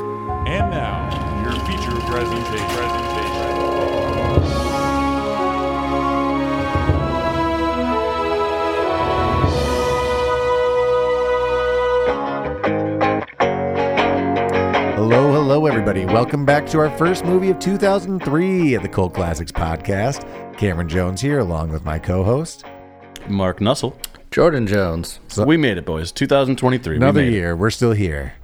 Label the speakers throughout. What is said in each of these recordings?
Speaker 1: And now, your feature presentation. presentation.
Speaker 2: Hello, hello, everybody. Welcome back to our first movie of 2003 at the Cold Classics Podcast. Cameron Jones here, along with my co host.
Speaker 3: Mark Nussel.
Speaker 4: Jordan Jones.
Speaker 2: So-
Speaker 3: we made it, boys. 2023.
Speaker 2: Another
Speaker 3: we made
Speaker 2: year. We're still here.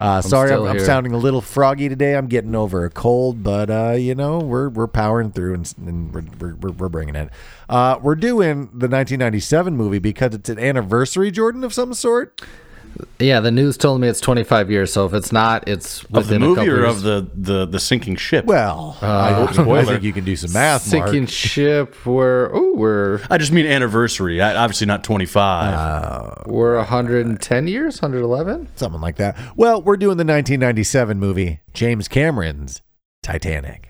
Speaker 2: Uh, sorry,
Speaker 4: still
Speaker 2: I'm, I'm
Speaker 4: here.
Speaker 2: sounding a little froggy today. I'm getting over a cold, but uh, you know we're we're powering through and, and we're, we're- we're we're bringing it. Uh, we're doing the 1997 movie because it's an anniversary, Jordan, of some sort.
Speaker 4: Yeah, the news told me it's 25 years, so if it's not, it's
Speaker 3: It. Of the
Speaker 4: within a
Speaker 3: movie
Speaker 4: couple
Speaker 3: or
Speaker 4: years.
Speaker 3: of the, the, the sinking ship?
Speaker 2: Well, I, I
Speaker 3: spoiler.
Speaker 2: think you can do some math. Mark.
Speaker 4: sinking ship. We're oh, we're
Speaker 3: I just mean anniversary. I, obviously not 25.
Speaker 2: Uh,
Speaker 4: we're 110 years, 111.
Speaker 2: something like that. Well, we're doing the 1997 movie James Cameron's Titanic.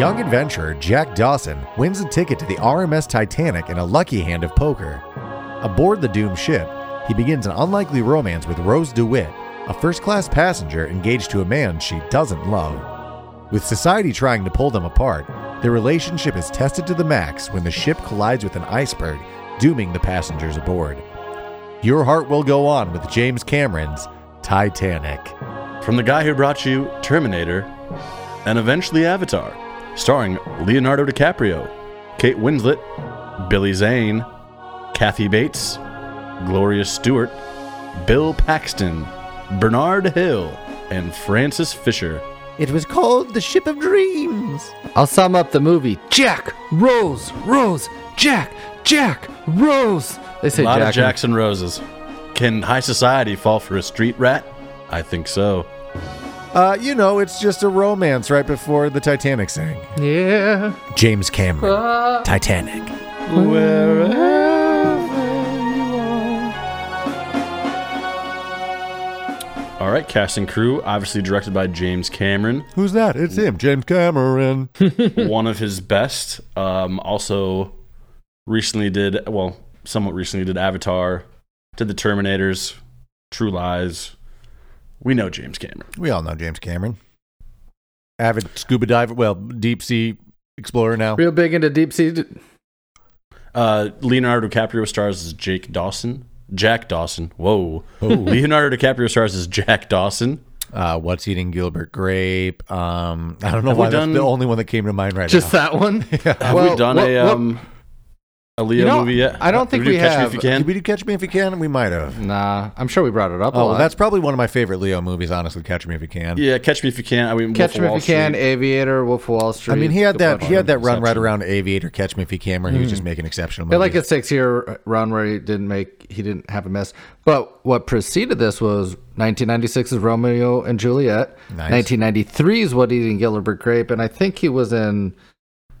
Speaker 2: Young adventurer Jack Dawson wins a ticket to the RMS Titanic in a lucky hand of poker. Aboard the doomed ship, he begins an unlikely romance with Rose DeWitt, a first class passenger engaged to a man she doesn't love. With society trying to pull them apart, their relationship is tested to the max when the ship collides with an iceberg, dooming the passengers aboard. Your heart will go on with James Cameron's Titanic.
Speaker 3: From the guy who brought you Terminator and eventually Avatar, starring Leonardo DiCaprio, Kate Winslet, Billy Zane, Kathy Bates, Gloria Stewart, Bill Paxton, Bernard Hill, and Francis Fisher.
Speaker 2: It was called the Ship of Dreams.
Speaker 4: I'll sum up the movie. Jack Rose, Rose, Jack, Jack Rose. They say
Speaker 3: A lot
Speaker 4: Jack.
Speaker 3: of Jackson Roses. Can high society fall for a street rat? I think so.
Speaker 2: Uh, you know, it's just a romance right before the Titanic sank.
Speaker 4: Yeah.
Speaker 2: James Cameron,
Speaker 4: Uh.
Speaker 2: Titanic.
Speaker 3: All right, cast and crew, obviously directed by James Cameron,
Speaker 2: Who's that? It's him, James Cameron.
Speaker 3: one of his best. Um, also, recently did well, somewhat recently did Avatar, did the Terminators, True Lies. We know James Cameron.
Speaker 2: we all know James Cameron. Avid scuba diver, well, deep sea explorer now.
Speaker 4: Real big into deep sea.
Speaker 3: Uh, Leonardo DiCaprio stars as Jake Dawson. Jack Dawson. Whoa. Leonardo DiCaprio stars as Jack Dawson.
Speaker 2: uh, What's Eating Gilbert Grape. Um, I don't know
Speaker 3: Have we
Speaker 2: why
Speaker 3: done-
Speaker 2: that's the only one that came to mind right
Speaker 4: Just
Speaker 2: now.
Speaker 4: that one.
Speaker 3: Have
Speaker 4: Well,
Speaker 3: we done
Speaker 4: what-
Speaker 3: a
Speaker 4: what-
Speaker 3: um a Leo
Speaker 4: You know,
Speaker 3: movie yet?
Speaker 4: I don't think
Speaker 3: Did do
Speaker 4: we
Speaker 3: Catch
Speaker 4: have.
Speaker 3: Me if you can.
Speaker 2: Did we do Catch Me If You Can? We might have.
Speaker 4: Nah, I'm sure we brought it up. a
Speaker 2: Oh, well,
Speaker 4: lot.
Speaker 2: that's probably one of my favorite Leo movies, honestly. Catch Me If You Can.
Speaker 3: Yeah, Catch Me If You Can. I mean,
Speaker 4: Catch
Speaker 3: Wolf
Speaker 4: Me
Speaker 3: of Wall
Speaker 4: If You Can,
Speaker 3: Street.
Speaker 4: Aviator, Wolf of Wall Street.
Speaker 2: I mean, he had
Speaker 4: a
Speaker 2: that
Speaker 4: bunch
Speaker 2: he
Speaker 4: of
Speaker 2: had that run right
Speaker 3: Inception. Mm-hmm.
Speaker 2: around Aviator, Catch Me If You Can, where he was just making exceptional
Speaker 4: Yeah,
Speaker 2: movies.
Speaker 4: like a six year run where he didn't make he didn't have a miss. But what preceded this was 1996's Romeo and Juliet.
Speaker 2: Nice.
Speaker 4: 1993's What Eating Gilbert Grape, and I think he was in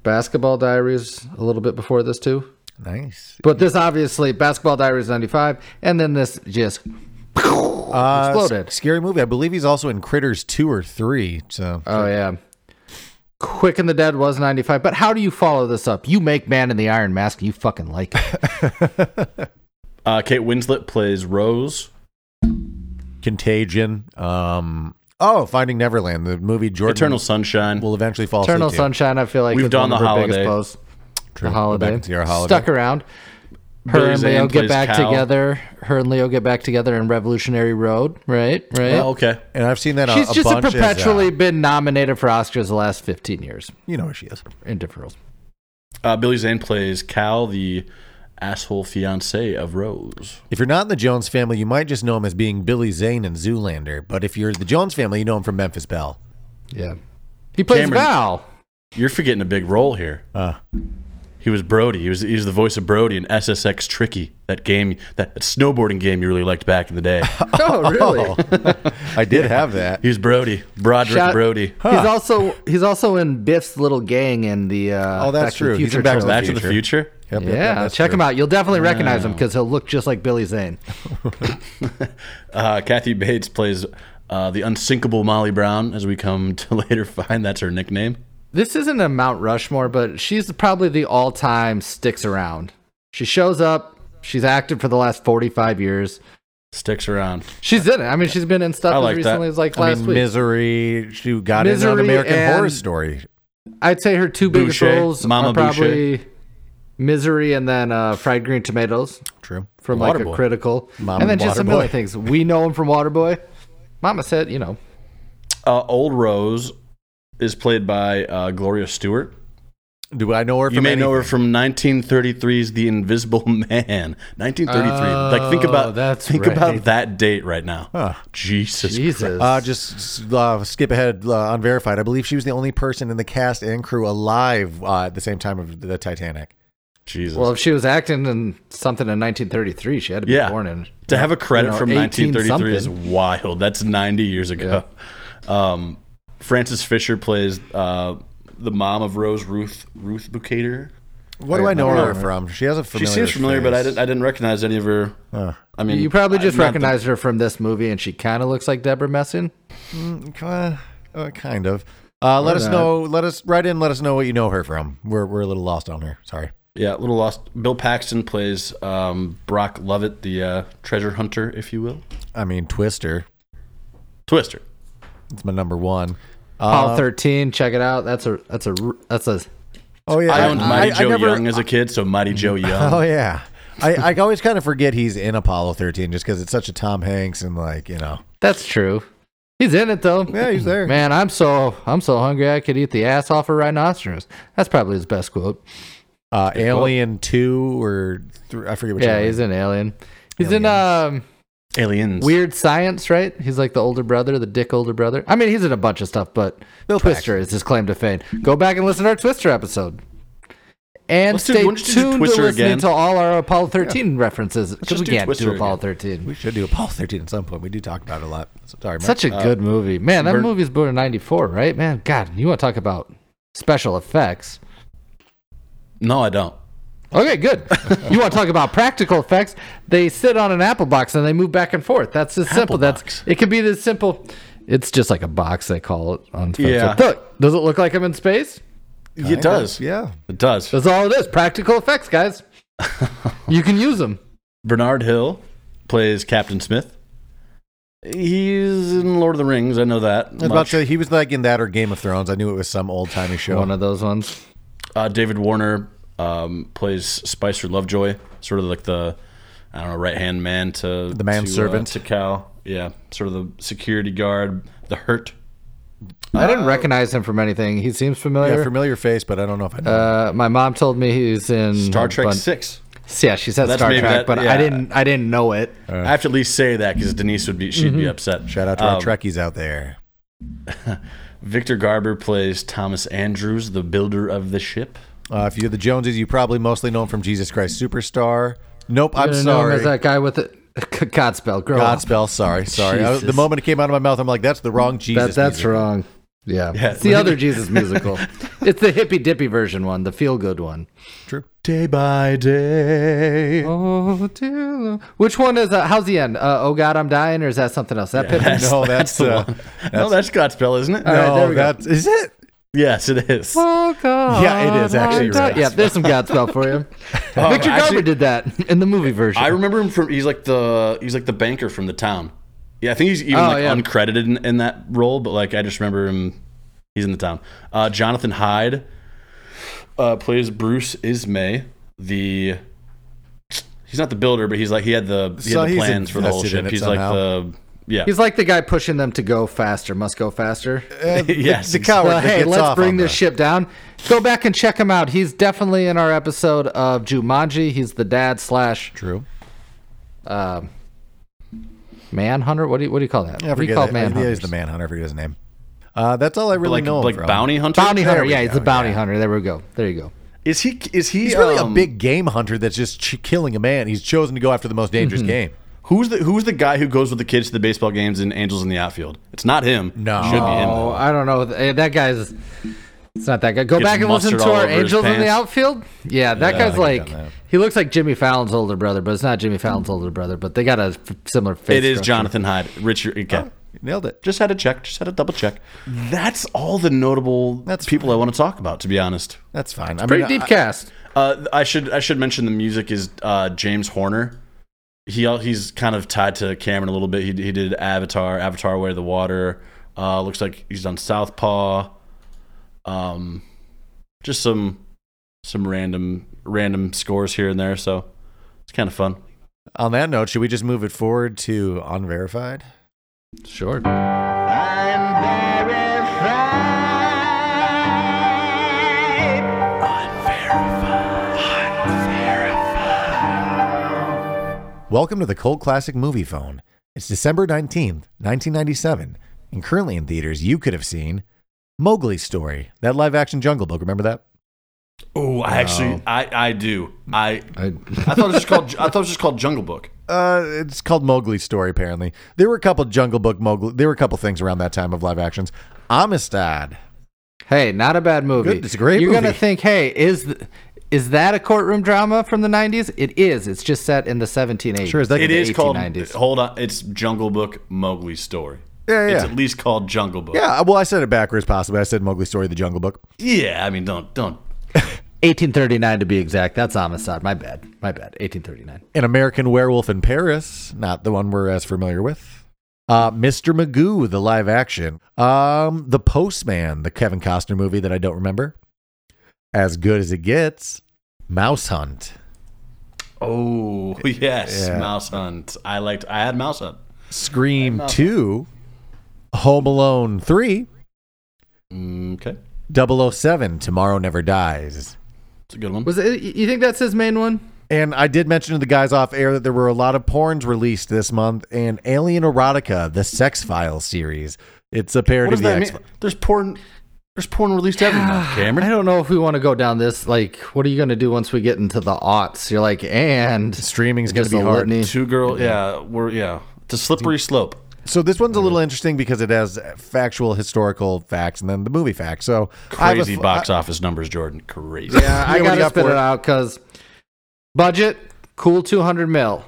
Speaker 4: Basketball Diaries a little bit before this too.
Speaker 2: nice.
Speaker 4: But this obviously Basketball Diaries 95, and then this just
Speaker 2: Uh,
Speaker 4: exploded.
Speaker 2: s- Scary movie. I believe he's also in Critters 2 or 3. So
Speaker 3: Uh,
Speaker 4: oh yeah. Quick and the Dead was 95, but how do you follow this up? You make Man in the Iron Mask and you fucking like it.
Speaker 3: Uh, Kate Winslet plays Rose.
Speaker 2: Contagion. Um, oh, Finding Neverland, the movie Jordan
Speaker 3: Eternal Sunshine.
Speaker 2: will eventually fall
Speaker 4: Eternal
Speaker 2: asleep to.
Speaker 4: Sunshine, I feel like
Speaker 3: We've
Speaker 4: is
Speaker 3: done
Speaker 4: one
Speaker 3: the
Speaker 4: of her biggest
Speaker 3: holiday.
Speaker 4: blows.
Speaker 2: True.
Speaker 4: the
Speaker 2: Go
Speaker 4: holiday.
Speaker 2: back and see our holiday.
Speaker 4: Stuck around. Her
Speaker 3: Billy
Speaker 4: and
Speaker 3: Zane
Speaker 4: Leo
Speaker 3: plays
Speaker 4: get back
Speaker 3: Cal.
Speaker 4: together. Her and Leo get back together in Revolutionary Road. Right, right.
Speaker 3: Oh, okay.
Speaker 2: and I've seen that a-
Speaker 4: She's
Speaker 2: a,
Speaker 4: just a
Speaker 2: bunch as, uh,
Speaker 4: perpetually been nominated for Oscars the last fifteen years
Speaker 2: you know where she is.
Speaker 4: in different roles.
Speaker 3: Uh, Billy Zane plays Cal, the asshole fiance of Rose.
Speaker 2: If you're not in the Jones family, you might just know him as being Billy Zane in Zoolander. But if you're the Jones family, you know him from Memphis Belle.
Speaker 4: Yeah, he plays
Speaker 3: Cameron-
Speaker 4: Val.
Speaker 3: You're forgetting a big role here.
Speaker 2: Uh,
Speaker 3: He was Brody. He was he was the voice of Brody in SSX Tricky, that game, that, that snowboarding game you really liked back in the day.
Speaker 4: Oh, really?
Speaker 2: I did have that.
Speaker 3: he was Brody, Broderick
Speaker 4: Shout-
Speaker 3: Brody.
Speaker 4: He's also he's also also in Biff's little gang in the. Uh,
Speaker 2: Oh, that's
Speaker 4: Back to the
Speaker 2: true. He's
Speaker 4: Future
Speaker 2: in Back to the
Speaker 4: trilogy.
Speaker 3: Back to the Future.
Speaker 2: Yep, yep, yep,
Speaker 4: Yeah,
Speaker 2: that's
Speaker 4: check
Speaker 2: true.
Speaker 4: him out. You'll definitely recognize him because he'll look just like Billy Zane.
Speaker 3: Uh, Kathy Bates plays uh, the unsinkable Molly Brown, as we come to later find that's her nickname.
Speaker 4: This isn't a Mount Rushmore, but she's probably the all time sticks around. She shows up. She's acted for the last 45 years.
Speaker 3: sticks around.
Speaker 4: She's in it. I mean, she's been in stuff
Speaker 3: I
Speaker 4: as
Speaker 3: like that.
Speaker 4: recently as like
Speaker 2: I
Speaker 4: last
Speaker 2: mean,
Speaker 4: week.
Speaker 2: Misery. She got in on
Speaker 4: Misery
Speaker 2: American Horror
Speaker 4: and-
Speaker 2: Story.
Speaker 4: I'd say her two biggest
Speaker 3: Boucher,
Speaker 4: roles
Speaker 3: Mama
Speaker 4: are probably Misery and then uh, Fried Green Tomatoes
Speaker 2: True.
Speaker 4: from like
Speaker 3: Waterboy.
Speaker 4: a critical,
Speaker 2: Mama
Speaker 4: and then just some
Speaker 2: Waterboy.
Speaker 4: other things. We know him from Waterboy. Mama said, you know,
Speaker 3: Uh, Old Rose is played by uh, Gloria Stewart.
Speaker 2: Do I know her? From
Speaker 3: You may know her
Speaker 2: anything?
Speaker 3: from 1933's The Invisible Man. 1933. like think
Speaker 4: Oh,
Speaker 3: about
Speaker 4: that's
Speaker 3: think
Speaker 4: right.
Speaker 3: about that date right now.
Speaker 2: Huh.
Speaker 3: Jesus.
Speaker 4: Jesus.
Speaker 2: Uh, just uh, skip ahead, uh, unverified. I believe she was the only person in the cast and crew alive uh, at the same time of the Titanic.
Speaker 3: Jesus.
Speaker 4: well, if she was acting in something in 1933, she had to be
Speaker 3: Yeah.
Speaker 4: born in.
Speaker 3: to have a credit
Speaker 4: you know,
Speaker 3: from
Speaker 4: 18
Speaker 3: 1933 is
Speaker 4: something.
Speaker 3: wild. That's 90 years ago. Um, Frances Fisher plays uh, the mom of Rose Ruth Ruth Bucater.
Speaker 2: What do I know her from? She has a
Speaker 3: She
Speaker 2: familiar.
Speaker 3: seems familiar, but I
Speaker 2: face.
Speaker 3: didn't, I didn't recognize any of her. I mean,
Speaker 4: You probably
Speaker 3: I-
Speaker 4: just
Speaker 3: not the-
Speaker 4: recognized her from this movie, and she kind of looks like Deborah Messing.
Speaker 2: Uh, uh, kind of. Uh, let us
Speaker 4: that.
Speaker 2: know. Let us write in. Let us know what you know her from. We're we're a little lost on her. Sorry.
Speaker 3: Yeah, a little lost. Bill Paxton plays um, Brock Lovett, the uh, treasure hunter, if you will.
Speaker 2: I mean, Twister.
Speaker 3: Twister.
Speaker 2: It's my number one.
Speaker 4: Paul
Speaker 2: Uh,
Speaker 4: 13, check it out. That's a that's a r- that's a
Speaker 2: Oh yeah,
Speaker 3: I owned Mighty Joe
Speaker 2: never-
Speaker 3: Young as a kid, so Mighty Joe Young.
Speaker 2: Oh yeah. I, I always kind of forget he's in Apollo 13 just because it's such a Tom Hanks and like you know
Speaker 4: that's true. He's in it though.
Speaker 2: yeah he's there
Speaker 4: Man, I'm so I'm so hungry I could eat the ass off a rhinoceros. That's probably his best quote.
Speaker 2: uh, Alien two or three, I forget which
Speaker 4: yeah,
Speaker 2: one.
Speaker 4: he's an alien. He's in um
Speaker 3: Aliens.
Speaker 4: Weird Science, right? He's like the older brother, the dick older brother. I mean, he's in a bunch of stuff, but
Speaker 2: Bill
Speaker 4: Twister is his claim to fame. Go back and listen to our Twister episode. And
Speaker 3: Let's do-
Speaker 4: stay
Speaker 3: why don't you do
Speaker 4: tuned to
Speaker 3: Twister
Speaker 4: listening
Speaker 3: again?
Speaker 4: to all our Apollo 13 references because
Speaker 3: just
Speaker 4: we
Speaker 3: do
Speaker 4: can't
Speaker 3: Twister
Speaker 4: do Apollo
Speaker 3: again.
Speaker 4: 13.
Speaker 2: we should do Apollo 13 at some point we do talk about it a lot sorry Mark.
Speaker 4: Such a good movie. Man, that
Speaker 3: Vern-
Speaker 4: movie's born in 94, right? Man, God, you want to talk about special effects.
Speaker 3: No, I don't.
Speaker 4: Okay, good. you want to talk about practical effects? They sit on an apple box and they move back and forth. That's as simple.
Speaker 3: box.
Speaker 4: That's it could be this simple. It's just like a box they call it on film.
Speaker 3: Yeah.
Speaker 4: So, look, does it look like I'm in space?
Speaker 3: it does.
Speaker 2: yeah
Speaker 3: It does.
Speaker 4: That's all it is. Practical effects, guys. you can use them.
Speaker 3: Bernard Hill plays Captain Smith. He's in Lord of the Rings. I know that.
Speaker 2: I was about
Speaker 3: much.
Speaker 2: to, he was like in that or Game of Thrones I knew it was some old timey show
Speaker 4: One of those ones.
Speaker 3: Uh, David Warner um, plays Spicer Lovejoy, sort of like the I don't know right hand man to
Speaker 2: The manservant.
Speaker 3: to, uh, to Cal. Yeah, sort of the security guard, the hurt.
Speaker 2: Mm-hmm.
Speaker 4: I didn't recognize him from anything. He seems familiar.
Speaker 2: yeah familiar face but I don't know if I know
Speaker 4: uh, my mom told me he's in
Speaker 3: Star Trek
Speaker 4: bun-
Speaker 3: Six.
Speaker 4: Yeah, she said
Speaker 3: That's
Speaker 4: Star
Speaker 3: maybe
Speaker 4: Trek,
Speaker 3: that-
Speaker 4: but
Speaker 3: yeah.
Speaker 4: I didn't. I didn't know it.
Speaker 3: I have to at least say that because Denise would be she'd be upset.
Speaker 2: Mm-hmm. shout out to our
Speaker 3: Um,
Speaker 2: Trekkies out there
Speaker 3: Victor Garber plays Thomas Andrews, the builder of the ship.
Speaker 2: uh, if you're the Joneses you probably mostly know him from Jesus Christ Superstar nope I'm
Speaker 4: I didn't know him
Speaker 2: sorry
Speaker 4: as that guy with the Godspell. Grow up.
Speaker 2: Godspell sorry sorry I- the
Speaker 4: Jesus.
Speaker 2: moment it came out of my mouth I'm like that's the wrong Jesus
Speaker 4: That, that's
Speaker 2: music.
Speaker 4: wrong. Yeah.
Speaker 3: Yeah.
Speaker 4: It's the other Jesus musical. It's the hippy dippy version one, the feel good one.
Speaker 2: true
Speaker 3: Day by day.
Speaker 4: Oh, dear. Which one is that? How's the end? Uh, oh, God, I'm dying, or is that something else? That Pippin?
Speaker 2: No, that's,
Speaker 3: the
Speaker 2: uh,
Speaker 3: one. no, that's Godspell, isn't it?
Speaker 4: All right, there
Speaker 2: no
Speaker 4: we go.
Speaker 2: that's Oh, is it
Speaker 3: Yes, it is.
Speaker 4: Oh, God.
Speaker 2: Yeah, it is actually
Speaker 4: I'm dying.
Speaker 2: Godspell.
Speaker 4: Yeah, there's some Godspell for you. Um,
Speaker 3: Oh,
Speaker 4: Victor
Speaker 3: actually-
Speaker 4: Garber did that in the movie version.
Speaker 3: I remember him from he's like the he's like the banker from the town. Yeah, I think he's even
Speaker 4: Oh,
Speaker 3: like
Speaker 4: yeah.
Speaker 3: uncredited in, in that role, but like I just remember him. He's in the town. Uh, Jonathan Hyde uh, plays Bruce Ismay. The he's not the builder, but he's like he had the he
Speaker 2: So
Speaker 3: had the
Speaker 2: he's
Speaker 3: plans for the whole
Speaker 2: invested in
Speaker 3: ship.
Speaker 2: it
Speaker 3: He's
Speaker 2: somehow.
Speaker 3: like the yeah
Speaker 4: He's like the guy pushing them to go faster, must go faster.
Speaker 3: yes
Speaker 2: the coward
Speaker 4: Well,
Speaker 2: that
Speaker 4: hey,
Speaker 2: gets
Speaker 4: let's
Speaker 2: off on
Speaker 4: bring this
Speaker 2: the-
Speaker 4: ship down. Go back and check him out. He's definitely in our episode of Jumanji. He's the dad slash
Speaker 2: True.
Speaker 4: um, manhunter. What do you what do you call that?
Speaker 2: Yeah, I
Speaker 4: what do you
Speaker 2: forget
Speaker 4: call
Speaker 2: that. Yeah, he's
Speaker 4: manhunters?
Speaker 2: the manhunter. I forget his name. Uh, that's all I really
Speaker 3: like
Speaker 2: know. him
Speaker 3: like
Speaker 2: from.
Speaker 3: bounty hunter.
Speaker 4: bounty hunter.
Speaker 2: we
Speaker 4: Yeah, he's
Speaker 2: go,
Speaker 4: the bounty
Speaker 2: yeah.
Speaker 4: hunter. There we go. There you go.
Speaker 3: Is he is he
Speaker 2: He's really
Speaker 3: um,
Speaker 2: a big game hunter that's just ch- killing a man. He's chosen to go after the most dangerous game.
Speaker 3: Who's the who's the guy who goes with the kids to the baseball games and Angels in the Outfield? It's not him.
Speaker 2: No.
Speaker 3: should be him.
Speaker 4: Oh, I don't know. Eh, That guy's. It's not that guy. Go
Speaker 3: Gets
Speaker 4: back and listen
Speaker 3: mustard
Speaker 4: to
Speaker 3: all
Speaker 4: our
Speaker 3: over his
Speaker 4: angels in the
Speaker 3: pants.
Speaker 4: outfield. Yeah, that
Speaker 2: I
Speaker 4: guy's
Speaker 2: think I've
Speaker 4: like.
Speaker 2: done that.
Speaker 4: He looks like Jimmy Fallon's older brother, but it's not Jimmy Fallon's older brother. But they got a f- similar face.
Speaker 3: It is
Speaker 4: structure.
Speaker 3: Jonathan Hyde. Richard. Okay.
Speaker 2: Nailed it.
Speaker 3: Just had a check. Just had a double check. That's all the notable
Speaker 2: That's
Speaker 3: people I want to talk about. To be honest,
Speaker 2: That's fine. I
Speaker 4: Pretty
Speaker 2: mean,
Speaker 4: deep
Speaker 2: I-
Speaker 4: cast.
Speaker 3: uh, I should I should mention the music is uh, James Horner, he al- he's kind of tied to Cameron a little bit. He he did Avatar, Avatar: Way of the Water. Uh, looks like he's done Southpaw. Um, just some some random random scores here and there. So it's kind of fun.
Speaker 2: On that note, should we just move it forward to unverified?
Speaker 4: Sure.
Speaker 2: Welcome to the Cold Classic Movie Phone. It's December 19th, 1997, and currently in theaters you could have seen Mowgli's Story, that live action Jungle Book. Remember that?
Speaker 3: Oh, I actually I I do I.
Speaker 4: I,
Speaker 3: I thought it was just called. I thought it was just called Jungle Book.
Speaker 2: Uh, it's called Mowgli's Story, apparently. There were a couple Jungle Book Mowgli. There were a couple things around that time of live actions. Amistad.
Speaker 4: hey, not a bad movie.
Speaker 2: Good, it's a great
Speaker 4: You're gonna
Speaker 2: movie.
Speaker 4: think, hey, is th- is that a courtroom drama from the 90s? It is. It's just set in the 1780s.
Speaker 2: Sure, is that
Speaker 3: It is called.
Speaker 4: 1890s.
Speaker 3: Hold on, it's Jungle Book Mowgli's story.
Speaker 2: Yeah, yeah.
Speaker 3: It's at least called Jungle Book.
Speaker 2: Yeah, well, I said it backwards, possibly. I said Mowgli's Story, the Jungle Book.
Speaker 3: Yeah, I mean, don't don't.
Speaker 4: 1839 to be exact. That's Amistad. My bad. My bad. 1839.
Speaker 2: An American Werewolf in Paris, not the one we're as familiar with. Uh, Mr. Magoo, the live action. Um, The Postman, the Kevin Costner movie that I don't remember. As good as it gets. Mouse Hunt.
Speaker 3: Oh yes,
Speaker 2: Yeah.
Speaker 3: Mouse Hunt. I liked. I had Mouse Hunt.
Speaker 2: Scream 2. Home Alone 3.
Speaker 3: Mm, Okay,
Speaker 2: 007, Tomorrow Never Dies.
Speaker 3: it's a good one.
Speaker 4: Was it? You think that's his main one?
Speaker 2: And I did mention to the guys off air that there were a lot of porns released this month and Alien Erotica, the Sex Files series. It's a parody
Speaker 3: what does
Speaker 2: of the
Speaker 3: that
Speaker 2: X
Speaker 3: mean? There's porn. There's porn released every month.
Speaker 4: I
Speaker 3: Cameron.
Speaker 4: don't know if we want to go down this. Like, what are you going to do once we get into the aughts? You're like, and
Speaker 2: Streaming's going to
Speaker 4: just
Speaker 2: be
Speaker 4: a
Speaker 2: hard.
Speaker 4: litany.
Speaker 3: Two girl. Yeah, we're yeah. It's a slippery slope.
Speaker 2: So this one's a little interesting because it has factual historical facts and then the movie facts. So I have a
Speaker 3: Crazy
Speaker 2: f-
Speaker 3: box office numbers, Jordan. Crazy.
Speaker 4: Yeah,
Speaker 2: Yeah,
Speaker 4: I
Speaker 2: what do
Speaker 4: got
Speaker 2: you
Speaker 4: to
Speaker 2: got
Speaker 4: spit
Speaker 2: for
Speaker 4: it
Speaker 2: it?
Speaker 4: out because budget, cool 200 mil.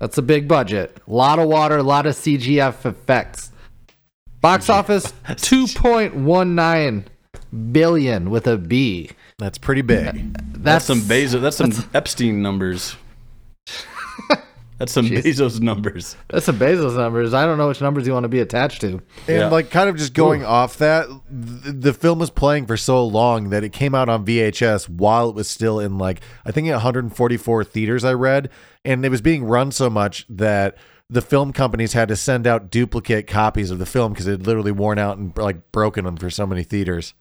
Speaker 4: That's a big budget. A lot of water, a lot of CGF effects. Box
Speaker 2: Mm-hmm.
Speaker 4: office 2.19 billion with a B.
Speaker 2: That's pretty big.
Speaker 3: That's
Speaker 4: That's,
Speaker 3: some Bezos. That's some Epstein numbers. That's some Bezos numbers.
Speaker 4: That's some Bezos numbers. I don't know which numbers you want to be attached to.
Speaker 2: And
Speaker 3: Yeah.
Speaker 2: like kind of just going off that, th- the film was playing for so long that it came out on VHS while it was still in like I think 144 theaters I read, and it was being run so much that the film companies had to send out duplicate copies of the film because it had literally worn out and like broken them for so many theaters.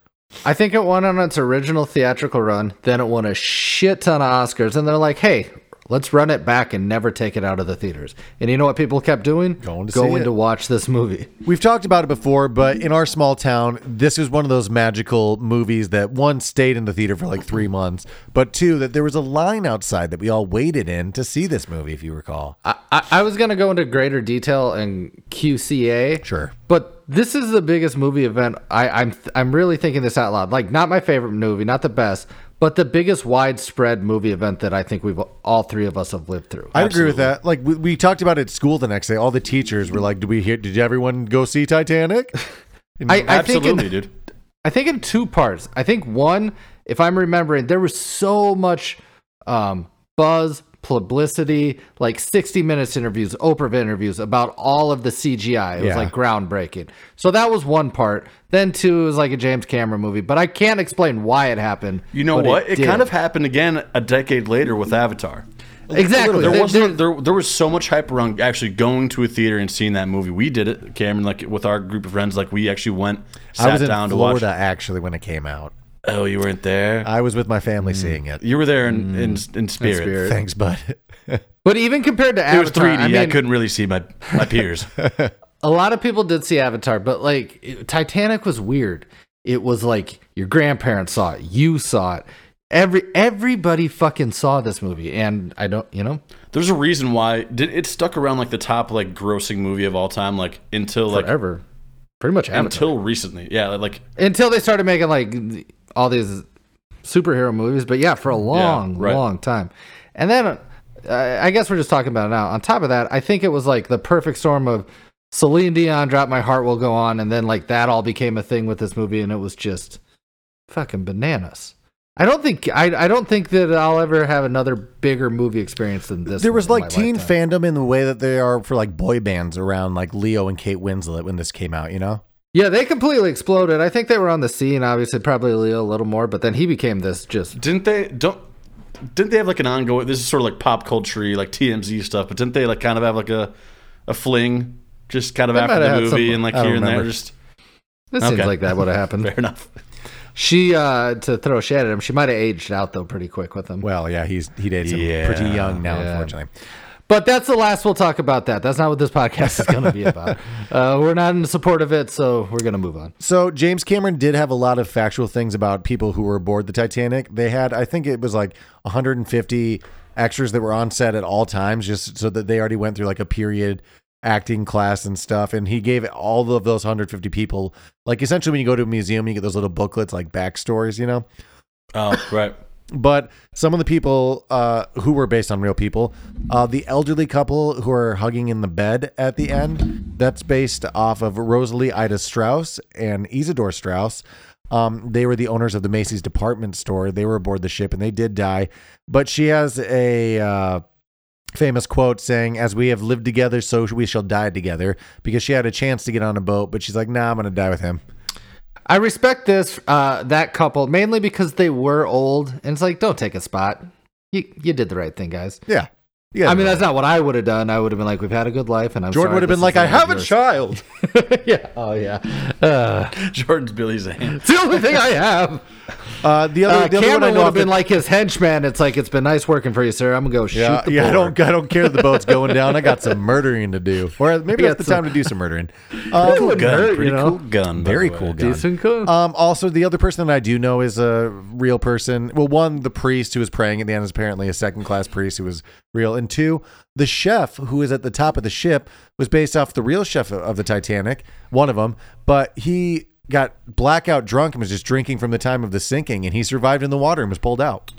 Speaker 4: I think it won on its original theatrical run. Then it won a shit ton of Oscars, and they're like, "Hey, let's run it back and never take it out of the theaters." And you know what people kept doing?
Speaker 2: Going to see
Speaker 4: going
Speaker 2: it.
Speaker 4: to watch this movie.
Speaker 2: We've talked about it before, but in our small town, this was one of those magical movies that one stayed in the theater for like three months, but two, that there was a line outside that we all waited in to see this movie, if you recall.
Speaker 4: I, I, I was gonna go into greater detail in QCA.
Speaker 2: Sure.
Speaker 4: But this is the biggest movie event. I, I'm I'm really thinking this out loud. Like, not my favorite movie, not the best, but the biggest widespread movie event that I think we've all three of us have lived through.
Speaker 2: I agree with that. Like we, we talked about it at school the next day. All the teachers were like, "Did we hear? Did everyone go see Titanic?"
Speaker 4: I, I think in-
Speaker 3: Absolutely, dude.
Speaker 4: I think in two parts. I think one, if I'm remembering, there was so much um, buzz, publicity, like 60 minutes interviews, Oprah interviews about all of the CGI. It
Speaker 2: Yeah.
Speaker 4: was like groundbreaking. So that was one part. Then two, it was like a James Cameron movie, but I can't explain why it happened.
Speaker 3: You know
Speaker 4: but
Speaker 3: what? It,
Speaker 4: did.
Speaker 3: kind of happened again a decade later with Avatar.
Speaker 4: exactly.
Speaker 3: There
Speaker 4: There-
Speaker 3: was
Speaker 4: there-
Speaker 3: there, there was so much hype around actually going to a theater and seeing that movie. We did it, Cameron, like with our group of friends. Like we actually went, sat
Speaker 2: I was in
Speaker 3: down
Speaker 2: Florida
Speaker 3: to watch.
Speaker 2: actually when it came out.
Speaker 3: Oh, you weren't there.
Speaker 2: I was with my
Speaker 3: Mm.
Speaker 2: family seeing it.
Speaker 3: you were there in in, in spirit.
Speaker 4: spirit.
Speaker 2: Thanks, bud.
Speaker 4: but even compared to
Speaker 3: It was
Speaker 4: Avatar,
Speaker 3: 3D.
Speaker 4: I
Speaker 3: I,
Speaker 4: mean,
Speaker 3: couldn't really see my my peers.
Speaker 4: a lot of people did see Avatar, but like it- Titanic was weird. It was like your grandparents saw it, you saw it. Every everybody fucking saw this movie, and I don't, you know,
Speaker 3: There's a reason why did it stuck around like the top like grossing movie of all time like until like
Speaker 4: forever, pretty much Avatar.
Speaker 3: until recently. Yeah, like
Speaker 4: until they started making like all these superhero movies. But yeah, for a long,
Speaker 3: right.
Speaker 4: long time. And then uh, I guess we're just talking about it now. On top of that, I think it was like the perfect storm of Celine Dion, "Drop My Heart Will Go On," and then like that all became a thing with this movie, and it was just fucking bananas. I don't think I, I don't think that I'll ever have another bigger movie experience than this.
Speaker 2: there
Speaker 4: one
Speaker 2: was
Speaker 4: in my
Speaker 2: like teen
Speaker 4: lifetime.
Speaker 2: fandom in the way that there are for like boy bands around like Leo and Kate Winslet when this came out, you know?
Speaker 4: Yeah, they completely exploded. I think they were on the scene, obviously, probably Leo a little more, but then he became this just
Speaker 3: Didn't they don't? Didn't they have like an ongoing? This is sort of like pop culture, like TMZ stuff. But didn't they like kind of have like a a fling, just kind of
Speaker 4: They might
Speaker 3: after
Speaker 4: have
Speaker 3: the
Speaker 4: had
Speaker 3: movie
Speaker 4: some-
Speaker 3: and like
Speaker 2: I don't
Speaker 3: here and there?
Speaker 2: remember.
Speaker 3: Just
Speaker 4: It
Speaker 3: Okay.
Speaker 4: seems like that would have happened.
Speaker 3: fair enough.
Speaker 4: she uh to throw shade at him, she might have aged out though pretty quick with him.
Speaker 2: Well, yeah, he's he dates him
Speaker 3: Yeah.
Speaker 2: pretty young now,
Speaker 4: Yeah.
Speaker 2: unfortunately.
Speaker 4: But that's the last we'll talk about that. That's not what this podcast is gonna be about. uh we're not in support of it, so we're gonna move on.
Speaker 2: So James Cameron did have a lot of factual things about people who were aboard the Titanic. They had, I think it was like 150 extras that were on set at all times, just so that they already went through like a period acting class and stuff. And he gave all of those 150 people, like essentially when you go to a museum, you get those little booklets like backstories, you know.
Speaker 3: Oh right.
Speaker 2: But some of the people uh, who were based on real people, uh, the elderly couple who are hugging in the bed at the end, that's based off of Rosalie Ida Strauss and Isidore Strauss. Um, they were the owners of the Macy's department store. They were aboard the ship and they did die. But she has a uh, famous quote saying, As we have lived together, so we shall die together, because she had a chance to get on a boat, but she's like, Nah, I'm going to die with him.
Speaker 4: I respect this uh that couple mainly because they were old and it's like don't take a spot. You you did the right thing, guys.
Speaker 2: Yeah. You guys
Speaker 4: I mean,
Speaker 2: know
Speaker 4: that's not what I would have done. I would have been like, "We've had a good life," and I'm
Speaker 2: Jordan
Speaker 4: sorry
Speaker 2: would have
Speaker 4: this
Speaker 2: been like,
Speaker 4: isn't
Speaker 2: I have a
Speaker 4: yours."
Speaker 2: child.
Speaker 4: yeah. Oh yeah. Uh,
Speaker 3: Jordan's Billy's hand.
Speaker 4: it's the only thing I have.
Speaker 2: Uh, the other,
Speaker 4: Uh,
Speaker 2: the other one I
Speaker 4: Cameron
Speaker 2: know
Speaker 4: would
Speaker 2: off
Speaker 4: have
Speaker 2: the-
Speaker 4: been like his henchman. It's like it's been nice working for you, sir. I'm gonna go
Speaker 2: yeah,
Speaker 4: shoot the
Speaker 2: yeah, I
Speaker 4: board."
Speaker 2: don't, I don't care that the boat's going down. I got some murdering to do, or maybe
Speaker 4: Yeah,
Speaker 2: that's the
Speaker 4: it's a-
Speaker 2: time to do some murdering.
Speaker 4: It
Speaker 2: Um,
Speaker 4: wouldn't
Speaker 3: Gun,
Speaker 4: hurt,
Speaker 3: pretty
Speaker 4: you know?
Speaker 3: cool gun. by
Speaker 2: very
Speaker 3: the way.
Speaker 2: cool gun.
Speaker 4: Decent cook.
Speaker 2: Um, also, the other person that I do know is a real person. Well, one, the priest who was praying at the end is apparently a second class priest who was real, and two, the chef who is at the top of the ship was based off the real chef of the Titanic, one of them, but he got blackout drunk and was just drinking from the time of the sinking, and he survived in the water and was pulled out.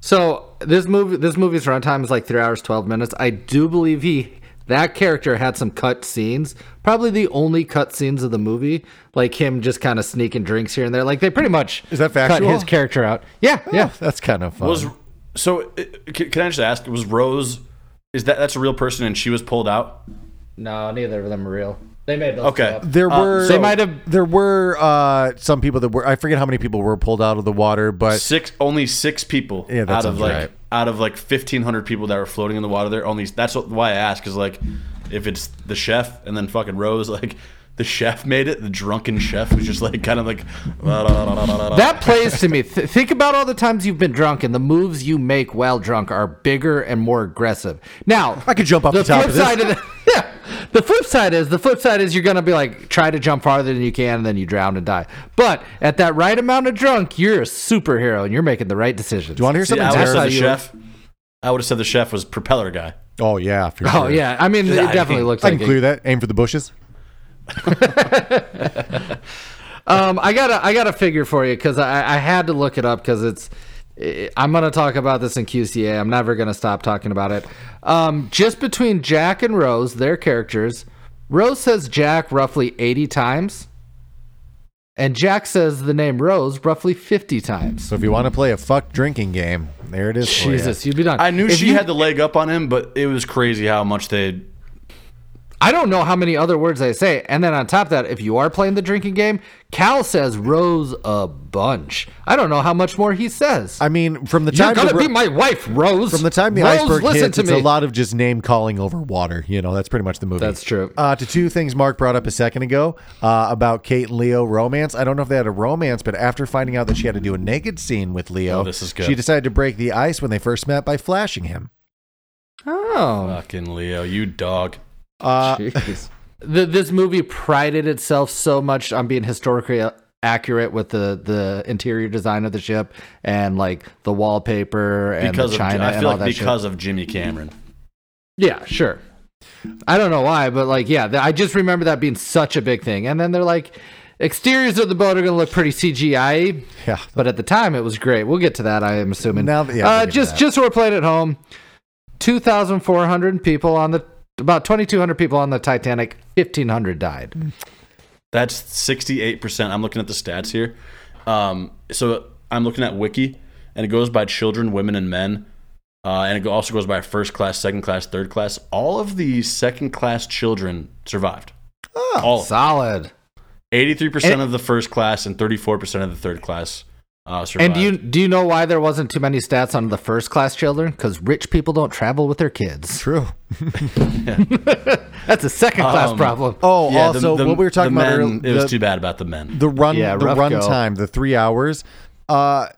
Speaker 4: so this movie, this movie's runtime is like three hours twelve minutes. I do believe he that character had some cut scenes. Probably the only cut scenes of the movie, like him just kind of sneaking drinks here and there. Like they pretty much
Speaker 2: Is that factual?
Speaker 4: cut his character out. Yeah, yeah.
Speaker 2: Oh, that's kind of fun.
Speaker 3: Was so? uh, Can, can I just ask? Was Rose? Is that that's a real person and she was pulled out?
Speaker 4: No, neither of them are real. They made those
Speaker 3: Okay.
Speaker 4: two up.
Speaker 2: There
Speaker 3: Uh,
Speaker 2: were
Speaker 3: so-
Speaker 4: They might have-
Speaker 2: there were uh, some people that were I forget how many people were pulled out of the water, but
Speaker 3: Six only six people
Speaker 2: Yeah, that
Speaker 3: out of
Speaker 2: sounds
Speaker 3: like
Speaker 2: right.
Speaker 3: out of like fifteen hundred people that were floating in the water there. Only that's what, why I ask is like if it's the chef and then fucking Rose like. The chef made it. The drunken chef who's just like kind of like
Speaker 2: Oh.
Speaker 4: That plays to me. Th- think about all the times you've been drunk, and the moves you make while drunk are bigger and more aggressive. Now,
Speaker 2: I could jump off the top
Speaker 4: flip
Speaker 2: of this.
Speaker 4: side of the, yeah, the flip side is the flip side is you're gonna be like try to jump farther than you can, and then you drown and die. But at that right amount of drunk, you're a superhero and you're making the right decisions.
Speaker 2: do you want to hear
Speaker 3: See,
Speaker 2: something
Speaker 3: I would have
Speaker 2: terrible?
Speaker 3: said the
Speaker 4: you-
Speaker 3: chef. I would have said the chef was propeller guy.
Speaker 2: Oh yeah, for
Speaker 4: Oh
Speaker 2: sure.
Speaker 4: yeah, I mean it
Speaker 3: Yeah, I
Speaker 4: definitely
Speaker 3: mean,
Speaker 4: looks
Speaker 2: I
Speaker 4: like
Speaker 2: can
Speaker 4: it.
Speaker 2: clear that. Aim for the bushes.
Speaker 4: Um, I got a I got a figure for you because I, I had to look it up because it's i I'm gonna talk about this in QCA. I'm never gonna stop talking about it. Um, just between Jack and Rose, their characters, Rose says Jack roughly 80 times, and Jack says the name Rose roughly 50 times.
Speaker 3: Oh,
Speaker 2: So if you want to play a fuck drinking game, there it is. for ya.
Speaker 4: Jesus, you'd be done.
Speaker 3: I knew
Speaker 4: If
Speaker 3: she
Speaker 4: you-
Speaker 3: had the leg up on him, but it was crazy how much they.
Speaker 4: I don't know how many other words they say. And then on top of that, if you are playing the drinking game, Cal says Rose a bunch. I don't know how much more he says.
Speaker 2: I mean, from the
Speaker 4: You're
Speaker 2: time
Speaker 4: gonna
Speaker 2: the-
Speaker 4: be my wife, Rose.
Speaker 2: from the time the
Speaker 4: Rose,
Speaker 2: iceberg
Speaker 4: listen
Speaker 2: hits,
Speaker 4: to
Speaker 2: it's
Speaker 4: me.
Speaker 2: a lot of just name calling over water. You know, that's pretty much the movie.
Speaker 4: That's true.
Speaker 2: Uh, to two things Mark brought up a second ago uh, about Kate and Leo romance. I don't know if they had a romance, but after finding out that she had to do a naked scene with Leo,
Speaker 3: Oh, this is good.
Speaker 2: she decided to break the ice when they first met by flashing him.
Speaker 4: oh,
Speaker 3: Fucking Leo, you dog.
Speaker 2: Uh,
Speaker 4: jeez. The- this movie prided itself so much on being historically uh, accurate with the the interior design of the ship and like the wallpaper and
Speaker 3: Because
Speaker 4: the
Speaker 3: of,
Speaker 4: China
Speaker 3: I
Speaker 4: and
Speaker 3: feel
Speaker 4: all
Speaker 3: like
Speaker 4: that shit.
Speaker 3: because of Jimmy Cameron.
Speaker 4: Yeah, sure. I don't know why, but like, yeah, th- I just remember that being such a big thing. And then they're like, exteriors of the boat are going to look pretty CGI.
Speaker 2: Yeah.
Speaker 4: But at the time, it was great. We'll get to that, I am assuming.
Speaker 2: Now that- yeah, we'll
Speaker 4: uh,
Speaker 2: get to
Speaker 4: just
Speaker 2: that.
Speaker 4: just so we're playing at home, two thousand four hundred people on the about twenty two hundred people on the Titanic. Fifteen hundred died.
Speaker 3: That's 68%. I'm looking at the stats here. Um, so I'm looking at Wiki. and it goes by children, women, and men. Uh, and it go- also goes by first class, second class, third class. All of the second class children survived.
Speaker 2: Oh,
Speaker 3: All of them.
Speaker 4: Solid.
Speaker 3: 83%
Speaker 4: And-
Speaker 3: of the first class and 34% of the third class uh, survived.
Speaker 4: And do you do you know why there wasn't too many stats on the first class children? Because rich people don't travel with their kids.
Speaker 2: true.
Speaker 4: That's a second class
Speaker 3: Um,
Speaker 4: problem.
Speaker 2: Oh,
Speaker 3: Yeah, the-
Speaker 2: also
Speaker 3: the-
Speaker 2: what we were talking
Speaker 3: the
Speaker 2: about
Speaker 3: men,
Speaker 2: earlier,
Speaker 3: It was
Speaker 2: the,
Speaker 3: too bad about the men.
Speaker 2: the run,
Speaker 4: Yeah,
Speaker 2: the
Speaker 4: rough
Speaker 2: run
Speaker 4: go.
Speaker 2: time, the three hours. Uh,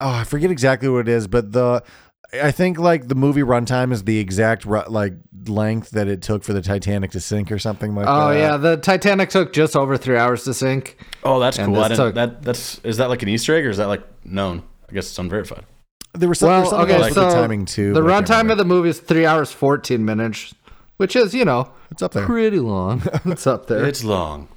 Speaker 2: oh, I forget exactly what it is, but the I think like the movie runtime is the exact ru- like length that it took for the Titanic to sink or something like
Speaker 4: Oh
Speaker 2: that.
Speaker 4: yeah, the Titanic took just over three hours to sink.
Speaker 3: Oh, that's
Speaker 4: And
Speaker 3: cool. I
Speaker 4: this
Speaker 3: didn't,
Speaker 4: took-
Speaker 3: that that's is that like an Easter egg or is that like known? I guess it's unverified.
Speaker 2: There was some, there was something else with the timing too.
Speaker 4: The
Speaker 2: but I can't
Speaker 4: runtime of
Speaker 2: remember.
Speaker 4: the movie is three hours fourteen minutes, which is you know
Speaker 2: it's up there.
Speaker 4: pretty long. it's up there. It's,
Speaker 3: It's long.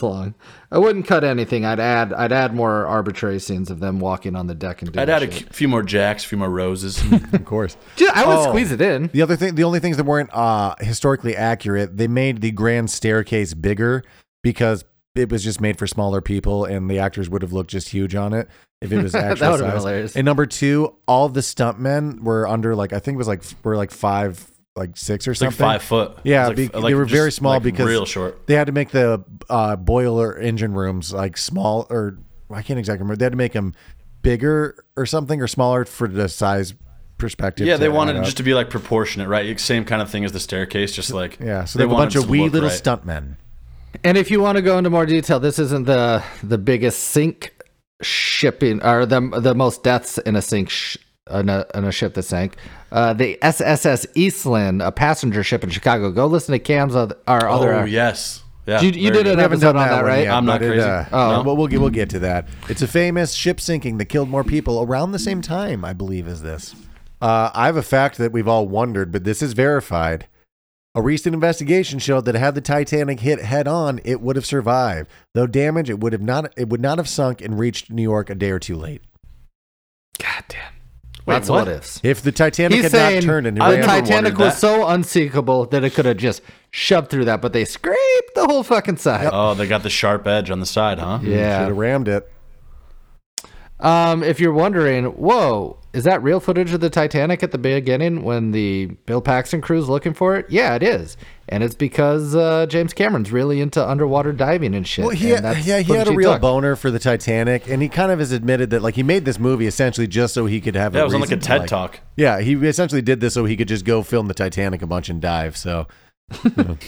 Speaker 4: long. I wouldn't cut anything. I'd add. I'd add more arbitrary scenes of them walking on the deck and doing.
Speaker 3: I'd add a
Speaker 4: shit.
Speaker 3: c- few more jacks, a few more roses.
Speaker 2: Of course.
Speaker 4: Ju- I would
Speaker 2: Oh.
Speaker 4: squeeze it in.
Speaker 2: The other thing, the only things that weren't uh, historically accurate, they made the grand staircase bigger because it was just made for smaller people, and the actors would have looked just huge on it if it was
Speaker 4: That
Speaker 2: actual
Speaker 4: would have been
Speaker 2: size.
Speaker 4: hilarious.
Speaker 2: And number two, all of the stuntmen were under like I think it was like were like five, like six or
Speaker 3: It's like
Speaker 2: something.
Speaker 3: five foot.
Speaker 2: Yeah,
Speaker 3: It's like,
Speaker 2: be- they were
Speaker 3: just,
Speaker 2: very small
Speaker 3: like,
Speaker 2: because-
Speaker 3: real short.
Speaker 2: They had to make the uh, boiler engine rooms like small, or I can't exactly remember. They had to make them bigger or something or smaller for the size perspective.
Speaker 3: Yeah, they
Speaker 2: to
Speaker 3: wanted
Speaker 2: add
Speaker 3: it
Speaker 2: up.
Speaker 3: just to be like proportionate, right? Same kind of thing as the staircase, just like
Speaker 2: yeah. So they, have a
Speaker 3: wanted
Speaker 2: bunch
Speaker 3: it
Speaker 2: of
Speaker 3: to
Speaker 2: wee
Speaker 3: look
Speaker 2: little
Speaker 3: right.
Speaker 2: stuntmen.
Speaker 4: And if you want to go into more detail, this isn't the the biggest sink shipping or the the most deaths in a sink sh- in, a, in a ship that sank. Uh, the SSS Eastland, a passenger ship in Chicago. Go listen to Cam's other, our
Speaker 3: Oh
Speaker 4: other.
Speaker 3: yes, yeah.
Speaker 4: You-
Speaker 3: very
Speaker 4: you did an
Speaker 3: good.
Speaker 2: We haven't
Speaker 4: episode
Speaker 2: done
Speaker 4: on
Speaker 2: that,
Speaker 4: that,
Speaker 2: one
Speaker 4: right?
Speaker 2: yet,
Speaker 3: I'm not
Speaker 2: but it,
Speaker 3: crazy.
Speaker 2: uh,
Speaker 4: Oh.
Speaker 2: no, but we'll get we'll get to that. It's a famous ship sinking that killed more people around the same time, I believe, as this. Uh, I have a fact that we've all wondered, but this is verified. A recent investigation showed that had the Titanic hit head on, it would have survived. Though damaged, it would have not it would not have sunk and reached New York a day or two late.
Speaker 4: God damn.
Speaker 3: Wait,
Speaker 4: That's
Speaker 3: what?
Speaker 4: what, ifs.
Speaker 2: If the Titanic
Speaker 4: He's
Speaker 2: had
Speaker 4: saying
Speaker 2: not turned and it
Speaker 4: the
Speaker 3: I never
Speaker 2: ran,
Speaker 4: Titanic
Speaker 3: wondered
Speaker 4: was
Speaker 3: that.
Speaker 4: so unsinkable that it could have just shoved through that, but they scraped the whole fucking side.
Speaker 3: Oh, they got the sharp edge on the side, huh?
Speaker 4: Yeah.
Speaker 2: should have rammed it.
Speaker 4: Um, if you're wondering, whoa, is that real footage of the Titanic at the beginning when the Bill Paxton crew's looking for it? Yeah, it is, and it's because uh, James Cameron's really into underwater diving and shit.
Speaker 2: Well, he
Speaker 4: and
Speaker 2: had,
Speaker 4: that's
Speaker 2: yeah, he
Speaker 4: footage
Speaker 2: had a real
Speaker 4: took.
Speaker 2: boner for the Titanic, and he kind of has admitted that like he made this movie essentially just so he could have. a
Speaker 3: Yeah, it was on like a
Speaker 2: reason to,
Speaker 3: TED talk.
Speaker 2: Yeah, he essentially did this so he could just go film the Titanic a bunch and dive. So, you know,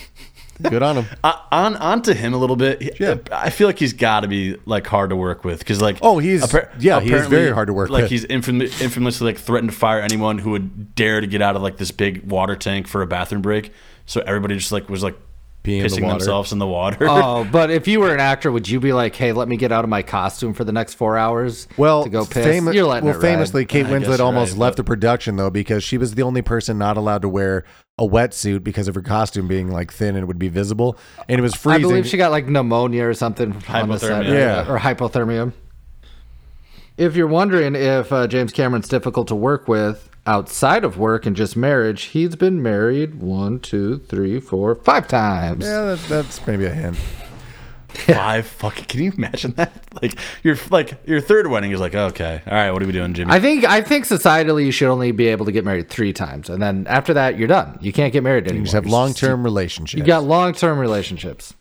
Speaker 2: good on him.
Speaker 3: Uh, on onto him a little bit. He-
Speaker 2: Yeah.
Speaker 3: I feel like he's got to be like hard to work with because like
Speaker 2: Oh, he's- yeah, he is
Speaker 3: apparently,
Speaker 2: very hard to work
Speaker 3: Like
Speaker 2: with.
Speaker 3: he's infam- infamously like threatened to fire anyone who would dare to get out of like this big water tank for a bathroom break. So everybody just like was like
Speaker 2: Pee in the
Speaker 3: pissing
Speaker 2: water.
Speaker 3: themselves in the water.
Speaker 4: Oh, but if you were an actor, would you be like, "Hey, let me get out of my costume for the next four hours"?
Speaker 2: Well,
Speaker 4: to go piss.
Speaker 2: famo-
Speaker 4: You're letting
Speaker 2: well,
Speaker 4: it ride.
Speaker 2: famously, Kate
Speaker 3: I guess
Speaker 2: Winslet
Speaker 3: you're
Speaker 2: almost
Speaker 3: right,
Speaker 2: left the
Speaker 3: but-
Speaker 2: production though because she was the only person not allowed to wear a wetsuit because of her costume being like thin and would be visible, and it was
Speaker 4: I
Speaker 2: freezing.
Speaker 4: believe she got like pneumonia or something on the set,
Speaker 3: Hypothermia.
Speaker 2: Yeah.
Speaker 4: or hypothermia. If you're wondering if uh, James Cameron's difficult to work with outside of work and just marriage, he's been married one, two, three, four, five times.
Speaker 2: yeah, that, that's maybe a hint.
Speaker 3: Five fucking. Can you imagine that? Like your like your third wedding is like okay, all right. What are we doing, Jimmy?
Speaker 4: I think I think societally you should only be able to get married three times, and then after that you're done. You can't get married anymore.
Speaker 2: You just have long-term relationships.
Speaker 4: You got long-term relationships.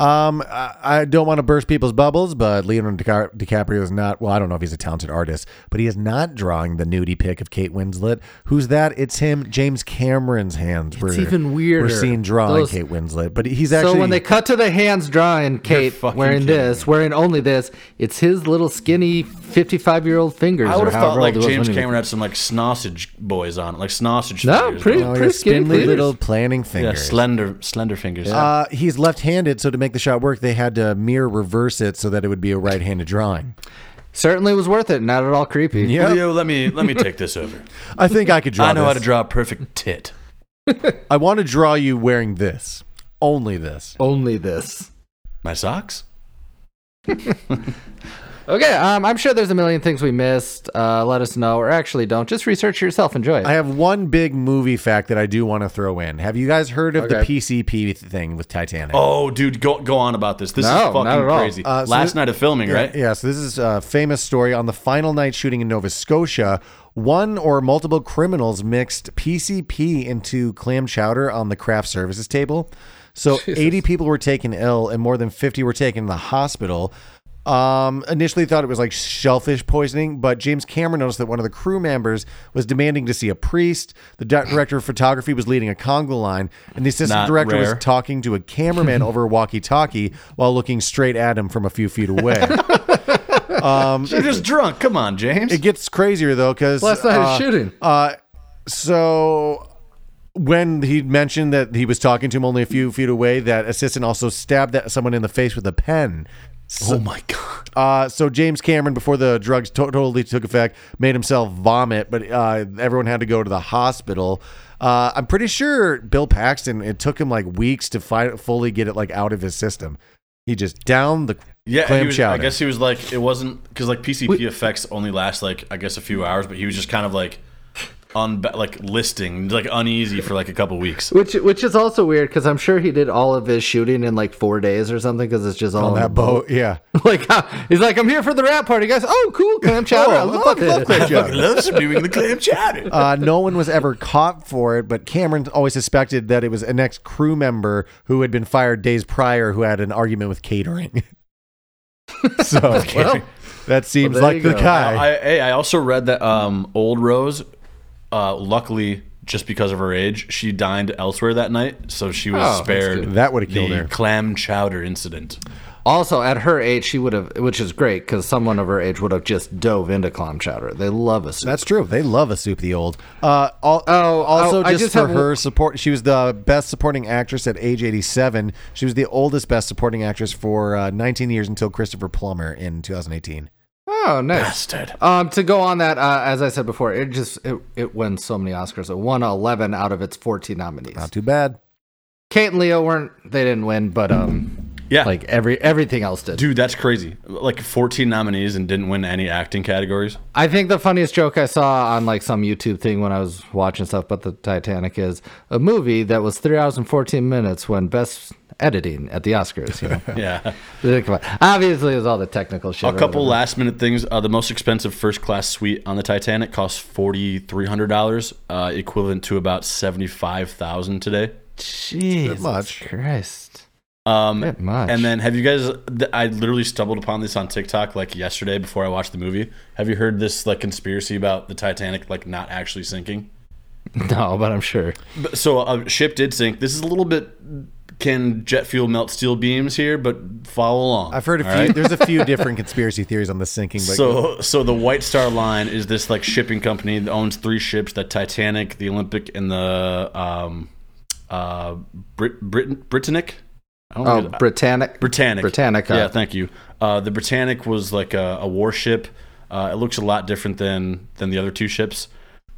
Speaker 2: Um, I, I don't want to burst people's bubbles, but Leonardo DiCa- DiCaprio is not. Well, I don't know if he's a talented artist, but he is not drawing the nudie pic of Kate Winslet. Who's that? It's him, James Cameron's hands. It's
Speaker 4: even weirder.
Speaker 2: We're seeing drawing
Speaker 4: Those-
Speaker 2: Kate Winslet, but he's actually.
Speaker 4: so when they cut to the hands drawing Kate
Speaker 3: fucking
Speaker 4: wearing
Speaker 3: kidding
Speaker 4: this, wearing only this, it's his little skinny fifty-five-year-old fingers.
Speaker 3: I
Speaker 4: or
Speaker 3: would have thought
Speaker 4: however
Speaker 3: like
Speaker 4: old it was
Speaker 3: James
Speaker 4: when he was-
Speaker 3: Cameron had some like snossage boys on, like snossage.
Speaker 4: No,
Speaker 3: fingers,
Speaker 4: pretty-
Speaker 3: though.
Speaker 2: Oh, yeah,
Speaker 4: pretty skinny
Speaker 2: spindly
Speaker 4: fingers.
Speaker 2: little planning
Speaker 3: yeah,
Speaker 2: fingers.
Speaker 3: slender slender fingers.
Speaker 2: uh, he's left-handed, so to make the shot work, they had to mirror reverse it so that it would be a right-handed drawing.
Speaker 4: Certainly was worth it. Not at all creepy.
Speaker 3: Leo, let me let me take this over.
Speaker 2: I think I could draw.
Speaker 3: I know how
Speaker 2: this.
Speaker 3: to draw a perfect tit.
Speaker 2: I want to draw you wearing this, only this.
Speaker 4: Only this.
Speaker 3: My socks?
Speaker 4: Okay, um, I'm sure there's a million things we missed. Uh, let us know, or actually don't. Just research yourself. Enjoy it.
Speaker 2: I have one big movie fact that I do want to throw in. Have you guys heard of
Speaker 4: Okay.
Speaker 2: the PCP thing with Titanic?
Speaker 3: Oh, dude, go go on about this. This
Speaker 4: No,
Speaker 3: is
Speaker 4: not
Speaker 3: fucking
Speaker 4: at all.
Speaker 3: crazy.
Speaker 2: Uh, so
Speaker 3: Last
Speaker 2: thi-
Speaker 3: night of filming,
Speaker 2: Yeah,
Speaker 3: right?
Speaker 2: Yeah, so this is a famous story. On the final night shooting in Nova Scotia, one or multiple criminals mixed PCP into clam chowder on the craft services table. So 80 people were taken ill and more than 50 were taken to the hospital. Um, initially thought it was like shellfish poisoning, but James Cameron noticed that one of the crew members was demanding to see a priest. The di- director of photography was leading a conga line, and the assistant
Speaker 3: Not
Speaker 2: director was
Speaker 3: rare.
Speaker 2: talking to a cameraman over a walkie-talkie while looking straight at him from a few feet away.
Speaker 3: You're just drunk. Come on, James.
Speaker 2: It gets crazier though, because
Speaker 4: Last night of shooting.
Speaker 2: Uh, so when he mentioned that he was talking to him only a few feet away, that assistant also stabbed that someone in the face with a pen.
Speaker 3: oh my god.
Speaker 2: Uh, so James Cameron, before the drugs to- totally took effect, made himself vomit, but uh, everyone had to go to the hospital. Uh, I'm pretty sure Bill Paxton. It took him like weeks to fi- fully get it like out of his system. He just downed the
Speaker 3: Yeah, he
Speaker 2: clam
Speaker 3: was, I
Speaker 2: chowder.
Speaker 3: guess he was like it wasn't because like PCP effects only last like I guess a few hours, but he was just kind of like on like listing like uneasy for like a couple weeks.
Speaker 4: Which which is also weird because I'm sure he did all of his shooting in like four days or something because it's just
Speaker 2: on
Speaker 4: all in a
Speaker 2: that boat. Yeah.
Speaker 4: boat. like huh, he's like, I'm here for the rap party, guys. Oh, cool, clam chowder. I
Speaker 2: Oh,
Speaker 4: love
Speaker 2: fuck,
Speaker 4: it.
Speaker 2: love clam chowder.
Speaker 3: loves doing the clam chowder.
Speaker 2: Uh, no one was ever caught for it, but Cameron always suspected that it was an ex crew member who had been fired days prior who had an argument with catering. so
Speaker 4: Well,
Speaker 2: that seems
Speaker 4: Well, there
Speaker 2: like
Speaker 4: you
Speaker 2: the
Speaker 4: go.
Speaker 2: guy.
Speaker 3: I, hey, I also read that um, old Rose, uh, luckily just because of her age, she dined elsewhere that night, so she was
Speaker 4: Oh, that's
Speaker 3: spared
Speaker 4: good.
Speaker 2: That would've killed
Speaker 3: the
Speaker 2: her.
Speaker 3: Clam chowder incident.
Speaker 4: also, at her age, she would have, which is great because someone of her age would have just dove into clam chowder. They love a soup.
Speaker 2: That's true. They love a soup the old. Uh, al-
Speaker 4: Oh,
Speaker 2: also
Speaker 4: oh, I
Speaker 2: just,
Speaker 4: just
Speaker 2: for
Speaker 4: have-
Speaker 2: her support, she was the best supporting actress at age 87. She was the oldest best supporting actress for uh, 19 years until Christopher Plummer in 2018.
Speaker 4: Oh, nice.
Speaker 3: Bastard.
Speaker 4: Um, to go on that, uh, as I said before, it just it, it wins so many Oscars. It won 11 out of its 14 nominees.
Speaker 2: Not too bad.
Speaker 4: Kate and Leo weren't they didn't win, but um,
Speaker 3: Yeah,
Speaker 4: like every everything else did.
Speaker 3: dude, that's crazy. Like 14 nominees and didn't win any acting categories.
Speaker 4: I think the funniest joke I saw on like some YouTube thing when I was watching stuff about the Titanic is a movie that was three hours and 14 minutes when best editing at the Oscars. You know,
Speaker 3: Yeah,
Speaker 4: They didn't come out. obviously it was all the technical shit.
Speaker 3: a
Speaker 4: or
Speaker 3: couple
Speaker 4: whatever.
Speaker 3: last minute things. Uh, the most expensive first class suite on the Titanic cost forty three hundred dollars, uh, equivalent to about seventy five thousand today.
Speaker 4: Jesus
Speaker 2: much.
Speaker 4: Christ.
Speaker 3: Um,
Speaker 4: That much.
Speaker 3: And then, have you guys? th- I literally stumbled upon this on TikTok like yesterday before I watched the movie. Have you heard this like conspiracy about the Titanic like not actually sinking?
Speaker 4: no, but I'm sure.
Speaker 3: But, so a ship did sink. This is a little bit. Can jet fuel melt steel beams here? But follow along.
Speaker 2: I've heard a
Speaker 3: All
Speaker 2: few.
Speaker 3: right?
Speaker 2: There's a few different conspiracy theories on the sinking, but
Speaker 3: So, so the White Star Line is this like shipping company that owns three ships: the Titanic, the Olympic, and the um, uh, Brit Britain Britannic. I don't
Speaker 4: Oh,
Speaker 3: think it-
Speaker 4: Britannic.
Speaker 3: Britannic.
Speaker 4: Britannica.
Speaker 3: Yeah, thank you. Uh, the Britannic was like a, a warship. Uh, it looks a lot different than than the other two ships.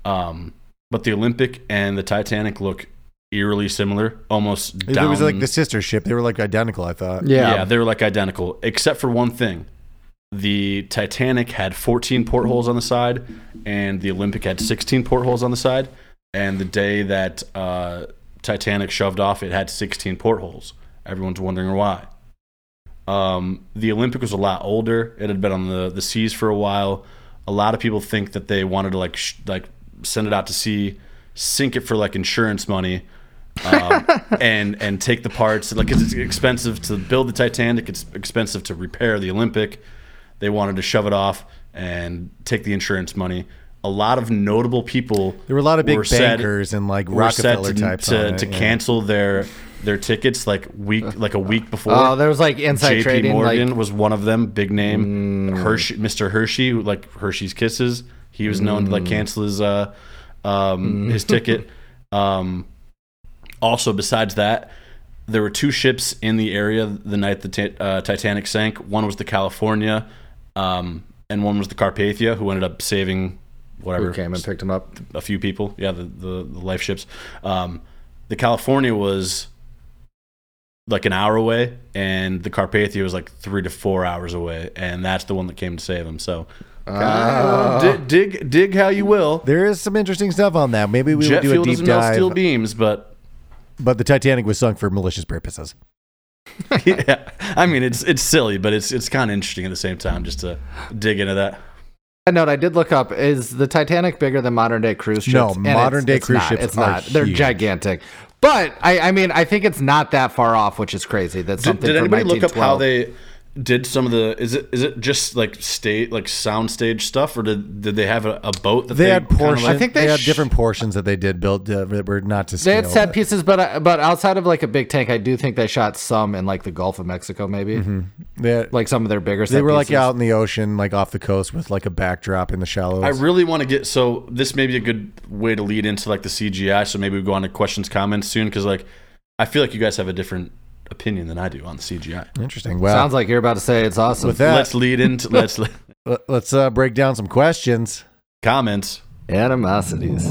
Speaker 3: Um, but the Olympic and the Titanic look eerily similar, almost
Speaker 2: It
Speaker 3: down.
Speaker 2: was like the sister ship. They were like identical, I thought.
Speaker 3: yeah.
Speaker 4: yeah.
Speaker 3: they were like identical, except for one thing. The Titanic had 14 portholes on the side, and the Olympic had 16 portholes on the side. And the day that uh, Titanic shoved off, it had 16 portholes. Everyone's wondering why. Um, the Olympic was a lot older. It had been on the, the seas for a while. A lot of people think that they wanted to like sh- like send it out to sea, sink it for like insurance money, um, and and take the parts. Like 'cause it's expensive to build the Titanic. It's expensive to repair the Olympic. They wanted to shove it off and take the insurance money. A lot of notable people.
Speaker 2: There were a lot of big
Speaker 3: were said-
Speaker 2: bankers and, like,
Speaker 3: were set
Speaker 2: Rockefeller
Speaker 3: to,
Speaker 2: types
Speaker 3: to,
Speaker 2: on it,
Speaker 3: to
Speaker 2: yeah.
Speaker 3: cancel their their tickets like week like a week before.
Speaker 4: Oh, there was like inside
Speaker 3: JP
Speaker 4: trading.
Speaker 3: Morgan
Speaker 4: Like, Mm.
Speaker 3: was one of them, big name. Hershey, Mr. Hershey, who, like Hershey's Kisses. He was known to
Speaker 4: Mm.
Speaker 3: like cancel his uh, um, his ticket. Um, also, besides that, there were two ships in the area the night the ti- uh, Titanic sank. One was the California, um, and one was the Carpathia, who ended up saving whatever
Speaker 4: who came and picked him up?
Speaker 3: a few people. Yeah, the the, the life ships. Um, the California was like an hour away, and the Carpathia was like three to four hours away, and that's the one that came to save him. So,
Speaker 2: Ah.
Speaker 3: dig, dig dig how you will.
Speaker 2: There is some interesting stuff on that. Maybe we
Speaker 3: Jet
Speaker 2: will do
Speaker 3: fuel
Speaker 2: a deep
Speaker 3: doesn't melt
Speaker 2: dive.
Speaker 3: steel beams, but
Speaker 2: but the Titanic was sunk for malicious purposes.
Speaker 3: yeah, I mean it's it's silly, but it's it's kind of interesting at the same time just to dig into that.
Speaker 4: Side note: I did look up. Is the Titanic bigger than modern day cruise ships?
Speaker 2: No,
Speaker 4: And
Speaker 2: modern day cruise
Speaker 4: not,
Speaker 2: ships
Speaker 4: It's
Speaker 2: are
Speaker 4: not. They're
Speaker 2: huge.
Speaker 4: gigantic. But I, I mean, I think it's not that far off, which is crazy. That's
Speaker 3: Did,
Speaker 4: something.
Speaker 3: did
Speaker 4: from
Speaker 3: anybody look up how
Speaker 4: 1912.
Speaker 3: they did some of the? Is it is it just like state like soundstage stuff, or did did they have a, a boat that
Speaker 2: They,
Speaker 3: they,
Speaker 2: had
Speaker 3: kinda
Speaker 2: portions.
Speaker 3: like-
Speaker 4: I think they
Speaker 2: had
Speaker 4: sh-
Speaker 2: different portions that they did build uh, that were not to
Speaker 4: They
Speaker 2: scale.
Speaker 4: had set pieces, but I- but outside of like a big tank, I do think they shot some in like the Gulf of Mexico, maybe
Speaker 2: They had-
Speaker 4: like some of their bigger.
Speaker 2: they
Speaker 4: set
Speaker 2: were like
Speaker 4: pieces.
Speaker 2: out in the ocean, like off the coast, with like a backdrop in the shallows.
Speaker 3: I really want to get so this may be a good way to lead into like the CGI. So maybe we go on to questions, comments soon because like I feel like you guys have a different opinion than I do on the CGI.
Speaker 2: Interesting. Well,
Speaker 4: Sounds like you're about to say it's awesome.
Speaker 2: with that,
Speaker 3: Let's lead into let's le-
Speaker 2: let- let's uh, break down some questions.
Speaker 3: comments.
Speaker 4: Animosities.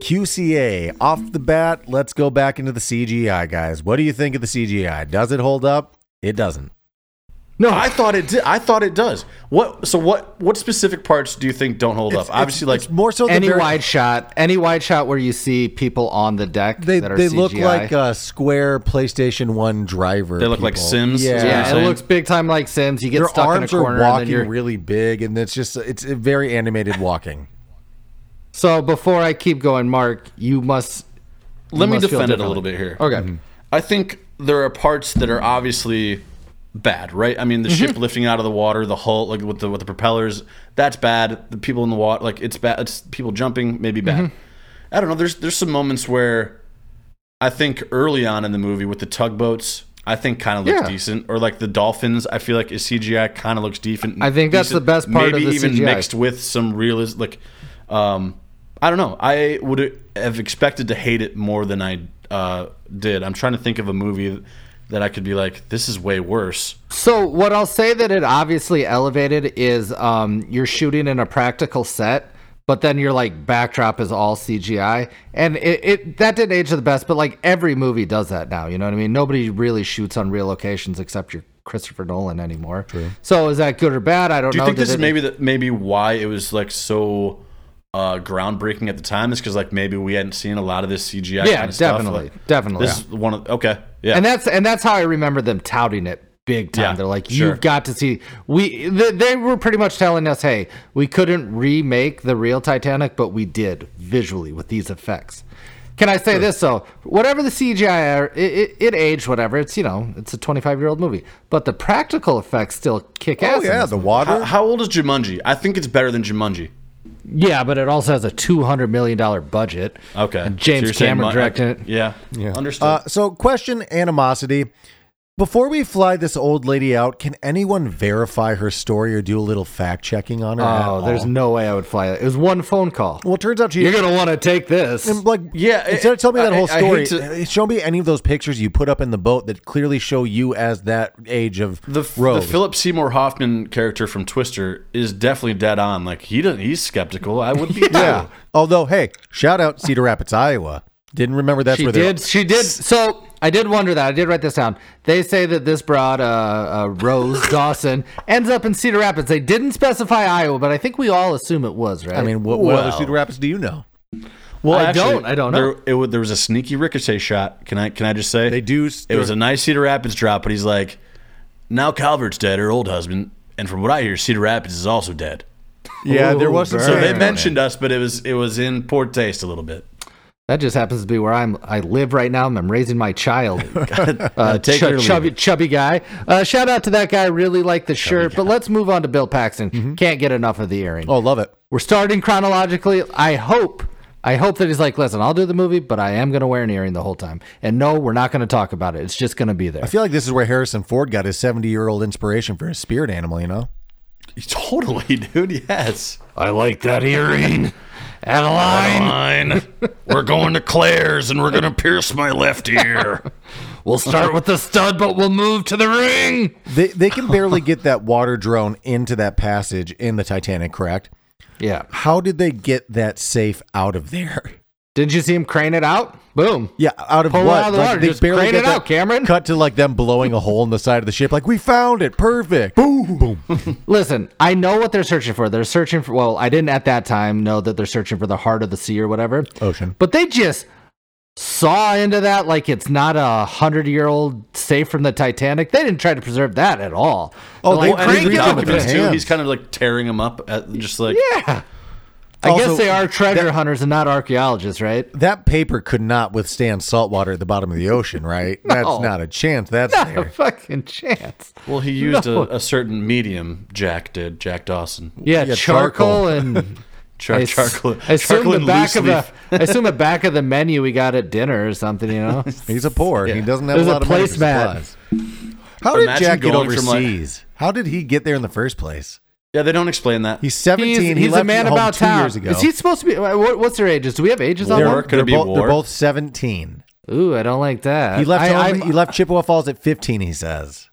Speaker 2: QCA off the bat. Let's go back into the CGI, guys. What do you think of the CGI? Does it hold up? It doesn't.
Speaker 3: No, I thought it did. I thought it does. What? So what? What specific parts do you think don't hold up? Obviously, like
Speaker 2: it's more so the
Speaker 4: Any
Speaker 2: very-
Speaker 4: wide shot, any wide shot where you see people on the deck
Speaker 2: They,
Speaker 4: that are
Speaker 2: they look
Speaker 4: CGI.
Speaker 2: like uh, square PlayStation One driver.
Speaker 3: They look like
Speaker 2: people.
Speaker 3: Sims, is what you're
Speaker 2: Yeah,
Speaker 4: yeah,
Speaker 3: saying.
Speaker 4: it looks big time like Sims. You get
Speaker 2: their
Speaker 4: stuck
Speaker 2: arms
Speaker 4: in
Speaker 2: are
Speaker 4: a corner, and then
Speaker 2: walking
Speaker 4: you're
Speaker 2: really big, and it's just it's a very animated walking.
Speaker 4: So before I keep going, Mark, you must. Mhm. you
Speaker 3: let me
Speaker 4: must feel
Speaker 3: defend it a
Speaker 4: differently.
Speaker 3: little bit here.
Speaker 4: Okay.
Speaker 3: I think there are parts that are obviously bad, right? I mean, the ship lifting out of the water, the hull, like with the with the propellers, that's bad. The people in the water, like it's bad. It's people jumping, maybe bad. I don't know. There's there's some moments where I think early on in the movie with the tugboats, I think kind of looks
Speaker 4: Yeah.
Speaker 3: decent, or like the dolphins. I feel like is CGI kind of looks decent.
Speaker 4: I think that's
Speaker 3: decent,
Speaker 4: the best part of
Speaker 3: Maybe
Speaker 4: the
Speaker 3: even
Speaker 4: CGI.
Speaker 3: mixed with some realist, like um, I don't know. I would have expected to hate it more than I uh, did. I'm trying to think of a movie that I could be like, this is way worse.
Speaker 4: So what I'll say that it obviously elevated is um, you're shooting in a practical set, but then your like backdrop is all CGI, and it, it that didn't age to the best. But like every movie does that now. You know what I mean? Nobody really shoots on real locations except your Christopher Nolan anymore. True. So is that good or bad? I don't
Speaker 3: Do you
Speaker 4: know.
Speaker 3: think
Speaker 4: Did
Speaker 3: this is
Speaker 4: it-
Speaker 3: maybe the, maybe why it was like so uh, groundbreaking at the time? Is because like maybe we hadn't seen a lot of this CGI.
Speaker 4: Yeah,
Speaker 3: kinda stuff.
Speaker 4: definitely,
Speaker 3: Like,
Speaker 4: definitely.
Speaker 3: This is one of okay. Yeah,
Speaker 4: and that's and that's how I remember them touting it big time.
Speaker 3: Yeah,
Speaker 4: They're like,
Speaker 3: sure.
Speaker 4: you've got to see. We they, they were pretty much telling us, hey, we couldn't remake the real Titanic, but we did visually with these effects. Can I say this though? Whatever the CGI, are, it, it, it aged whatever. It's you know, it's a 25 year old movie, but the practical effects still kick ass.
Speaker 2: Oh
Speaker 4: in
Speaker 2: yeah,
Speaker 4: this
Speaker 2: the water.
Speaker 3: how, how old is Jumanji? I think it's better than Jumanji.
Speaker 4: Yeah, but it also has a two hundred million dollar budget.
Speaker 3: Okay,
Speaker 4: and
Speaker 3: So
Speaker 4: James
Speaker 3: you're saying
Speaker 4: Cameron
Speaker 3: mu-
Speaker 4: directed it.
Speaker 3: Yeah, yeah, understood.
Speaker 2: Uh, so, question animosity. Before we fly this old lady out, can anyone verify her story or do a little fact checking on her? at
Speaker 4: Oh, there's
Speaker 2: all?
Speaker 4: no way I would fly that. It was one phone call.
Speaker 2: Well, it turns out she.
Speaker 4: You're gonna want to take this.
Speaker 2: like
Speaker 3: Yeah,
Speaker 2: instead of telling me that
Speaker 3: I-
Speaker 2: whole
Speaker 3: I
Speaker 2: story, Uh,
Speaker 3: hate to-
Speaker 2: show me any of those pictures you put up in the boat that clearly show you as that age of
Speaker 3: the, the
Speaker 2: Rose.
Speaker 3: Philip Seymour Hoffman character from Twister is definitely dead on. Like he doesn't, he's skeptical. I would be.
Speaker 2: yeah. Although, hey, shout out Cedar Rapids, Iowa. Didn't remember that's
Speaker 4: She
Speaker 2: where
Speaker 4: did. She did. So I did wonder that. I did write this down. They say that this broad, uh, uh, Rose Dawson, ends up in Cedar Rapids. They didn't specify Iowa, but I think we all assume it was, right?
Speaker 2: They're, I mean, what, what other
Speaker 3: Well.
Speaker 2: Cedar Rapids do you know?
Speaker 3: Well,
Speaker 4: I don't- I don't know.
Speaker 3: There, it, wa- there was a sneaky ricochet shot. Can I? Can I just say
Speaker 2: They do.
Speaker 3: It was a nice Cedar Rapids drop, but he's like, now Calvert's dead, her old husband, and from what I hear, Cedar Rapids is also dead.
Speaker 2: yeah. There
Speaker 4: Ooh,
Speaker 2: wasn't.
Speaker 3: So they
Speaker 4: Burn.
Speaker 3: mentioned us, but it was it was in poor taste a little bit.
Speaker 4: that just happens to be where I'm. I live right now. and I'm raising my child.
Speaker 3: Uh,
Speaker 4: Ch- chubby, chubby guy. Uh, shout out to that guy. Really like the shirt. But let's move on to Bill Paxton. Can't get enough of the earring.
Speaker 2: Mm-hmm. Oh, love it.
Speaker 4: We're starting chronologically. I hope. I hope that he's like, listen, I'll do the movie, but I am going to wear an earring the whole time. And no, we're not going to talk about it. It's just going to be there.
Speaker 2: I feel like this is where Harrison Ford got his 70 year old inspiration for his spirit animal, you know?
Speaker 3: Totally, dude. Yes.
Speaker 4: I like that earring. Adeline.
Speaker 3: Fine. we're going to Claire's, and we're gonna pierce my left ear.
Speaker 4: We'll start with the stud, but we'll move to the ring.
Speaker 2: They they can barely get that water drone into that passage in the Titanic, correct?
Speaker 4: Yeah.
Speaker 2: How did they get that safe out of there?
Speaker 4: Didn't you see him crane it out? Boom.
Speaker 2: Yeah, out of
Speaker 4: Pull it
Speaker 2: what?
Speaker 4: out of the
Speaker 2: Like,
Speaker 4: water,
Speaker 2: they
Speaker 4: just
Speaker 2: barely
Speaker 4: crane
Speaker 2: get
Speaker 4: it
Speaker 2: that-
Speaker 4: out, Cameron.
Speaker 2: Cut to like them blowing a hole in the side of the ship. Like we found it, perfect. Boom, boom.
Speaker 4: Listen, I know what they're searching for. They're searching for, well, I didn't at that time know that they're searching for the heart of the sea or whatever,
Speaker 2: Ocean.
Speaker 4: but they just saw into that like it's not a hundred year old safe from the Titanic. They didn't try to preserve that at all.
Speaker 2: Oh, well,
Speaker 4: They're like,
Speaker 2: and
Speaker 4: crank
Speaker 2: the
Speaker 4: it up.
Speaker 2: documents,
Speaker 4: man.
Speaker 2: too. hands.
Speaker 3: He's kind of like tearing them up, at just like
Speaker 4: Yeah. I
Speaker 2: Also,
Speaker 4: guess they are treasure
Speaker 2: that-
Speaker 4: hunters and not archaeologists, right?
Speaker 2: That paper could not withstand salt water at the bottom of the ocean, right? That's not a chance. That's
Speaker 4: Not a
Speaker 2: there.
Speaker 4: fucking chance.
Speaker 3: Well, he used
Speaker 4: No.
Speaker 3: a, a certain medium. Jack did. Jack Dawson.
Speaker 4: Yeah,
Speaker 2: Yeah, charcoal.
Speaker 4: charcoal, and
Speaker 3: Char-
Speaker 4: I s-
Speaker 3: charcoal.
Speaker 4: I assume
Speaker 3: charcoal
Speaker 4: the
Speaker 3: and
Speaker 4: back
Speaker 3: loose
Speaker 4: of
Speaker 3: leaf.
Speaker 4: the I assume the back of the menu we got at dinner or something. You know,
Speaker 2: He's a poor. He doesn't have
Speaker 4: There's
Speaker 2: a
Speaker 4: a
Speaker 2: lot of money for
Speaker 4: placemat.
Speaker 2: supplies. How did
Speaker 3: Imagine
Speaker 2: Jack get
Speaker 3: going from, like-
Speaker 2: overseas? How did he get there in the first place?
Speaker 3: Yeah, they don't explain that.
Speaker 2: He's 17.
Speaker 4: he's,
Speaker 2: he
Speaker 4: he's
Speaker 2: left
Speaker 4: a man
Speaker 2: home
Speaker 4: about
Speaker 2: two
Speaker 4: town.
Speaker 2: years ago.
Speaker 4: Is he supposed to be? wha- What, what's their ages? Do we have ages on
Speaker 3: They're-
Speaker 4: them?
Speaker 2: they're,
Speaker 3: Could it be
Speaker 2: both, they're
Speaker 3: war?
Speaker 2: both 17.
Speaker 4: Ooh, I don't like that.
Speaker 2: He left,
Speaker 4: I,
Speaker 2: home-
Speaker 4: I'm-
Speaker 2: he left Chippewa Falls at 15, he says.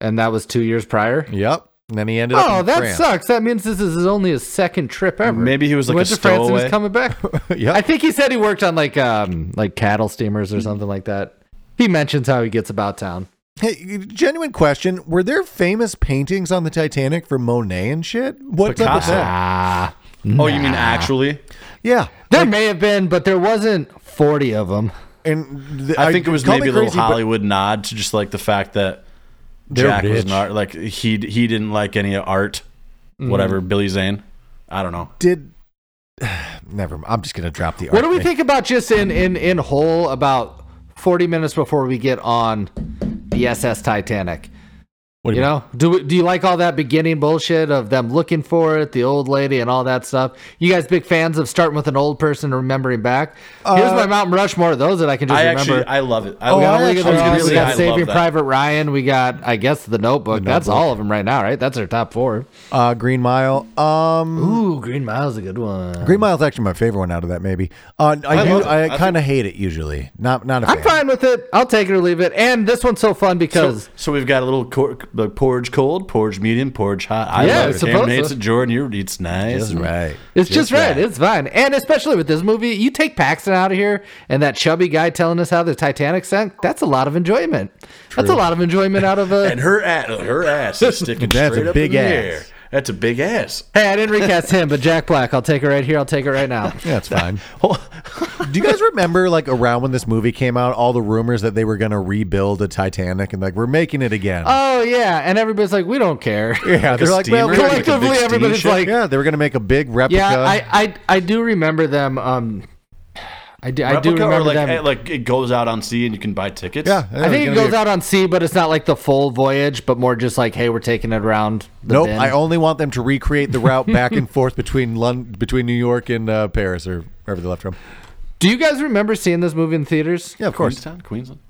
Speaker 4: and that was two years prior.
Speaker 2: Yep. And then he ended up
Speaker 4: Oh,
Speaker 2: in
Speaker 4: that
Speaker 2: France.
Speaker 4: sucks. That means this is his only his second trip ever.
Speaker 3: Maybe he was like
Speaker 4: went
Speaker 3: a
Speaker 4: to France and was
Speaker 3: stowaway.
Speaker 4: coming back.
Speaker 2: yep. Hmm.
Speaker 4: I think he said he worked on like um like cattle steamers or something like that. He mentions how he gets about town.
Speaker 2: Hey, genuine question. Were there famous paintings on the Titanic from Monet and shit? What's up with
Speaker 3: Picasso.
Speaker 2: that?
Speaker 4: Ah,
Speaker 3: oh, you mean actually?
Speaker 2: Yeah.
Speaker 4: there may have been, but there wasn't forty of them.
Speaker 2: And th-
Speaker 3: I think it was
Speaker 2: call
Speaker 3: maybe
Speaker 2: me
Speaker 3: a little
Speaker 2: crazy, but
Speaker 3: Hollywood nod to just like the fact that
Speaker 2: They're
Speaker 3: Jack was
Speaker 2: rich.
Speaker 3: an art. Like he he didn't like any art,
Speaker 4: Mm-hmm.
Speaker 3: whatever. Billy Zane. I don't know.
Speaker 2: Did never. mind. I'm just gonna drop the.
Speaker 4: What do
Speaker 2: art
Speaker 4: we
Speaker 2: thing.
Speaker 4: think about just in in in whole about forty minutes before we get on the SS Titanic?
Speaker 2: What do
Speaker 4: You know, do we- do you like all that beginning bullshit of them looking for it, the old lady, and all that stuff? You guys big fans of starting with an old person and remembering back? Here's
Speaker 2: Uh,
Speaker 4: my Mountain Rushmore of those that I can just
Speaker 3: I
Speaker 4: remember.
Speaker 3: actually I love it. I,
Speaker 2: Oh,
Speaker 4: We got,
Speaker 2: I
Speaker 4: Only Good
Speaker 2: actually-
Speaker 4: Girls,
Speaker 2: I was
Speaker 4: we
Speaker 2: gonna
Speaker 4: got
Speaker 3: I love
Speaker 4: Saving
Speaker 3: that.
Speaker 4: Private Ryan. We got, I guess, The Notebook. That's all of them right now, right? That's our top four.
Speaker 2: Uh, Green Mile. Um,
Speaker 4: Ooh, Green Mile's a good one.
Speaker 2: Green Mile's actually my favorite one out of that. Maybe. Uh, I
Speaker 3: love
Speaker 2: do,
Speaker 3: it.
Speaker 2: I,
Speaker 3: I
Speaker 2: kind of hate it usually. Not not a fan.
Speaker 4: I'm fine with it. I'll take it or leave it. And this one's so fun
Speaker 3: So,
Speaker 4: because
Speaker 3: so we've got a little cor- the porridge cold, porridge medium, porridge hot. I
Speaker 4: Yeah,
Speaker 3: love
Speaker 4: it's
Speaker 3: it. Damn,
Speaker 4: supposed
Speaker 3: Nate's
Speaker 4: to.
Speaker 3: a Jordan. You're, it's nice.
Speaker 2: That's right.
Speaker 4: it's just,
Speaker 3: right.
Speaker 4: right. It's fine. And especially with this movie, you take Paxton out of here and that chubby guy telling us how the Titanic sank. That's a lot of enjoyment. That's a lot of enjoyment out of a.
Speaker 3: And her ass, her ass is sticking
Speaker 2: That's a
Speaker 3: straight up
Speaker 2: big
Speaker 3: in the
Speaker 2: ass.
Speaker 3: air. That's a big ass.
Speaker 4: hey, I didn't recast him, but Jack Black. I'll take it right here. I'll take it right now.
Speaker 2: Yeah, it's fine. Do you guys remember, like, around when this movie came out, all the rumors that they were going to rebuild a Titanic and, like, we're making it again?
Speaker 4: Oh yeah, and everybody's like, we don't care.
Speaker 2: yeah,
Speaker 3: a
Speaker 2: they're like, well,
Speaker 3: steamer?
Speaker 2: we're
Speaker 3: Like
Speaker 2: gonna-
Speaker 3: a big
Speaker 4: Collectively,
Speaker 3: steam
Speaker 4: everybody's
Speaker 3: ship?
Speaker 4: like,
Speaker 2: yeah, they were going to make a big replica.
Speaker 4: Yeah, I, I I do remember them. Um, I do, I
Speaker 3: Replica
Speaker 4: do remember
Speaker 3: or like,
Speaker 4: them.
Speaker 3: eh, like it goes out on sea and you can buy tickets.
Speaker 2: yeah,
Speaker 4: I think it goes out on sea, but it's not like the full voyage, but more just like, hey, we're taking it around. The
Speaker 2: Nope,
Speaker 4: bin.
Speaker 2: I only want them to recreate the route back and forth between London, between New York and uh, Paris or wherever they left from.
Speaker 4: do you guys remember seeing this movie in theaters?
Speaker 2: Yeah, of course.
Speaker 3: Queenstown, Queensland.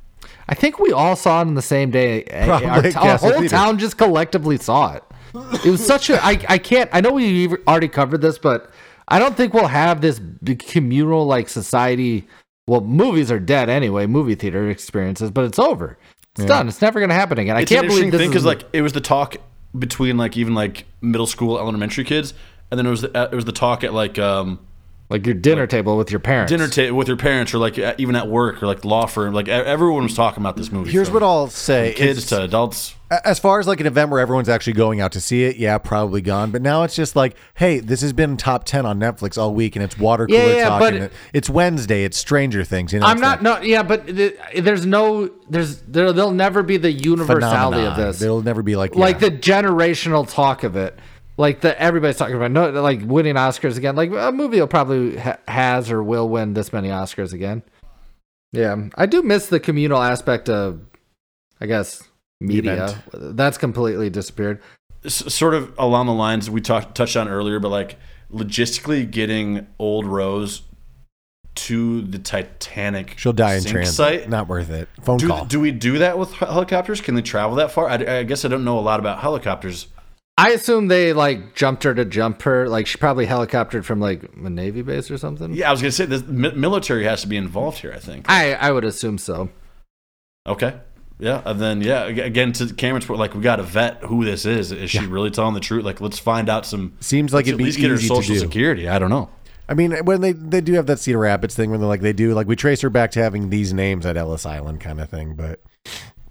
Speaker 4: I think we all saw it on the same day. Eh,
Speaker 2: Probably
Speaker 4: Our,
Speaker 2: at
Speaker 4: our
Speaker 2: Castle
Speaker 4: whole
Speaker 2: Theater.
Speaker 4: town just collectively saw it. It was such a. I, I can't. I know we already covered this, but I don't think we'll have this big communal like society. Well, movies are dead anyway. Movie theater experiences, but it's over. It's done. It's never going to happen again. I
Speaker 3: It's
Speaker 4: can't
Speaker 3: an
Speaker 4: believe
Speaker 3: interesting
Speaker 4: this
Speaker 3: thing
Speaker 4: is
Speaker 3: because like it was the talk between like even like middle school, elementary kids, and then it was the, uh, it was the talk at like um,
Speaker 4: like your dinner table with your parents.
Speaker 3: dinner table with your parents or like at- even at work or like law firm. Like e- everyone was talking about this movie.
Speaker 2: Here's
Speaker 3: from
Speaker 2: what I'll say:
Speaker 3: kids
Speaker 2: It's-
Speaker 3: to adults.
Speaker 2: a- as far as like an event where everyone's actually going out to see it, yeah, probably gone. But now it's just like, hey, this has been top ten on Netflix all week, and it's water cooler
Speaker 4: Yeah, yeah,
Speaker 2: talk.
Speaker 4: but-
Speaker 2: and it- it's Wednesday. It's Stranger Things. You know,
Speaker 4: I'm
Speaker 2: it's
Speaker 4: not.
Speaker 2: that
Speaker 4: No. Yeah, but th- there's no. There's there. There'll never be the universality
Speaker 2: phenomenon.
Speaker 4: of this.
Speaker 2: There'll never be like
Speaker 4: like
Speaker 2: yeah.
Speaker 4: the generational talk of it. Like the everybody's talking about no, like winning Oscars again. Like a movie will probably ha- has or will win this many Oscars again. Yeah, I do miss the communal aspect of, I guess, media. That's completely disappeared.
Speaker 3: S- sort of along the lines we talked touched on earlier, but like logistically getting old Rose to the Titanic.
Speaker 2: she'll die in
Speaker 3: sink
Speaker 2: transit.
Speaker 3: Site.
Speaker 2: Not worth it. Phone
Speaker 3: do,
Speaker 2: call.
Speaker 3: do we do that with hel- helicopters? Can they travel that far? I, I guess I don't know a lot about helicopters.
Speaker 4: I assume they like jumped her to jump her. Like she probably helicoptered from like a navy base or something.
Speaker 3: Yeah, I was gonna say the mi- military has to be involved here. I think.
Speaker 4: I I would assume so.
Speaker 3: Okay. Yeah, and then yeah, ag- again to Cameron's point, like we got to vet who this is. Is she really telling the truth? Like, let's find out some.
Speaker 2: Seems like
Speaker 3: let's
Speaker 2: it'd be
Speaker 3: at least get her
Speaker 2: easy to
Speaker 3: social
Speaker 2: do.
Speaker 3: security. I don't know.
Speaker 2: I mean, when they, they do have that Cedar Rapids thing, when they're like, they do, like, we trace her back to having these names at Ellis Island kind of thing, but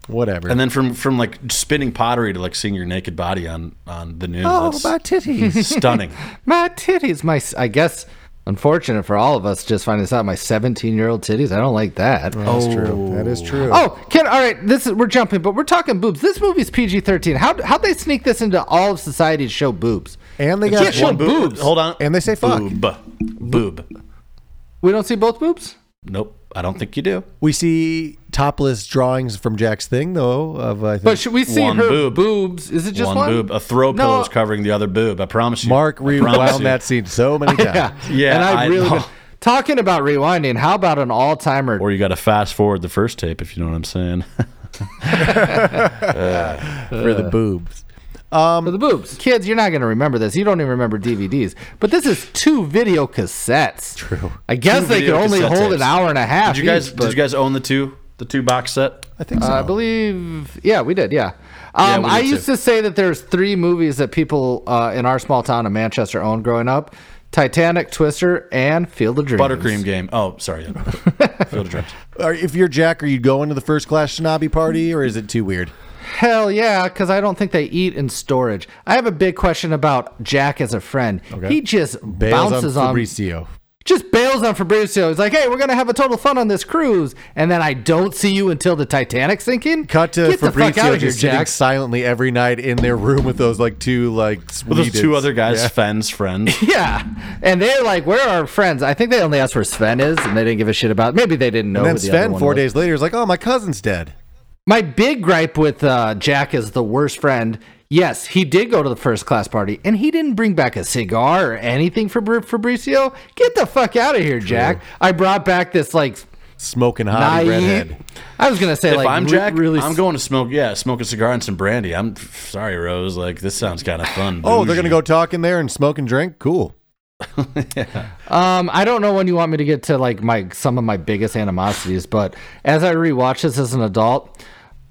Speaker 2: whatever.
Speaker 3: And then from from like spinning pottery to like seeing your naked body on on the news.
Speaker 2: oh,
Speaker 3: that's
Speaker 2: my titties.
Speaker 3: stunning.
Speaker 4: My titties, my I guess unfortunate for all of us just finding this out. My 17 year old titties. I don't like that. Oh.
Speaker 2: That's true. That is true.
Speaker 4: Oh, Ken. All right, this is we're jumping, but we're talking boobs. This movie's PG thirteen. How how they sneak this into all of society to show boobs?
Speaker 2: and they
Speaker 4: can't
Speaker 2: got
Speaker 4: show
Speaker 2: one.
Speaker 3: One boob.
Speaker 4: boobs.
Speaker 3: Hold on.
Speaker 2: And they say fuck.
Speaker 3: Boob. Boob.
Speaker 4: We don't see both boobs.
Speaker 3: Nope. I don't think you do.
Speaker 2: We see topless drawings from Jack's thing, though, of, I think,
Speaker 4: But should we see
Speaker 3: One
Speaker 4: her
Speaker 3: boob.
Speaker 4: boobs? Is it just
Speaker 3: one,
Speaker 4: one,
Speaker 3: boob. A throw
Speaker 4: No.
Speaker 3: pillow is covering the other boob. I promise you.
Speaker 2: Mark
Speaker 3: I promise
Speaker 2: rewound
Speaker 3: you.
Speaker 2: that scene so many times.
Speaker 4: Yeah,
Speaker 3: Yeah,
Speaker 4: And I,
Speaker 3: I
Speaker 4: really
Speaker 3: know.
Speaker 4: been- talking about rewinding. How about an all timer?
Speaker 3: Or you got to fast forward the first tape if you know what I'm saying.
Speaker 2: Ah, For the boobs.
Speaker 4: For the boobs. Kids, you're not going to remember this. You don't even remember DVDs. But this is two video cassettes. True. I guess
Speaker 3: Two
Speaker 4: they could
Speaker 3: video
Speaker 4: only
Speaker 3: cassette
Speaker 4: hold an
Speaker 3: tapes.
Speaker 4: hour and a half.
Speaker 3: Did you guys?
Speaker 4: each,
Speaker 3: Did
Speaker 4: but- uh,
Speaker 3: you guys own the two? The two box set.
Speaker 2: Uh, I think so.
Speaker 4: I believe, yeah, we did, yeah. Um,
Speaker 3: we did
Speaker 4: I
Speaker 3: too.
Speaker 4: used to say that there's three movies that people uh, in our small town of Manchester owned growing up: Titanic, Twister, and Field of Dreams.
Speaker 3: Buttercream game. Oh, sorry. Yeah. Field of Dreams.
Speaker 2: Or if you're Jack, are you going to the first class snobby party, or is it too weird?
Speaker 4: Hell yeah, because I don't think they eat in storage. I have a big question about Jack as a friend. He just
Speaker 2: Bails
Speaker 4: bounces
Speaker 2: on
Speaker 4: on,
Speaker 2: Fabricio.
Speaker 4: just bails on Fabrizio. He's like, "Hey, we're gonna have a total fun on this cruise," and then I don't see you until the Titanic sinking.
Speaker 2: Cut to
Speaker 4: Get the fuck out
Speaker 2: Fabrizio
Speaker 4: of here,
Speaker 2: just sitting
Speaker 4: Jack.
Speaker 2: silently every night in their room with those like two like
Speaker 3: Well, those two
Speaker 2: Swedes.
Speaker 3: other guys, Fenn's friend.
Speaker 4: Yeah, and they're like, "Where are our friends?" I think they only asked where Sven is, and they didn't give a shit about. Maybe they didn't know.
Speaker 2: And then
Speaker 4: who the other
Speaker 2: Sven
Speaker 4: one
Speaker 2: four
Speaker 4: was.
Speaker 2: days later is like, "Oh, my cousin's dead."
Speaker 4: My big gripe with uh, Jack is the worst friend. Yes, he did go to the first class party, and he didn't bring back a cigar or anything for Br- Fabrizio. Get the fuck out of here, Jack! I brought back this like
Speaker 2: Smoking hot
Speaker 4: naive.
Speaker 2: redhead.
Speaker 4: I was gonna say
Speaker 3: If
Speaker 4: like
Speaker 3: I'm
Speaker 4: re-
Speaker 3: Jack,
Speaker 4: really
Speaker 3: I'm going to smoke. Yeah, smoke a cigar and some brandy. I'm sorry, Rose. Like this sounds kind of fun.
Speaker 2: Oh, they're gonna
Speaker 3: bougie.
Speaker 2: go talk in there and smoke and drink. Cool.
Speaker 4: Um, I don't know when you want me to get to like my some of my biggest animosities, but as I rewatch this as an adult,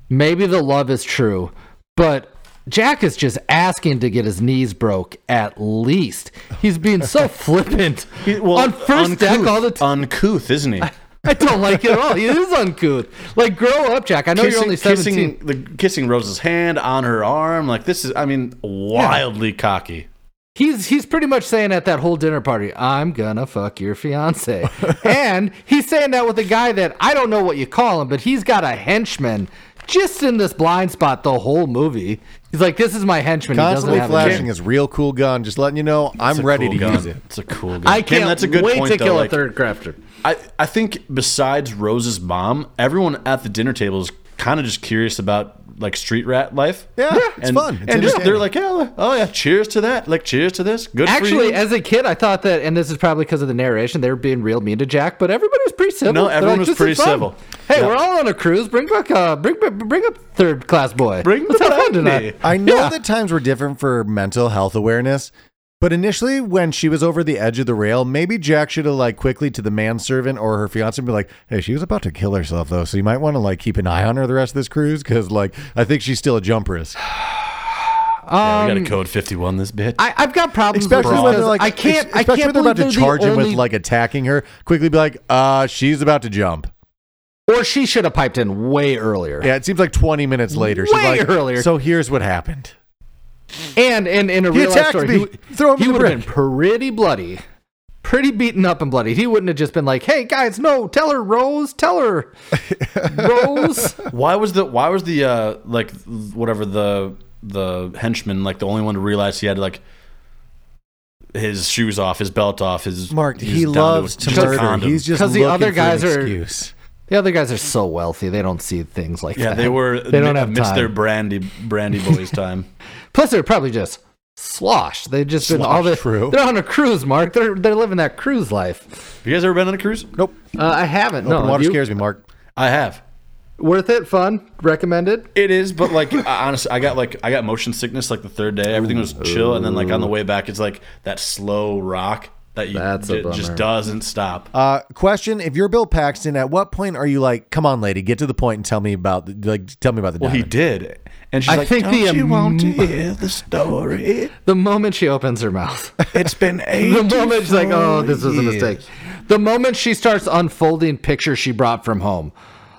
Speaker 4: maybe the love is true, but Jack is just asking to get his knees broke at least. He's being so flippant
Speaker 3: He- well,
Speaker 4: on first deck
Speaker 3: uncouth-
Speaker 4: all the time.
Speaker 3: Uncouth, isn't he?
Speaker 4: I don't like it at all. He is uncouth. Like grow up, Jack. I know you're only 17.
Speaker 3: kissing the kissing Rose's hand on her arm. Like this is, I mean, wildly cocky.
Speaker 4: He's he's pretty much saying at that whole dinner party, I'm gonna fuck your fiance. and he's saying that with a guy that I don't know what you call him, but he's got a henchman just in this blind spot the whole movie. He's like, This is my henchman.
Speaker 2: Constantly
Speaker 4: he doesn't have a
Speaker 2: flashing his real cool gun, just letting you know I'm
Speaker 3: It's a
Speaker 2: ready
Speaker 3: cool
Speaker 2: to
Speaker 3: gun.
Speaker 2: use it.
Speaker 3: It's a cool gun.
Speaker 4: I
Speaker 3: Kim,
Speaker 4: can't
Speaker 3: that's a good
Speaker 4: wait
Speaker 3: point,
Speaker 4: to
Speaker 3: though,
Speaker 4: kill
Speaker 3: like,
Speaker 4: a third crafter.
Speaker 3: I, I think besides Rose's mom, everyone at the dinner table is kind of just curious about like street rat life.
Speaker 2: Yeah, it's
Speaker 3: and,
Speaker 2: fun. It's
Speaker 3: and just they're
Speaker 2: entertaining.
Speaker 3: like, yeah, oh yeah, cheers to that. Like cheers to this. Good for
Speaker 4: Actually,
Speaker 3: you.
Speaker 4: as a kid, I thought that, and this is probably because of the narration, they were being real mean to Jack, but everybody was pretty civil.
Speaker 3: No,
Speaker 4: They're
Speaker 3: everyone was
Speaker 4: "This is
Speaker 3: pretty
Speaker 4: fun.
Speaker 3: civil."
Speaker 4: Hey,
Speaker 3: Yeah.
Speaker 4: we're all on a cruise. Bring back, uh, bring, bring up third class boy.
Speaker 3: Bring
Speaker 4: Let's
Speaker 3: the
Speaker 4: have fun
Speaker 3: brandy.
Speaker 4: tonight.
Speaker 2: I know
Speaker 4: Yeah.
Speaker 2: that times were different for mental health awareness, but initially when she was over the edge of the rail, maybe Jack should have like quickly to the manservant or her fiance and be like, "Hey, she was about to kill herself though, so you might want to like keep an eye on her the rest of this cruise because like I think she's still a jump risk."
Speaker 3: yeah,
Speaker 4: um,
Speaker 3: we got a code fifty one. This bitch.
Speaker 4: I, I've got problems. with
Speaker 2: Especially
Speaker 4: this
Speaker 2: when
Speaker 4: because
Speaker 2: they're like,
Speaker 4: I can't.
Speaker 2: ex-
Speaker 4: I
Speaker 2: especially
Speaker 4: can't
Speaker 2: when they're about to
Speaker 4: believe
Speaker 2: charge
Speaker 4: the
Speaker 2: him with
Speaker 4: only-
Speaker 2: like attacking her. Quickly be like, "Uh, she's about to jump."
Speaker 4: Or she should have piped in way earlier.
Speaker 2: Yeah, it seems like twenty minutes later. She's
Speaker 4: Way
Speaker 2: like,
Speaker 4: earlier.
Speaker 2: So here's what happened.
Speaker 4: And and in a real life
Speaker 2: attacked
Speaker 4: story,
Speaker 2: me.
Speaker 4: he, w-
Speaker 2: Throw him
Speaker 4: he
Speaker 2: in the
Speaker 4: would have been
Speaker 2: brick.
Speaker 4: pretty bloody, pretty beaten up and bloody. He wouldn't have just been like, "Hey guys, no, tell her Rose, tell her Rose."
Speaker 3: Why was the why was the uh like whatever the the henchman like the only one to realize he had like his shoes off, his belt off, his
Speaker 2: Mark,
Speaker 3: his
Speaker 2: he
Speaker 3: down
Speaker 2: loves
Speaker 3: his
Speaker 2: to murder.
Speaker 3: condom.
Speaker 2: He's just
Speaker 4: 'Cause the
Speaker 2: looking
Speaker 4: other
Speaker 2: for
Speaker 4: guys
Speaker 2: an
Speaker 4: are-
Speaker 2: excuse.
Speaker 4: The other guys are so wealthy; they don't see things like
Speaker 3: yeah,
Speaker 4: that.
Speaker 3: they were
Speaker 4: They don't have
Speaker 3: amidst
Speaker 4: time.
Speaker 3: their brandy brandy boys time.
Speaker 4: Plus, they're probably just sloshed. They've just been all this.
Speaker 2: true.
Speaker 4: They're on a cruise, Mark. They're they're living that cruise life.
Speaker 3: Have you guys ever been on a cruise?
Speaker 2: Nope.
Speaker 4: Uh, I haven't.
Speaker 2: Open
Speaker 4: no,
Speaker 2: water
Speaker 4: have you?
Speaker 2: scares me, Mark.
Speaker 3: I have.
Speaker 4: Worth it, fun, recommended.
Speaker 3: It is, but like I- honestly, I got like I got motion sickness like the third day. Everything was chill, and then like on the way back, it's like that slow rock that you
Speaker 4: That's a
Speaker 3: it just
Speaker 4: bummer.
Speaker 3: doesn't stop.
Speaker 2: Uh, question: If you're Bill Paxton, at what point are you like, come on, lady, get to the point and tell me about the, like, tell me about the
Speaker 3: Well, he
Speaker 2: diamond.
Speaker 3: did, and she's
Speaker 4: I
Speaker 3: like,
Speaker 4: think
Speaker 3: "Don't
Speaker 4: the
Speaker 3: you
Speaker 4: am-
Speaker 3: want to hear the story?
Speaker 4: The moment she opens her mouth,
Speaker 3: It's been eight.
Speaker 4: the moment she's like, "Oh, this was a mistake." The moment she starts unfolding pictures she brought from home,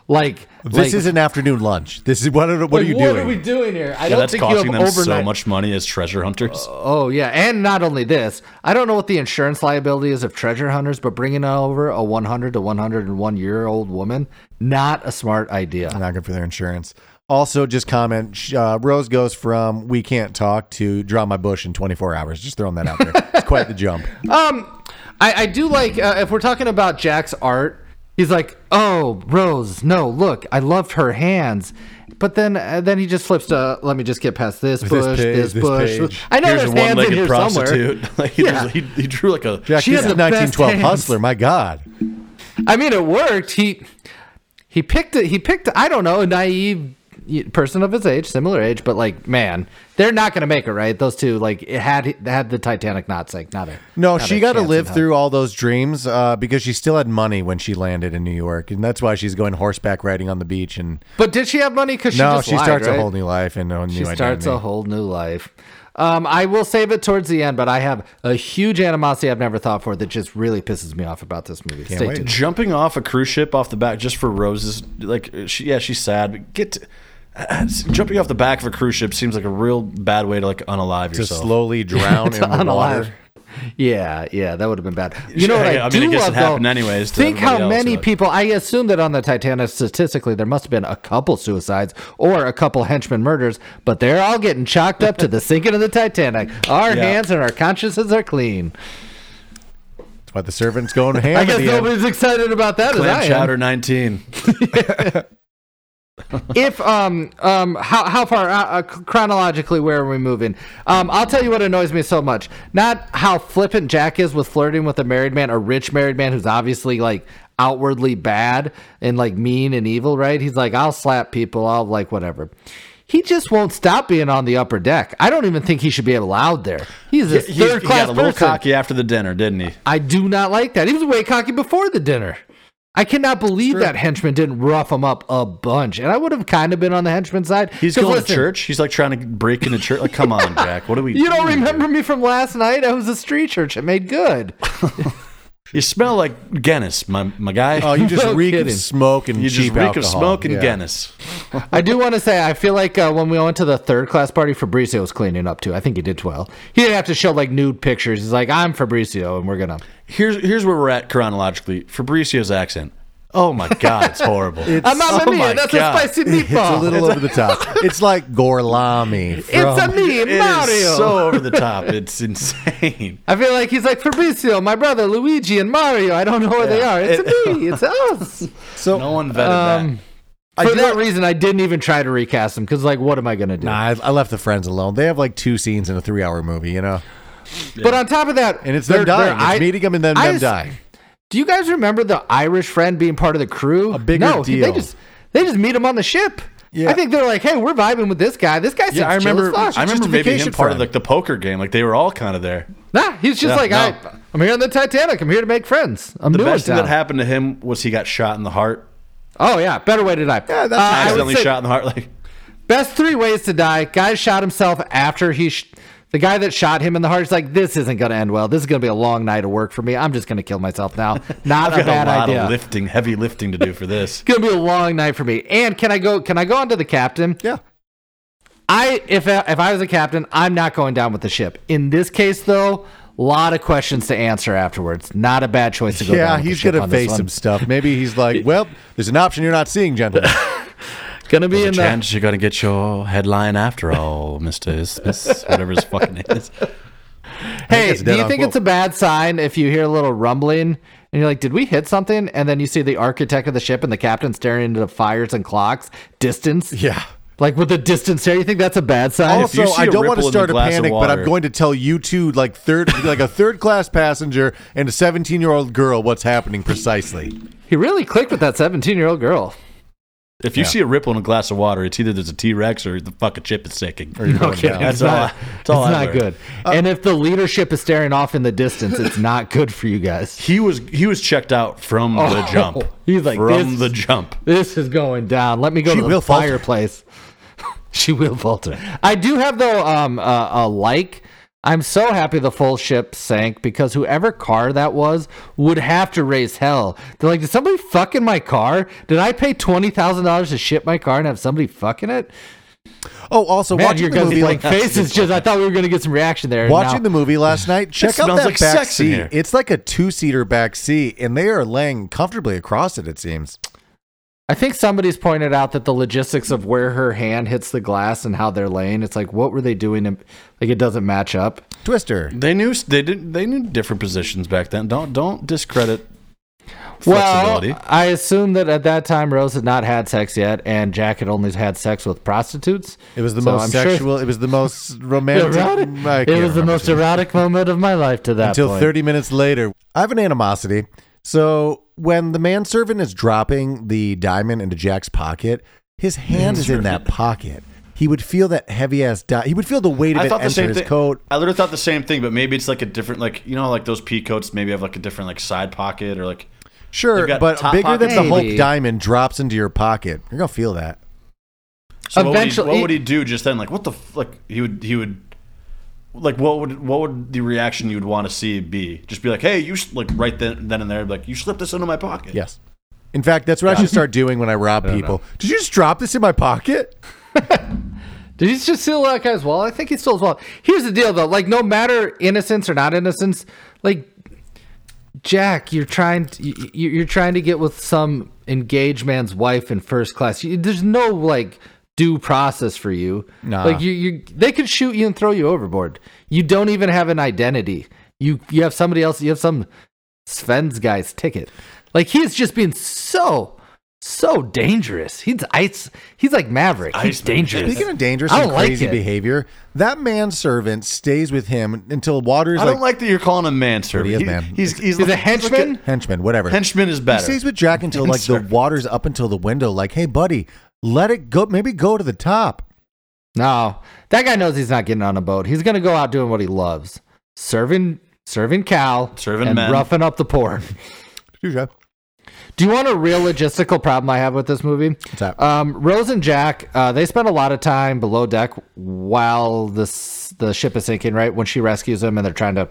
Speaker 4: like
Speaker 2: this
Speaker 4: like,
Speaker 2: is an afternoon lunch. This is what? Are, what are
Speaker 4: like,
Speaker 2: you
Speaker 4: what
Speaker 2: doing?
Speaker 4: are we doing here? I
Speaker 3: Yeah,
Speaker 4: don't
Speaker 3: that's
Speaker 4: think you have
Speaker 3: costing them so
Speaker 4: overnight-
Speaker 3: much money as treasure hunters.
Speaker 4: Oh yeah, and not only this, I don't know what the insurance liability is of treasure hunters, but bringing over a 100 to 101 year old woman, not a smart idea.
Speaker 2: Not good for their insurance. Also, just comment. sh- Uh, Rose goes from we can't talk to draw my bush in 24 hours. Just throwing that out there. it's quite the jump.
Speaker 4: Um, I, I do like uh, if we're talking about Jack's art. He's like, "Oh, Rose, no, look, I loved her hands." But then, uh, then he just flips to, "Let me just get past this
Speaker 2: page,
Speaker 4: bush, this,
Speaker 2: this
Speaker 4: bush."
Speaker 2: page.
Speaker 4: I know
Speaker 3: Here's a
Speaker 4: there's hands in
Speaker 3: one-legged
Speaker 4: here somewhere.
Speaker 3: prostitute. like he,
Speaker 4: Yeah.
Speaker 3: he, he drew like a
Speaker 2: Jack,
Speaker 4: She
Speaker 2: this
Speaker 4: had
Speaker 2: is
Speaker 4: the best
Speaker 2: 1912
Speaker 4: hands.
Speaker 2: hustler. My God.
Speaker 4: I mean, it worked. He he picked it. He picked I don't know a naive person of his age, similar age, but like man, they're not gonna make it, right? Those two like it had had the Titanic not sink, not a
Speaker 2: No,
Speaker 4: not a
Speaker 2: she got to
Speaker 4: chance
Speaker 2: live
Speaker 4: in hell.
Speaker 2: through all those dreams uh, because she still had money when she landed in New York, and that's why she's going horseback riding on the beach. And
Speaker 4: But did she have money? Because she
Speaker 2: no,
Speaker 4: just
Speaker 2: she
Speaker 4: lied,
Speaker 2: starts
Speaker 4: right?
Speaker 2: a whole new life and a new
Speaker 4: She starts
Speaker 2: identity.
Speaker 4: a whole new life. Um, I will save it towards the end, but I have a huge animosity I've never thought for that just really pisses me off about this movie. Stay
Speaker 2: wait.
Speaker 4: tuned.
Speaker 3: jumping off a cruise ship off the back just for roses like she, yeah she's sad but get to, jumping off the back of a cruise ship seems like a real bad way to like unalive
Speaker 2: to
Speaker 3: yourself
Speaker 2: slowly drown in the
Speaker 4: unalive.
Speaker 2: water.
Speaker 4: Yeah, yeah, that would have been bad. You know what
Speaker 3: Yeah,
Speaker 4: I,
Speaker 3: I
Speaker 4: do
Speaker 3: mean, I guess it
Speaker 4: love
Speaker 3: happened
Speaker 4: though,
Speaker 3: anyways to
Speaker 4: Think how
Speaker 3: everybody else,
Speaker 4: many
Speaker 3: but-
Speaker 4: people. I assume that on the Titanic, statistically, there must have been a couple suicides or a couple henchmen murders, but they're all getting chalked up to the sinking of the Titanic. Our
Speaker 3: Yeah.
Speaker 4: hands and our consciences are clean.
Speaker 2: That's why the servant's going ham.
Speaker 4: I
Speaker 2: at
Speaker 4: guess
Speaker 2: the end.
Speaker 4: nobody's excited about that as I
Speaker 3: clam
Speaker 4: am.
Speaker 3: chowder 19
Speaker 4: if um um how how far uh, uh, chronologically where are we moving? Um, I'll tell you what annoys me so much. Not how flippant Jack is with flirting with a married man, a rich married man who's obviously like outwardly bad and like mean and evil, right? He's like, I'll slap people, I'll like whatever. He just won't stop being on the upper deck. I don't even think he should be allowed there. He's a
Speaker 3: He's-
Speaker 4: third
Speaker 3: he
Speaker 4: class
Speaker 3: got a little
Speaker 4: person.
Speaker 3: cocky after the dinner didn't he
Speaker 4: I do not like that. He was way cocky before the dinner. I cannot believe that henchman didn't rough him up a bunch. And I would have kind of been on the henchman side.
Speaker 3: he's
Speaker 4: 'Cause
Speaker 3: going to
Speaker 4: listen,
Speaker 3: church he's like trying to break into church like come on jack what do we
Speaker 4: You don't
Speaker 3: doing here?
Speaker 4: remember me from last night? I was a street church. It made good.
Speaker 3: you smell like guinness my, my guy
Speaker 2: Oh, you just
Speaker 4: No
Speaker 2: reek
Speaker 4: kidding.
Speaker 2: of smoke and
Speaker 3: you just
Speaker 2: cheap
Speaker 3: reek of
Speaker 2: alcohol.
Speaker 3: smoke and
Speaker 2: Yeah.
Speaker 3: guinness
Speaker 4: I do want to say, I feel like uh, when we went to the third class party, Fabrizio was cleaning up too. I think he did well. He didn't have to show like nude pictures. He's like, I'm Fabrizio, and we're going to.
Speaker 3: here's here's where we're at chronologically fabrizio's accent oh my god it's horrible
Speaker 4: I'm not
Speaker 3: Oh
Speaker 4: oh
Speaker 3: my
Speaker 4: That's
Speaker 3: God.
Speaker 4: a spicy
Speaker 2: It's
Speaker 4: meatball.
Speaker 2: a little over the top. It's like Gorlami. From,
Speaker 4: It's a me,
Speaker 3: It is
Speaker 4: Mario.
Speaker 3: so over the top. It's insane.
Speaker 4: I feel like he's like Fabrizio, my brother Luigi and Mario. I don't know where they
Speaker 3: Yeah.
Speaker 4: are. It's a me. It's us.
Speaker 2: so
Speaker 3: No one vetted
Speaker 4: Um,
Speaker 2: I
Speaker 4: For
Speaker 2: do
Speaker 4: that
Speaker 2: not-
Speaker 4: reason, I didn't even try to recast him because, like, what am I gonna do?
Speaker 2: Nah, I, I left the friends alone. They have like two scenes in a three-hour movie, you know,
Speaker 4: But on top of that,
Speaker 2: and it's them
Speaker 4: they're- they're
Speaker 2: dying. It's
Speaker 4: I-
Speaker 2: meeting them and then
Speaker 4: I
Speaker 2: them
Speaker 4: just-
Speaker 2: dying.
Speaker 4: Do you guys remember the Irish friend being part of the crew? A
Speaker 2: bigger
Speaker 4: no, he-
Speaker 2: deal.
Speaker 4: They just they just meet him on the ship.
Speaker 2: Yeah.
Speaker 4: I think they're like, hey, we're vibing with this guy. This guy seems
Speaker 3: that. Yeah, I
Speaker 4: chill as
Speaker 3: remember.
Speaker 4: fuck.
Speaker 3: I remember maybe him
Speaker 2: Justification
Speaker 3: part of
Speaker 2: friend.
Speaker 3: like the poker game. Like they were all kind of there.
Speaker 4: Nah, he's
Speaker 3: Yeah,
Speaker 4: just like,
Speaker 3: no.
Speaker 4: I, I'm here on the Titanic. I'm here to make friends. I'm
Speaker 3: The
Speaker 4: new in
Speaker 3: best thing
Speaker 4: town.
Speaker 3: that happened to him was he got shot in the heart.
Speaker 4: Oh yeah, better way to die. Uh,
Speaker 2: Yeah, that's
Speaker 4: I would
Speaker 3: Accidentally
Speaker 4: say-
Speaker 3: shot in the heart. Like
Speaker 4: Best three ways to die. Guy shot himself after he. Sh- the guy that shot him in the heart is like, this isn't going to end well. This is going to be a long night of work for me. I'm just going to kill myself now. Not
Speaker 3: I've
Speaker 4: a
Speaker 3: got
Speaker 4: bad
Speaker 3: a lot
Speaker 4: idea.
Speaker 3: of lifting, heavy lifting to do for this.
Speaker 4: it's going to be a long night for me. And can I go? Can I go on to the captain?
Speaker 2: Yeah,
Speaker 4: I if if I was a captain, I'm not going down with the ship. In this case, though, a lot of questions to answer afterwards. Not a bad choice to go.
Speaker 2: yeah,
Speaker 4: down with the
Speaker 2: he's
Speaker 4: ship
Speaker 2: gonna
Speaker 4: on this
Speaker 2: face
Speaker 4: one.
Speaker 2: some stuff. Maybe he's like, "Well, there's an option you're not seeing, gentlemen."
Speaker 4: Gonna be
Speaker 3: There's a
Speaker 4: in the
Speaker 3: chance you're gonna get your headline after all, Mister Smith, whatever his fucking name is.
Speaker 4: Hey,
Speaker 2: it's
Speaker 4: do
Speaker 2: dead
Speaker 4: you
Speaker 2: on
Speaker 4: think
Speaker 2: quote.
Speaker 4: it's a bad sign if you hear a little rumbling and you're like, did we hit something? And then you see the architect of the ship and the captain staring into the fires and clocks, distance?
Speaker 2: yeah.
Speaker 4: Like with the distance stare, you think that's a bad sign?
Speaker 3: If you
Speaker 2: Also,
Speaker 3: see
Speaker 2: I
Speaker 3: a
Speaker 2: don't want to
Speaker 3: ripple in the
Speaker 2: start a
Speaker 3: glass of
Speaker 2: panic, but I'm
Speaker 3: water-
Speaker 2: going to tell you two, like third, like a third-class passenger and a 17-year-old girl, what's happening precisely.
Speaker 4: he really clicked with that 17 year old girl.
Speaker 3: If you
Speaker 2: Yeah.
Speaker 3: see a ripple in a glass of water, it's either there's a T Rex or the fucking chip is sinking.
Speaker 2: Or you're going
Speaker 4: Okay,
Speaker 2: down.
Speaker 3: That's
Speaker 4: it's
Speaker 3: all
Speaker 4: not,
Speaker 3: I- that's all
Speaker 4: it's
Speaker 3: I
Speaker 4: not
Speaker 3: learned.
Speaker 4: good. and if the leadership is staring off in the distance, it's not good for you guys.
Speaker 3: He was he was checked out from the
Speaker 4: Oh,
Speaker 3: jump.
Speaker 4: he's like,
Speaker 3: from
Speaker 4: this-
Speaker 3: the jump.
Speaker 4: This is going down. Let me go
Speaker 2: She
Speaker 4: to
Speaker 2: will
Speaker 4: the
Speaker 2: falter.
Speaker 4: fireplace. she will falter. I do have though um a, a like. I'm so happy the full ship sank because whoever car that was would have to raise hell. They're like, did somebody fuck in my car? Did I pay twenty thousand dollars to ship my car and have somebody fucking it?
Speaker 2: Oh, also
Speaker 4: Man,
Speaker 2: watching
Speaker 4: your
Speaker 2: the
Speaker 4: guys'
Speaker 2: movie
Speaker 4: blank
Speaker 2: like
Speaker 4: faces just. I thought we were gonna get some reaction there. and
Speaker 2: watching
Speaker 4: now-
Speaker 2: the movie last night. Check out
Speaker 3: smells
Speaker 2: that
Speaker 3: like
Speaker 2: back
Speaker 3: sex in
Speaker 2: seat.
Speaker 3: here.
Speaker 2: It's like a two seater back seat, and they are laying comfortably across it. It seems.
Speaker 4: I think somebody's pointed out that the logistics of where her hand hits the glass and how they're laying. It's like, what were they doing? to- Like it doesn't match up.
Speaker 2: Twister.
Speaker 3: They knew they did they knew different positions back then. Don't don't discredit flexibility.
Speaker 4: Well, I assume that at that time Rose had not had sex yet, and Jack had only had sex with prostitutes.
Speaker 2: It was the
Speaker 4: So
Speaker 2: most
Speaker 4: I'm sure-
Speaker 2: sexual. It was the most romantic.
Speaker 4: erotic.
Speaker 2: I can't
Speaker 4: It was the
Speaker 2: remember.
Speaker 4: most erotic moment of my life to that
Speaker 2: until
Speaker 4: point.
Speaker 2: 30 minutes later. I have an animosity. So when the manservant is dropping the diamond into Jack's pocket, his hand is in that pocket. He would feel that heavy ass di He would feel the weight of
Speaker 3: I
Speaker 2: it
Speaker 3: thought the
Speaker 2: enter
Speaker 3: same
Speaker 2: his
Speaker 3: thing.
Speaker 2: coat.
Speaker 3: I literally thought the same thing, but maybe it's like a different, like you know, like those pea coats. Maybe have like a different, like side pocket or like.
Speaker 2: Sure,
Speaker 3: They've got
Speaker 2: but
Speaker 3: top
Speaker 2: bigger than
Speaker 3: pockets.
Speaker 2: the Hulk
Speaker 4: Maybe.
Speaker 2: diamond drops into your pocket. You're gonna feel that.
Speaker 3: So
Speaker 4: Eventually-
Speaker 3: what would, he, what would he do just then? Like what the f- like he would he would like what would what would the reaction you would want to see be? Just be like, hey, you s- like right then then and there, be like you slipped this into my pocket.
Speaker 2: Yes. In fact, that's what I should start doing when I rob people. Did you just drop this in my pocket?
Speaker 4: Did he just steal that guy's wallet? I think he stole his wallet. Here's the deal, though. Like, no matter innocence or not innocence, like Jack, you're trying to, you, you- you're trying to get with some engaged man's wife in first class. You, there's no like due process for you.
Speaker 2: Nah.
Speaker 4: Like you, you, they could shoot you and throw you overboard. You don't even have an identity. You you have somebody else. You have some Sven's guy's ticket. Like he's just being so. So dangerous. He's ice. He's like Maverick. He's
Speaker 3: Iceman.
Speaker 4: dangerous.
Speaker 2: Speaking of dangerous
Speaker 4: I
Speaker 2: and
Speaker 4: don't like
Speaker 2: crazy
Speaker 4: it.
Speaker 2: behavior, that manservant stays with him until water is
Speaker 3: I
Speaker 2: like,
Speaker 3: don't like that you're calling him manservant.
Speaker 2: He is
Speaker 3: He-
Speaker 2: man.
Speaker 3: He's he's,
Speaker 4: He's a
Speaker 3: like-
Speaker 4: henchman?
Speaker 2: henchman, whatever.
Speaker 3: henchman is
Speaker 2: He
Speaker 3: better.
Speaker 2: stays with Jack until like the
Speaker 3: Insert.
Speaker 2: water's up until the window. Like, hey, buddy, let it go. Maybe go to the top.
Speaker 4: No, that guy knows he's not getting on a boat. He's gonna go out doing what he loves, serving, serving cow,
Speaker 3: Serving
Speaker 4: and
Speaker 3: men.
Speaker 4: roughing up the poor. Do you want a real logistical problem I have with this movie? What's
Speaker 2: that?
Speaker 4: Um, Rose and Jack, uh, they spend a lot of time below deck while the s- the ship is sinking. Right when she rescues them, and they're trying to,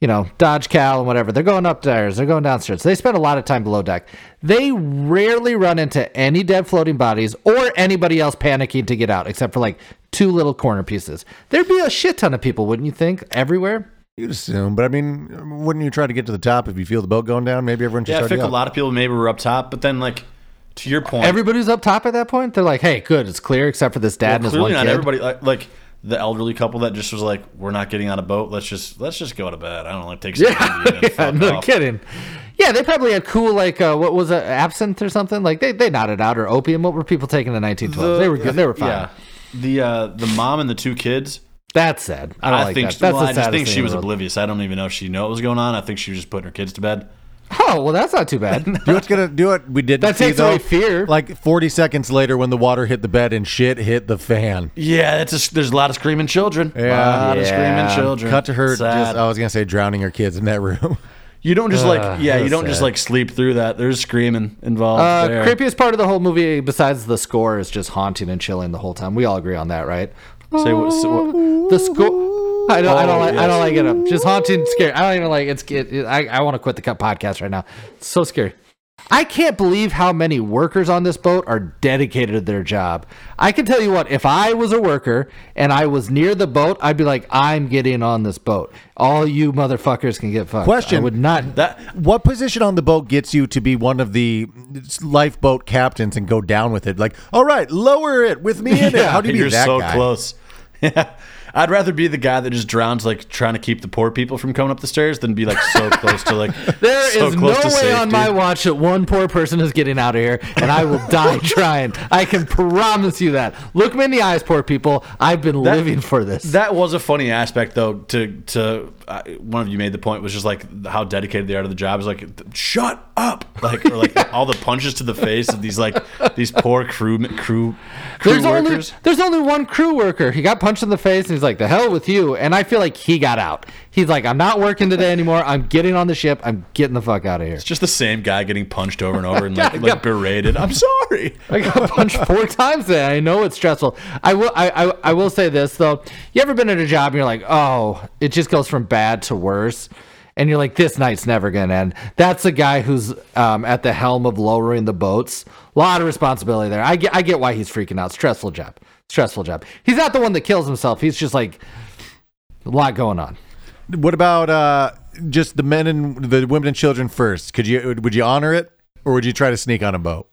Speaker 4: you know, dodge Cal and whatever. They're going upstairs. They're going downstairs. They spend a lot of time below deck. They rarely run into any dead floating bodies or anybody else panicking to get out, except for like two little corner pieces. There'd be a shit ton of people, wouldn't you think? Everywhere.
Speaker 2: You'd assume, but I mean, wouldn't you try to get to the top if you feel the boat going down? Maybe everyone should
Speaker 3: yeah, I
Speaker 2: start to
Speaker 3: think a
Speaker 2: go.
Speaker 3: lot of people maybe were up top, but then like to your point,
Speaker 4: Everybody's up top at that point. They're like, "Hey, good, it's clear except for this dad
Speaker 3: well,
Speaker 4: and his one
Speaker 3: clearly not
Speaker 4: kid."
Speaker 3: everybody like, like the elderly couple that just was like, we're not getting on a boat. Let's just let's just go to bed. I don't like take some candy and
Speaker 4: yeah,
Speaker 3: fuck
Speaker 4: no
Speaker 3: off.
Speaker 4: kidding. Yeah, they probably had cool like uh, what was it, absinthe or something. Like they, they nodded out or opium. What were people taking in 1912? they were good. They were fine.
Speaker 3: Yeah. The uh, the mom and the two kids.
Speaker 4: That's sad. I
Speaker 3: I,
Speaker 4: don't like
Speaker 3: think
Speaker 4: that. That's
Speaker 3: well, I
Speaker 4: the
Speaker 3: just
Speaker 4: saddest
Speaker 3: think
Speaker 4: thing
Speaker 3: she
Speaker 4: in
Speaker 3: was
Speaker 4: the world.
Speaker 3: oblivious. I don't even know if she knew what was going on. I think she was just putting her kids to bed.
Speaker 4: Oh well, that's not too bad.
Speaker 2: Do what's gonna do it? We did
Speaker 4: That takes away fear.
Speaker 2: Like forty seconds later, when the water hit the bed and shit hit the fan.
Speaker 3: Yeah, that's a, there's a lot of screaming children.
Speaker 2: Yeah.
Speaker 3: a lot of
Speaker 4: Yeah.
Speaker 3: screaming children.
Speaker 2: Cut to her. Just,
Speaker 3: Sad.
Speaker 2: I was gonna say drowning her kids in that room.
Speaker 3: oh. you don't just like
Speaker 4: Ugh,
Speaker 3: yeah, you
Speaker 4: that's
Speaker 3: don't just
Speaker 4: sad.
Speaker 3: like sleep through that. There's screaming involved.
Speaker 4: Uh,
Speaker 3: there.
Speaker 4: creepiest part of the whole movie, besides the score, is just haunting and chilling the whole time. We all agree on that, right?
Speaker 3: Say what- say what-
Speaker 4: The score. I don't. I don't
Speaker 3: Oh,
Speaker 4: like. I
Speaker 3: yes.
Speaker 4: don't like it. Um, Just haunting, scary. I don't even like. It's. It, it- I. I want to quit the cut podcast right now. It's so scary. I can't believe how many workers on this boat are dedicated to their job. I can tell you what, if I was a worker and I was near the boat, I'd be like, I'm getting on this boat. All you motherfuckers can get fucked. I
Speaker 2: Question.
Speaker 4: would not.
Speaker 3: That
Speaker 2: What position on the boat gets you to be one of the lifeboat captains and go down with it? Like, all right, lower it with me in it. How do you
Speaker 3: are
Speaker 2: be that
Speaker 3: so
Speaker 2: guy?
Speaker 3: close. Yeah. I'd rather be the guy that just drowns like trying to keep the poor people from coming up the stairs than be like so close to like
Speaker 4: There is
Speaker 3: so
Speaker 4: no
Speaker 3: close
Speaker 4: way
Speaker 3: to
Speaker 4: on
Speaker 3: safety.
Speaker 4: my watch that one poor person is getting out of here, and I will die trying. I can promise you that. Look me in the eyes, poor people. I've been living for this.
Speaker 3: That was a funny aspect, though. To to I, one of you made the point was just like how dedicated they are to the job. Is like, shut up, like or like all the punches to the face of these like these poor crew crew crew
Speaker 4: There's only,
Speaker 3: workers.
Speaker 4: there's only one crew worker. He got punched in the face and he's like, the hell with you. And I feel like he got out. He's like, I'm not working today anymore. I'm getting on the ship. I'm getting the fuck out of here.
Speaker 3: It's just the same guy getting punched over and over and like, like berated. I'm sorry.
Speaker 4: I got punched four times today. I know it's stressful. I will I, I, I will say this though. You ever been at a job and you're like, oh, it just goes from bad to worse? And you're like, this night's never gonna end. That's the guy who's um, at the helm of lowering the boats. A lot of responsibility there. I get I get why he's freaking out. Stressful job. Stressful job. He's not the one that kills himself. He's just like a lot going on.
Speaker 2: What about uh, just the men and the women and children first? Could you would you honor it, or would you try to sneak on a boat?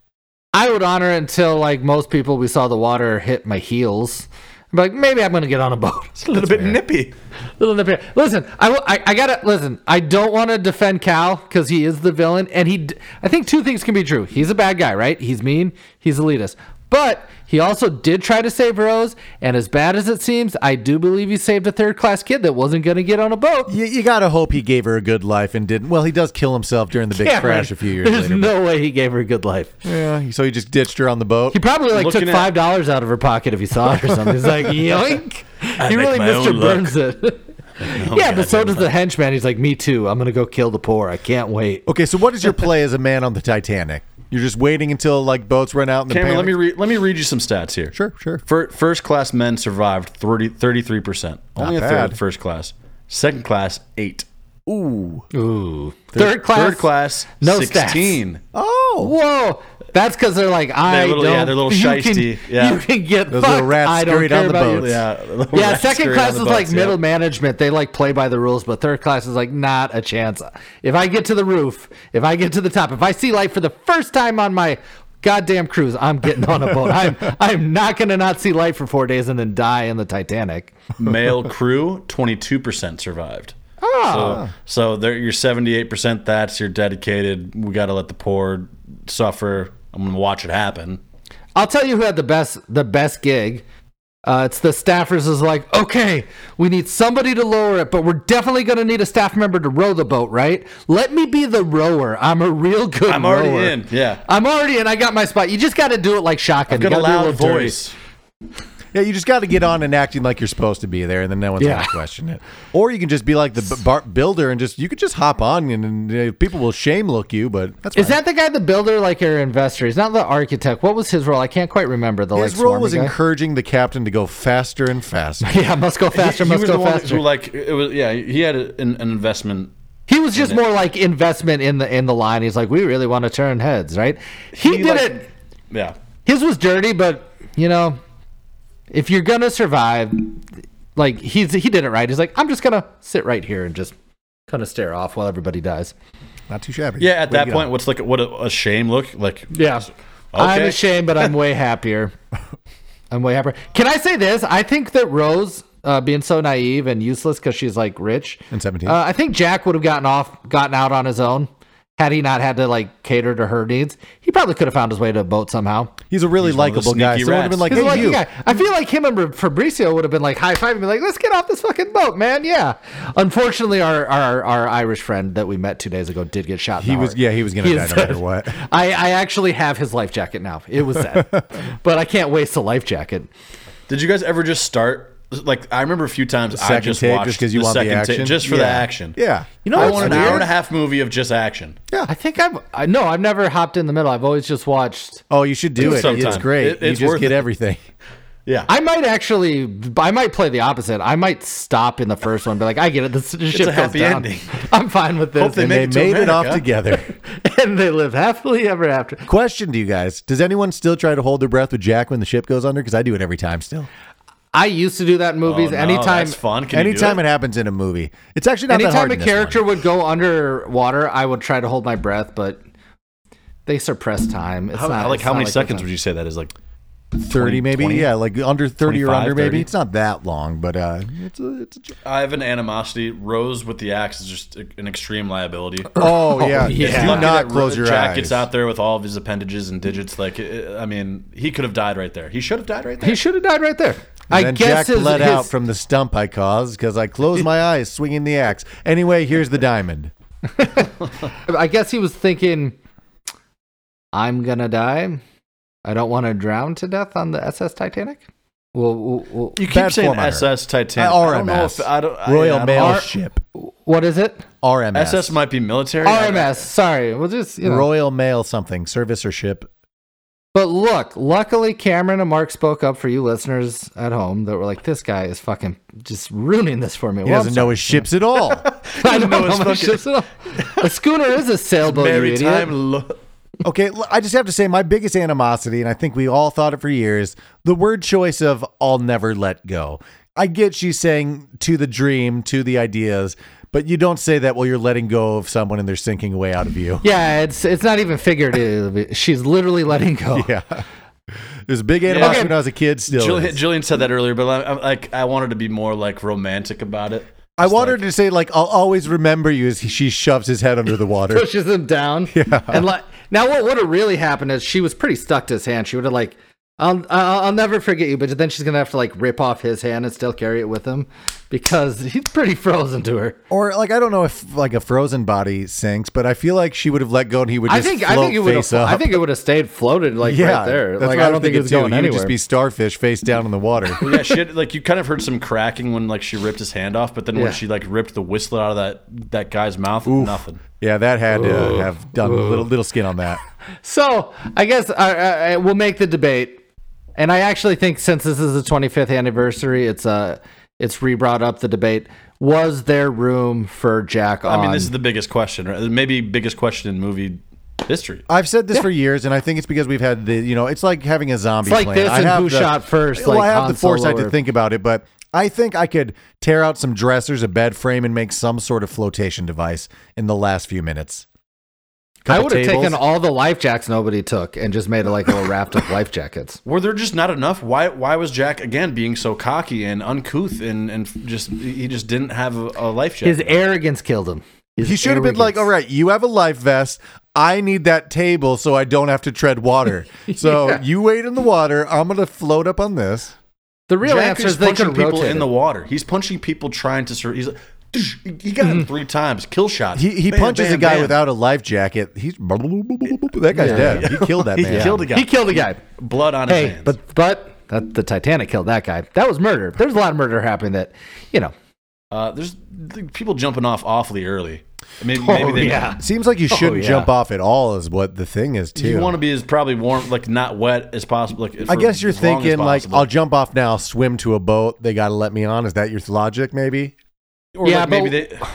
Speaker 4: I would honor it until like most people we saw the water hit my heels. I'm like, maybe I'm gonna get on a boat.
Speaker 3: It's a little bit nippy.
Speaker 4: Little nip here. Listen, I, will- I, I gotta listen. I don't want to defend Cal because he is the villain, and he. d- I think two things can be true. He's a bad guy, right? He's mean. He's elitist, but he also did try to save Rose. And as bad as it seems, I do believe he saved a third class kid that wasn't going to get on a boat.
Speaker 2: You, you gotta hope he gave her a good life and didn't. Well, he does kill himself during the big
Speaker 4: Cameron,
Speaker 2: crash a few years
Speaker 4: There's
Speaker 2: later.
Speaker 4: no way he gave her a good life.
Speaker 2: but- yeah, so he just ditched her on the boat.
Speaker 4: He probably like
Speaker 3: Looking
Speaker 4: took
Speaker 3: at-
Speaker 4: five dollars out of her pocket if he saw it or something. He's like, yoink. he
Speaker 3: make
Speaker 4: really
Speaker 3: my own
Speaker 4: Mr.
Speaker 3: luck.
Speaker 4: Burns it. yeah,
Speaker 3: God,
Speaker 4: but so
Speaker 3: I'm
Speaker 4: does the henchman. He's like, me too. I'm gonna go kill the poor. I can't wait.
Speaker 2: Okay, so what is your play as a man on the Titanic? You're just waiting until like boats run out. And
Speaker 3: Cameron,
Speaker 2: the
Speaker 3: let me
Speaker 2: panic-
Speaker 3: re- let me read you some stats here.
Speaker 2: sure, sure.
Speaker 3: Fir- first class men survived 33 percent. Only a third
Speaker 2: bad.
Speaker 3: of first class. Second class eight.
Speaker 4: Ooh. Third, class.
Speaker 3: Third class
Speaker 4: no
Speaker 3: sixteen.
Speaker 2: Oh,
Speaker 4: Whoa. That's because they're like, I
Speaker 3: little-
Speaker 4: don't.
Speaker 3: yeah, they're little
Speaker 4: you
Speaker 3: shiesty,
Speaker 4: Can,
Speaker 3: yeah.
Speaker 4: You can get
Speaker 2: Those
Speaker 4: fucked.
Speaker 2: little rats
Speaker 4: I don't
Speaker 2: scurried
Speaker 4: care
Speaker 2: on the
Speaker 4: about you.
Speaker 2: boats.
Speaker 3: Yeah.
Speaker 4: Yeah,
Speaker 3: Rats
Speaker 4: second
Speaker 3: scurried
Speaker 4: class is
Speaker 3: on the
Speaker 4: like
Speaker 3: boats,
Speaker 4: middle
Speaker 3: yeah.
Speaker 4: management. They like play by the rules, but third class is like not a chance. If I get to the roof, if I get to the top, if I see light for the first time on my goddamn cruise, I'm getting on a boat. I'm I'm not gonna not see light for four days and then die in the Titanic.
Speaker 3: Male crew, 22% survived. Ah. So, so there, you're 78%. That's your dedicated. We got to let the poor suffer. I'm going to watch it happen.
Speaker 4: I'll tell you who had the best the best gig. Uh, it's the staffers is like, okay, we need somebody to lower it, but we're definitely going to need a staff member to row the boat, right? Let me be the rower. I'm a real good.
Speaker 3: I'm already
Speaker 4: rower.
Speaker 3: in, yeah.
Speaker 4: I'm already in. I got my spot. You just got to do it like shotgun.
Speaker 3: Got
Speaker 4: You
Speaker 3: a
Speaker 4: gotta do
Speaker 3: loud
Speaker 4: little dirty.
Speaker 3: voice.
Speaker 2: yeah. You just got to get on and acting like you're supposed to be there, and then no one's
Speaker 4: Yeah.
Speaker 2: gonna question it. Or you can just be like the b- bar- builder and just you could just hop on, and, and uh, people will shame look you. But that's
Speaker 4: Is
Speaker 2: fine.
Speaker 4: that the guy, the builder, like your investor? He's not the architect. What was his role? I can't quite remember. The
Speaker 2: his
Speaker 4: like
Speaker 2: role
Speaker 4: swarmy
Speaker 2: was
Speaker 4: guy?
Speaker 2: encouraging the captain to go faster and faster.
Speaker 4: yeah, must go faster.
Speaker 3: he
Speaker 4: must
Speaker 3: was
Speaker 4: go
Speaker 3: the one
Speaker 4: faster.
Speaker 3: who like it was. Yeah, he had a, an, an investment.
Speaker 4: He was just more like investment in the in the line. He's like, we really want to turn heads, right? He, did
Speaker 3: like-
Speaker 4: it.
Speaker 3: Yeah.
Speaker 4: His was dirty, but you know, if you're gonna survive, like he's he did it right. He's like, I'm just gonna sit right here and just kind of stare off while everybody dies.
Speaker 2: Not too shabby.
Speaker 3: Yeah. At
Speaker 2: Way to
Speaker 3: that
Speaker 2: go.
Speaker 3: point, what's like what a, a shame look like.
Speaker 4: Yeah. I'm
Speaker 3: Okay.
Speaker 4: ashamed, but I'm way happier. I'm way happier. Can I say this? I think that Rose uh, being so naive and useless because she's like rich
Speaker 2: And 17.
Speaker 4: Uh, I think Jack would have gotten off, gotten out on his own had he not had to like cater to her needs. He probably could have found his way to a boat somehow.
Speaker 2: he's a really
Speaker 3: He's one of the
Speaker 2: likable guy.
Speaker 3: sneaky
Speaker 2: So I would have been
Speaker 3: rats.
Speaker 2: like,
Speaker 4: He's a
Speaker 2: hey,
Speaker 4: lucky
Speaker 2: you.
Speaker 4: guy. I feel like him and Fabrizio would have been like high five and be like, "Let's get off this fucking boat, man." Yeah. Unfortunately, our our, our Irish friend that we met two days ago did get shot. in
Speaker 2: He
Speaker 4: the
Speaker 2: was-
Speaker 4: heart.
Speaker 2: yeah, he was gonna die no
Speaker 4: said-
Speaker 2: matter what.
Speaker 4: I I actually have his life jacket now. It was sad, but I can't waste the life jacket.
Speaker 3: Did you guys ever just start? Like I remember a few times I
Speaker 2: Second
Speaker 3: just
Speaker 2: take,
Speaker 3: watched
Speaker 2: just 'cause you
Speaker 3: the
Speaker 2: want the
Speaker 3: second take,
Speaker 2: action?
Speaker 3: just for the
Speaker 2: Yeah.
Speaker 3: action.
Speaker 2: Yeah.
Speaker 4: You know
Speaker 3: I
Speaker 4: what's
Speaker 3: want an
Speaker 4: weird?
Speaker 3: hour and a half movie of just action.
Speaker 4: I think I've I no, I've never hopped in the middle. I've always just watched.
Speaker 2: Oh, you should do
Speaker 3: Do
Speaker 2: it.
Speaker 3: sometime.
Speaker 2: It's great.
Speaker 3: It- it's
Speaker 2: you just
Speaker 3: worth
Speaker 2: get
Speaker 3: it.
Speaker 2: everything.
Speaker 3: Yeah.
Speaker 4: I might actually, I might play the opposite. I might stop in the first one, and be like, I get it. This ship
Speaker 3: a
Speaker 4: goes
Speaker 3: happy
Speaker 4: down.
Speaker 3: ending.
Speaker 4: I'm fine with this.
Speaker 3: Hope they
Speaker 4: and,
Speaker 3: Make
Speaker 2: They
Speaker 3: it to
Speaker 2: made it off
Speaker 3: America.
Speaker 2: together.
Speaker 4: they, and they live happily ever after.
Speaker 2: Question to you guys: Does anyone still try to hold their breath with Jack when the ship goes under? Because I do it every time. Still,
Speaker 4: I used to do that in movies.
Speaker 3: Oh, no,
Speaker 4: anytime,
Speaker 3: that's fun. Can you do
Speaker 2: anytime
Speaker 3: it?
Speaker 2: it? happens in a movie, it's actually not that hard.
Speaker 4: anytime a
Speaker 2: in this one.
Speaker 4: character would go underwater, I would try to hold my breath, but they suppress time. It's
Speaker 3: How,
Speaker 4: not
Speaker 3: how- like
Speaker 4: it's
Speaker 3: how
Speaker 4: not
Speaker 3: many
Speaker 4: like
Speaker 3: seconds
Speaker 4: it's-
Speaker 3: would you say that is like?
Speaker 2: 30 maybe
Speaker 3: 20?
Speaker 2: yeah like under 30 or
Speaker 3: 25,
Speaker 2: under maybe
Speaker 3: 30.
Speaker 2: it's not that long but uh it's a, it's a j-
Speaker 3: I have an animosity. Rose with the axe is just an extreme liability.
Speaker 2: oh yeah,
Speaker 4: yeah. It's
Speaker 2: do
Speaker 3: Lucky
Speaker 2: not
Speaker 3: that
Speaker 2: close your
Speaker 3: Jack
Speaker 2: eyes
Speaker 3: gets out there with all of his appendages and digits. Like, I I mean, he could have died right there. He should have died right there.
Speaker 4: He should have died right there.
Speaker 2: And
Speaker 4: I
Speaker 2: then
Speaker 4: guess
Speaker 2: Jack
Speaker 4: his-
Speaker 2: bled
Speaker 4: his-
Speaker 2: out from the stump I caused because I closed my eyes swinging the axe. Anyway, here's the diamond.
Speaker 4: I guess he was thinking, I'm gonna die. I don't want to drown to death on the SS Titanic. Well, well, well,
Speaker 3: You keep
Speaker 2: Bad Uh,
Speaker 3: saying
Speaker 2: formatter.
Speaker 3: SS Titanic. I don't know
Speaker 2: RMS.
Speaker 3: if I don't. I-
Speaker 2: Royal
Speaker 3: I don't-
Speaker 2: Mail
Speaker 4: R-
Speaker 2: Ship.
Speaker 4: what is it?
Speaker 2: RMS.
Speaker 3: SS might be military.
Speaker 4: RMS. Sorry, we'll just you know.
Speaker 2: Royal Mail something. Service or ship.
Speaker 4: But look, luckily Cameron and Mark spoke up for you listeners at home that were like, "This guy is fucking just ruining this for me."
Speaker 2: He
Speaker 4: Well,
Speaker 2: doesn't
Speaker 4: I'm
Speaker 2: know his ships at all.
Speaker 4: sorry. I don't
Speaker 3: know
Speaker 4: know
Speaker 3: his
Speaker 4: my
Speaker 3: fucking-
Speaker 4: ships at all. A schooner is a sailboat, you idiot.
Speaker 3: Maritime. Lo-
Speaker 2: okay, l- I just have to say my biggest animosity, and I think we all thought it for years, the word choice of I'll never let go. I get she's saying to the dream, to the ideas, but you don't say that while you're letting go of someone and they're sinking away out of you.
Speaker 4: Yeah, it's it's not even figurative. She's literally letting go.
Speaker 2: Yeah. There's a big animosity
Speaker 3: Okay.
Speaker 2: when I was a kid still.
Speaker 3: Jillian,
Speaker 2: is.
Speaker 3: Jillian said that earlier, but I, I, like I wanted to be more like romantic about it.
Speaker 2: I want her to say like I'll always remember you as he, she shoves his head under the water.
Speaker 4: pushes him down. And like now, what would have really happened is she was pretty stuck to his hand. She would have like, I'll, I'll I'll never forget you, but then she's gonna have to like rip off his hand and still carry it with him because he's pretty frozen to her.
Speaker 2: or like I don't know if like a frozen body sinks, but I feel like she would have let go and he would
Speaker 4: I
Speaker 2: just
Speaker 4: think I
Speaker 2: float
Speaker 4: think it would
Speaker 2: face
Speaker 4: have
Speaker 2: up.
Speaker 4: I think it would have stayed floated like right there.
Speaker 2: that's
Speaker 4: Like
Speaker 2: what
Speaker 4: I
Speaker 2: was
Speaker 4: don't think
Speaker 2: thinking
Speaker 4: it's
Speaker 2: too.
Speaker 4: going
Speaker 2: He would
Speaker 4: anywhere.
Speaker 2: just be starfish face down in the water.
Speaker 3: Well, yeah, she had, like you kind of heard some cracking when like she ripped his hand off, but then
Speaker 4: Yeah.
Speaker 3: when she like ripped the whistlet out of that that guy's mouth, nothing.
Speaker 2: yeah, that had to have done a little little skin on that.
Speaker 4: So I guess I, I, we'll make the debate. And I actually think since this is the 25th anniversary, it's uh it's re-brought up the debate. Was there room for Jack on?
Speaker 3: I mean, this is the biggest question, right? Maybe biggest question in movie history.
Speaker 2: I've said this for years, and I think it's because we've had the you know it's like having a zombie.
Speaker 4: It's like
Speaker 2: plan.
Speaker 4: this
Speaker 2: I
Speaker 4: and
Speaker 2: have
Speaker 4: who shot first,
Speaker 2: Well,
Speaker 4: like
Speaker 2: I have
Speaker 4: Han
Speaker 2: the foresight
Speaker 4: Solo
Speaker 2: to
Speaker 4: or-
Speaker 2: think about it, but I think I could tear out some dressers, a bed frame, and make some sort of flotation device in the last few minutes.
Speaker 4: I
Speaker 2: Couple
Speaker 4: would have
Speaker 2: tables.
Speaker 4: taken all the life jackets nobody took and just made it like a little raft of life jackets.
Speaker 3: Were there just not enough? Why why was Jack again being so cocky and uncouth and and just he just didn't have a, a life
Speaker 4: His
Speaker 3: jacket?
Speaker 4: arrogance killed him. His
Speaker 2: He should have been like,
Speaker 4: arrogance.
Speaker 2: all right, you have a life vest. I need that table so I don't have to tread water. So you wait in the water. I'm going to float up on this.
Speaker 4: The real
Speaker 3: Jack
Speaker 4: answer
Speaker 3: is
Speaker 4: is they
Speaker 3: punching
Speaker 4: could
Speaker 3: people
Speaker 4: rotate
Speaker 3: in
Speaker 4: in
Speaker 3: the water. He's punching people trying to sur- he's like, he got him three times, kill shot.
Speaker 2: He, he
Speaker 3: Bam,
Speaker 2: punches
Speaker 3: bam,
Speaker 2: a guy
Speaker 3: bam.
Speaker 2: without a life jacket. He's that guy's dead. He killed that
Speaker 3: He
Speaker 2: man.
Speaker 3: killed a guy.
Speaker 4: He killed a guy.
Speaker 3: blood on his
Speaker 4: Hey,
Speaker 3: hands.
Speaker 4: but but that, the Titanic killed that guy. That was murder. There's a lot of murder happening that, you know.
Speaker 3: uh, there's th- people jumping off awfully early. Maybe,
Speaker 4: Oh,
Speaker 3: maybe they,
Speaker 2: Seems like you shouldn't
Speaker 4: yeah.
Speaker 2: jump off at all, is what the thing is too.
Speaker 3: Oh, You want to be as probably warm, like not wet as possible. Like
Speaker 2: I
Speaker 3: for
Speaker 2: guess you're
Speaker 3: as long as
Speaker 2: thinking like
Speaker 3: possible.
Speaker 2: I'll jump off now, swim to a boat. They got to let me on. Is that your logic? Maybe.
Speaker 3: or
Speaker 4: Yeah,
Speaker 3: like maybe
Speaker 4: but-
Speaker 3: they,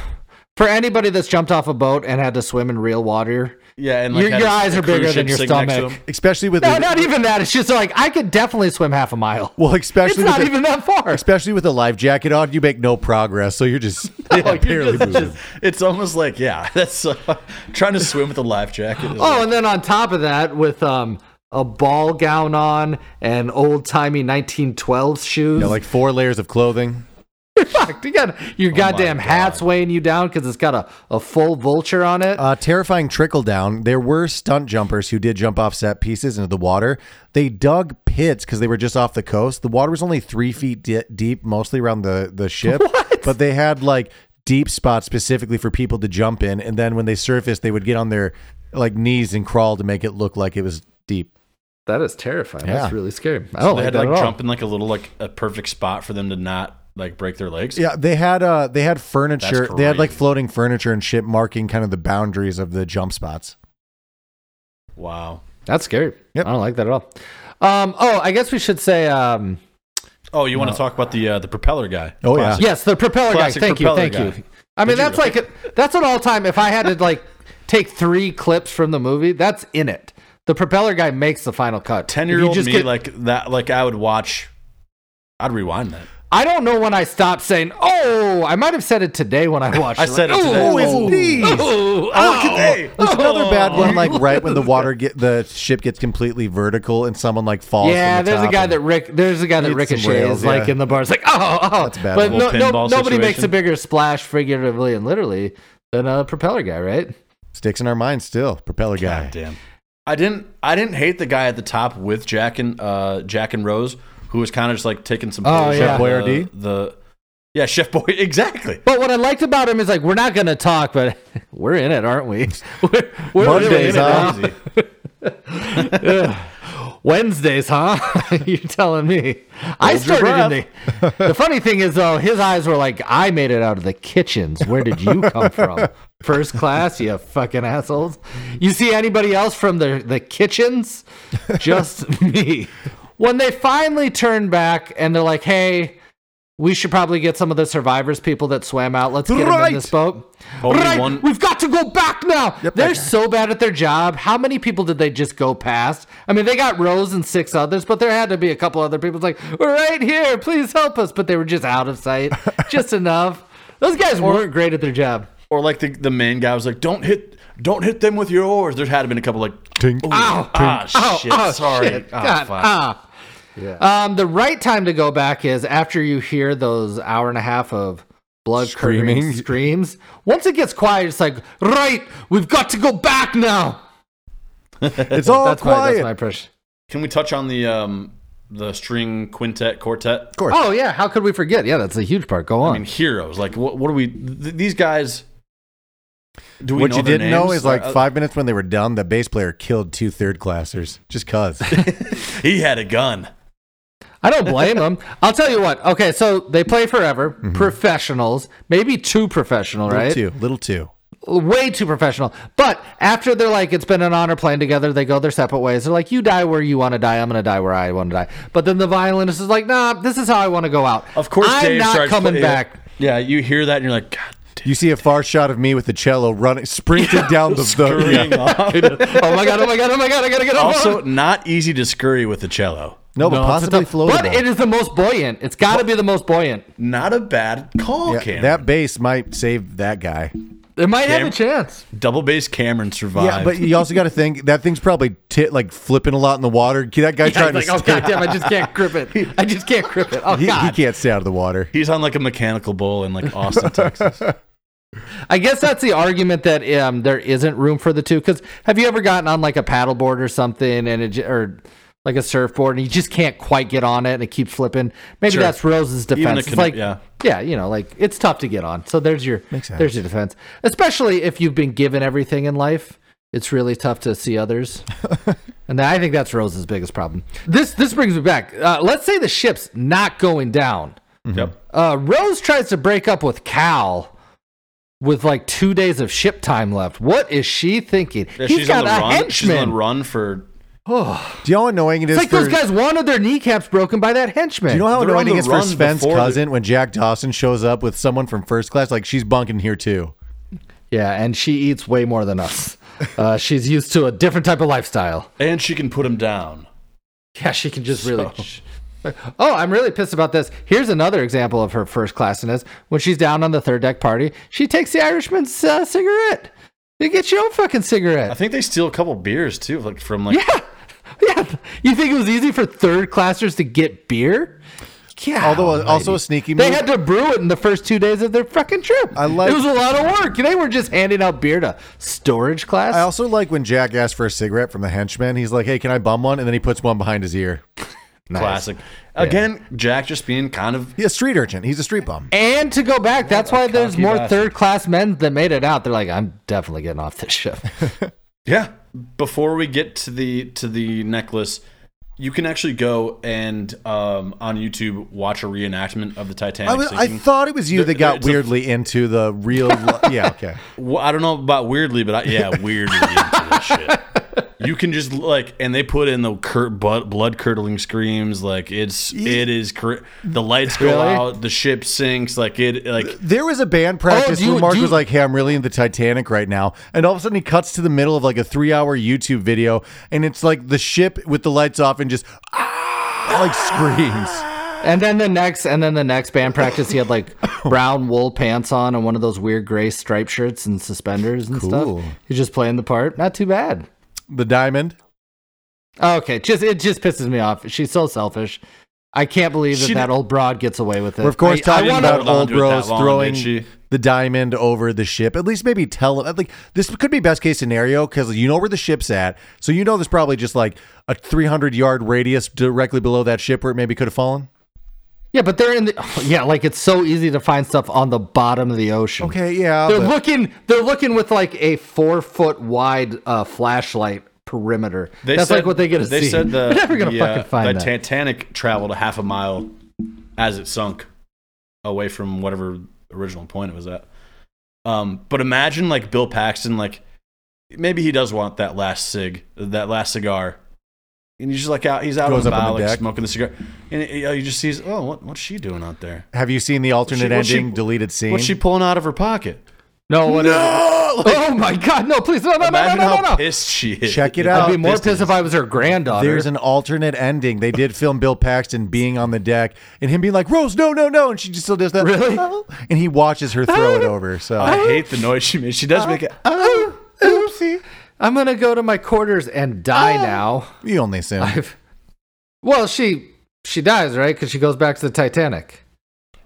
Speaker 4: For anybody that's jumped off a boat and had to swim in real water,
Speaker 3: yeah, and like
Speaker 4: Your-
Speaker 3: had
Speaker 4: your
Speaker 3: a-
Speaker 4: eyes
Speaker 3: a
Speaker 4: are bigger
Speaker 3: cruise
Speaker 4: than
Speaker 3: ship
Speaker 4: your
Speaker 3: sitting next to
Speaker 4: stomach.
Speaker 3: him.
Speaker 2: Especially with
Speaker 4: no,
Speaker 2: the,
Speaker 4: not even that. It's just like I could definitely swim half a mile.
Speaker 2: well, especially
Speaker 4: It's
Speaker 2: with
Speaker 4: not
Speaker 2: the-
Speaker 4: even that far.
Speaker 2: especially with a life jacket on, you make no progress. So you're just
Speaker 3: Like, Oh, you're
Speaker 2: barely
Speaker 3: just-
Speaker 2: moving.
Speaker 3: it's almost like yeah, that's uh, trying to swim with a life jacket. is
Speaker 4: Oh,
Speaker 3: like-
Speaker 4: and then on top of that, with um a ball gown on and old timey 1912 shoes.
Speaker 2: Yeah, like four layers of clothing.
Speaker 4: Fuck, you got your goddamn
Speaker 3: oh God.
Speaker 4: hat's weighing you down because it's got a, a full vulture on it.
Speaker 2: Uh, terrifying trickle down. There were stunt jumpers who did jump off set pieces into the water. They dug pits because they were just off the coast. The water was only three feet di- deep, mostly around the the ship. But they had like deep spots specifically for people to jump in, and then when they surfaced, they would get on their like knees and crawl to make it look like it was deep.
Speaker 4: that is terrifying.
Speaker 2: Yeah.
Speaker 4: That's really scary.
Speaker 2: Oh,
Speaker 4: I don't
Speaker 3: they
Speaker 4: like
Speaker 3: had
Speaker 4: that
Speaker 3: to
Speaker 4: at
Speaker 3: like
Speaker 4: all.
Speaker 3: jump in like a little like a perfect spot for them to not like break their legs.
Speaker 2: Yeah, they had uh they had furniture. They had like
Speaker 3: crazy.
Speaker 2: floating furniture and ship marking kind of the boundaries of the jump spots.
Speaker 3: Wow.
Speaker 4: That's scary.
Speaker 2: Yep.
Speaker 4: I don't like that at all. Um, oh, I guess we should say um,
Speaker 3: Oh, you want to talk about the uh, the propeller guy?
Speaker 2: Oh, yeah.
Speaker 4: yes, the propeller guy.
Speaker 3: Ah. Classic
Speaker 4: Thank
Speaker 3: propeller
Speaker 4: you, thank
Speaker 3: guy.
Speaker 4: you. I mean,
Speaker 3: Did you
Speaker 4: that's like a, that's an all time. If I had to like take three clips from the movie, that's in it. The propeller guy makes the final cut. If you
Speaker 3: Ten year old me
Speaker 4: just get-
Speaker 3: like that. Like I would watch. I'd rewind that.
Speaker 4: I don't know when I stopped saying, "Oh," I might have said it today when I watched.
Speaker 3: I
Speaker 4: it.
Speaker 3: said it today.
Speaker 2: Oh,
Speaker 4: "Oh,
Speaker 2: it's
Speaker 4: oh, oh, oh."
Speaker 3: Hey,
Speaker 2: There's another bad one, like right when the water get the ship gets completely vertical and someone like falls.
Speaker 4: Yeah,
Speaker 2: from the
Speaker 4: there's a
Speaker 2: top
Speaker 4: guy
Speaker 2: and-
Speaker 4: that Rick. There's a guy that
Speaker 2: Needs some
Speaker 4: ricochets
Speaker 2: rails,
Speaker 4: like
Speaker 2: yeah.
Speaker 4: in the bar. It's like, oh, oh,
Speaker 2: That's a bad
Speaker 4: But
Speaker 2: one.
Speaker 4: no, no,
Speaker 3: Pinball
Speaker 4: nobody makes
Speaker 3: situation.
Speaker 4: a bigger splash, figuratively and literally, than a propeller guy, right?
Speaker 2: sticks in our mind still. Propeller guy.
Speaker 3: God damn. I didn't. I didn't hate the guy at the top with Jack and uh, Jack and Rose who was kind of just like taking some.
Speaker 4: Oh,
Speaker 3: pay
Speaker 4: yeah.
Speaker 3: from
Speaker 4: Chef
Speaker 2: Boyardee?
Speaker 3: The, the yeah, Chef Boy, exactly.
Speaker 4: But what I liked about him is like we're not gonna talk, but we're in it, aren't we? We're, we're
Speaker 2: Mondays,
Speaker 4: in it,
Speaker 2: huh?
Speaker 4: huh? Wednesdays, huh? You're telling me. I
Speaker 3: Hold your
Speaker 4: started in the. The funny thing is, though, his eyes were like, "I made it out of the kitchens. Where did you come from? First class, you fucking assholes. You see anybody else from the the kitchens? Just me." When they finally turn back and they're like, "Hey, we should probably get some of the survivors, people that swam out. Let's get 'em
Speaker 2: Right.
Speaker 4: in this boat."
Speaker 3: Only
Speaker 4: right,
Speaker 3: one-
Speaker 4: we've got to go back now. They're so bad at their job. How many people did they just go past? I mean, they got Rose and six others, but there had to be a couple other people. It's like, we're right here. Please help us. But they were just out of sight, just enough. Those guys weren't great at their job.
Speaker 3: Or like the the main guy was like, "Don't hit, don't hit them with your oars." There had been a couple like,
Speaker 2: Tink.
Speaker 3: "Ooh,
Speaker 4: Ow,
Speaker 3: ah,
Speaker 4: Oh,
Speaker 3: shit,
Speaker 4: oh,
Speaker 3: sorry,
Speaker 4: shit.
Speaker 3: Ah,
Speaker 4: God,
Speaker 3: fuck.
Speaker 4: ah. Um, the right time to go back is after you hear those hour and a half of blood
Speaker 2: Screaming.
Speaker 4: screaming screams. Once it gets quiet, it's like, right, we've got to go back now.
Speaker 2: It's all
Speaker 4: That's my,
Speaker 2: quiet.
Speaker 4: that's my impression.
Speaker 3: Can we touch on the um the string quintet quartet?
Speaker 4: Oh yeah, how could we forget? Yeah, that's a huge part. Go
Speaker 3: I
Speaker 4: on.
Speaker 3: mean, heroes. Like, what, what do we? Th- these guys. Do we
Speaker 2: What
Speaker 3: know
Speaker 2: you
Speaker 3: their
Speaker 2: didn't know
Speaker 3: names?
Speaker 2: is like
Speaker 3: Uh,
Speaker 2: five minutes when they were done, the bass player killed two third classers just cause.
Speaker 3: He had a gun.
Speaker 4: I don't blame them. I'll tell you what. Okay, so they play forever. Professionals, maybe Mm-hmm. too professional, right?
Speaker 2: Little two, little two.
Speaker 4: Way too professional. But after they're like, it's been an honor playing together. They go their separate ways. They're like, you die where you want to die. I'm gonna die where I want to die. But then the violinist is like, nah, this is how I want to go out.
Speaker 3: Of course,
Speaker 4: I'm
Speaker 3: Dave
Speaker 4: not
Speaker 3: starts
Speaker 4: coming
Speaker 3: play-
Speaker 4: back.
Speaker 3: Yeah, you hear that and you're like, God damn.
Speaker 2: You see a far shot of me with the cello running, sprinting down the, the yeah.
Speaker 3: Scurrying off.
Speaker 4: oh my god! Oh my god! Oh my god! I gotta get off.
Speaker 3: also, not easy to scurry with the cello.
Speaker 2: no, but possibly
Speaker 4: but
Speaker 2: floatable.
Speaker 4: it is the most buoyant. It's got to be the most buoyant.
Speaker 3: Not a bad call,
Speaker 2: Yeah,
Speaker 3: Cameron.
Speaker 2: that bass might save that guy.
Speaker 4: It might have a
Speaker 3: Damn.
Speaker 4: chance.
Speaker 3: double bass Cameron survived.
Speaker 2: Yeah, but you also got to think that thing's probably ti like flipping a lot in the water. That guy
Speaker 4: Yeah,
Speaker 2: trying
Speaker 4: it's
Speaker 2: to
Speaker 4: like, oh
Speaker 2: stay-
Speaker 4: god damn, I just can't grip it. I just can't grip it. Oh
Speaker 2: he, he
Speaker 4: god.
Speaker 2: can't stay out of the water.
Speaker 3: he's on like a mechanical bull in like Austin, Texas.
Speaker 4: I guess that's the argument that um there isn't room for the two. Because have you ever gotten on like a paddleboard or something, and it, j- or like a surfboard, and you just can't quite get on it, and it keeps flipping? Maybe
Speaker 3: Sure.
Speaker 4: that's Rose's defense.
Speaker 3: Even a
Speaker 4: It's
Speaker 3: canoe-
Speaker 4: like
Speaker 3: yeah.
Speaker 4: yeah, you know, like it's tough to get on. So there's your
Speaker 2: Makes sense.
Speaker 4: there's your defense, especially if you've been given everything in life. It's really tough to see others. And I think that's Rose's biggest problem. This this brings me back. Uh, let's say the ship's not going down.
Speaker 3: Yep.
Speaker 4: Uh, Rose tries to break up with Cal with like two days of ship time left. What is she thinking?
Speaker 3: Yeah,
Speaker 4: He's got
Speaker 3: on the
Speaker 4: a
Speaker 3: run. She's on the
Speaker 4: henchman.
Speaker 3: run for.
Speaker 2: Do you know how annoying it is?
Speaker 4: It's like
Speaker 2: for,
Speaker 4: those guys wanted their kneecaps broken by that henchman.
Speaker 2: Do you know how
Speaker 3: They're on
Speaker 2: annoying it is
Speaker 3: the
Speaker 2: for
Speaker 3: run
Speaker 2: Sven's
Speaker 3: before the-
Speaker 2: cousin when Jack Dawson shows up with someone from first class? Like she's bunking here too.
Speaker 4: yeah, and she eats way more than us. Uh, she's used to a different type of lifestyle.
Speaker 3: And she can put him down.
Speaker 4: Yeah, she can just really.
Speaker 3: So-
Speaker 4: Oh, I'm really pissed about this. Here's another example of her first classiness. When she's down on the third deck party, she takes the Irishman's uh, cigarette. You get your own fucking
Speaker 3: I
Speaker 4: cigarette.
Speaker 3: think they steal a couple beers too, like from like.
Speaker 4: Yeah, yeah. You think it was easy for third classers to get beer? Yeah.
Speaker 2: Although uh, also a sneaky move.
Speaker 4: They had to brew it in the first two days of their fucking trip.
Speaker 2: I like-
Speaker 4: it was a lot of work. They were just handing out beer to storage class.
Speaker 2: I also like when Jack asks for a cigarette from the henchman. He's like, "Hey, can I bum one?" And then he puts one behind his ear.
Speaker 3: Classic. Again, Jack just being kind of
Speaker 2: He's a street urchin. He's a street bum.
Speaker 4: And to go back, that's why there's
Speaker 3: cocky
Speaker 4: more
Speaker 3: bastard.
Speaker 4: third class men that made it out. They're like, I'm definitely getting off this ship.
Speaker 3: yeah. Before we get to the to the necklace, you can actually go and um, on YouTube watch a reenactment of the Titanic
Speaker 2: I, was, I
Speaker 3: sinking.
Speaker 2: thought it was you that
Speaker 3: There-
Speaker 2: got
Speaker 3: it's a-
Speaker 2: weirdly into the real. li- yeah, okay.
Speaker 3: Well, I don't know about weirdly, but I, yeah, weirdly into this shit. You can just like, and they put in the cur- but, blood curdling screams. Like it's it is cur- the lights go
Speaker 4: Really?
Speaker 3: out, the ship sinks. Like it like
Speaker 2: There was a
Speaker 3: Oh,
Speaker 2: band practice
Speaker 4: do you-
Speaker 2: where Mark
Speaker 4: do you-
Speaker 2: was like, "Hey, I'm really into Titanic right now," and all of a sudden he cuts to the middle of like a three-hour YouTube video, and it's like the ship with the lights off and just "Ah," like screams.
Speaker 4: And then the next, and then the next band practice, he had like brown wool pants on and one of those weird gray striped shirts and suspenders and
Speaker 2: Cool.
Speaker 4: stuff. He's just playing the part. Not too bad.
Speaker 2: The diamond.
Speaker 4: Okay, just it just pisses me off. She's so selfish. I can't believe that
Speaker 3: She
Speaker 4: that
Speaker 3: did-
Speaker 4: old broad gets away with it.
Speaker 2: We're of course
Speaker 3: I- I
Speaker 2: talking
Speaker 3: didn't
Speaker 2: about
Speaker 3: hold on
Speaker 2: old
Speaker 3: to it that
Speaker 2: Rose
Speaker 3: long,
Speaker 2: throwing
Speaker 3: did she?
Speaker 2: the diamond over the ship. At least maybe tell him. Like this could be best case scenario because you know where the ship's at, so you know there's probably just like a 300 yard radius directly below that ship where it maybe could have fallen.
Speaker 4: yeah, but they're in the yeah, like it's so easy to find stuff on the bottom of the ocean.
Speaker 2: Okay, yeah,
Speaker 4: they're
Speaker 2: but-
Speaker 4: looking. They're looking with like a four foot wide uh, flashlight perimeter.
Speaker 3: They
Speaker 4: That's
Speaker 3: said-
Speaker 4: like what they get to
Speaker 3: They
Speaker 4: see.
Speaker 3: said the
Speaker 4: they're never gonna
Speaker 3: the, uh,
Speaker 4: fucking find
Speaker 3: the
Speaker 4: that.
Speaker 3: Titanic traveled a half a mile as it sunk away from whatever original point it was at. Um, but imagine like Bill Paxton, like maybe he does want that last cig, that last cigar, and he's just like out, he's out
Speaker 2: Goes
Speaker 3: on the
Speaker 2: up on
Speaker 3: bow,
Speaker 2: the
Speaker 3: like,
Speaker 2: deck.
Speaker 3: smoking the cigar, and uh, you, know, you just sees, oh, what, what's she doing out there?
Speaker 2: Have you seen the alternate
Speaker 3: what's she-
Speaker 2: ending deleted scene?
Speaker 3: What's she pulling out of her pocket?
Speaker 4: no, what is it?
Speaker 2: no!
Speaker 4: Oh my god! No, please, no, no, no,
Speaker 3: Imagine
Speaker 4: no, no,
Speaker 3: how
Speaker 4: no, no.
Speaker 3: pissed she is.
Speaker 2: Check it
Speaker 4: I'd
Speaker 2: out.
Speaker 4: be more
Speaker 3: pissed
Speaker 4: pissed if I was her granddaughter.
Speaker 2: There's an alternate ending. They did film Bill Paxton being on the deck and him being like, Rose, no, no, no. And she just still does that.
Speaker 4: Really?
Speaker 2: "Oh," And he watches her throw it over.
Speaker 3: I
Speaker 2: So
Speaker 3: hate the noise she makes. She does make it.
Speaker 4: Oh, oopsie. I'm gonna go to my quarters and die
Speaker 3: Oh.
Speaker 4: now.
Speaker 2: you only assume.
Speaker 4: I've, well, she she dies right because she goes back to the Titanic.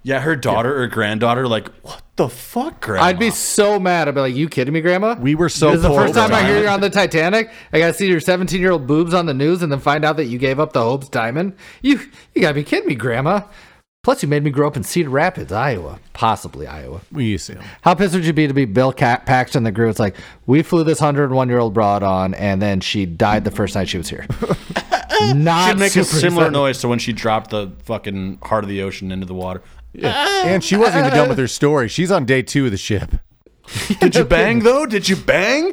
Speaker 3: Yeah, her daughter or granddaughter, like, what the fuck, grandma?
Speaker 4: I'd be so mad. I'd be like, "You kidding me, Grandma?
Speaker 2: We were so
Speaker 4: this is the
Speaker 2: close.
Speaker 4: first time I hear
Speaker 3: Diamond.
Speaker 4: you're on the Titanic. I gotta see your 17 year old boobs on the news and then find out that you gave up the Hope's diamond. You you gotta be kidding me, Grandma. Plus, you made me grow up in Cedar Rapids, Iowa, possibly Iowa.
Speaker 2: We assume.
Speaker 4: How pissed would you be to be Bill Ca- Paxton the crew? It's like we flew this hundred and one year old broad on, and then she died the first night she was here. Not
Speaker 3: She'd make a
Speaker 4: super
Speaker 3: similar
Speaker 4: excited.
Speaker 3: noise to when she dropped the fucking heart of the ocean into the water.
Speaker 2: And she wasn't even done with her story. She's on day two of the ship.
Speaker 3: Did you bang though? Did you bang?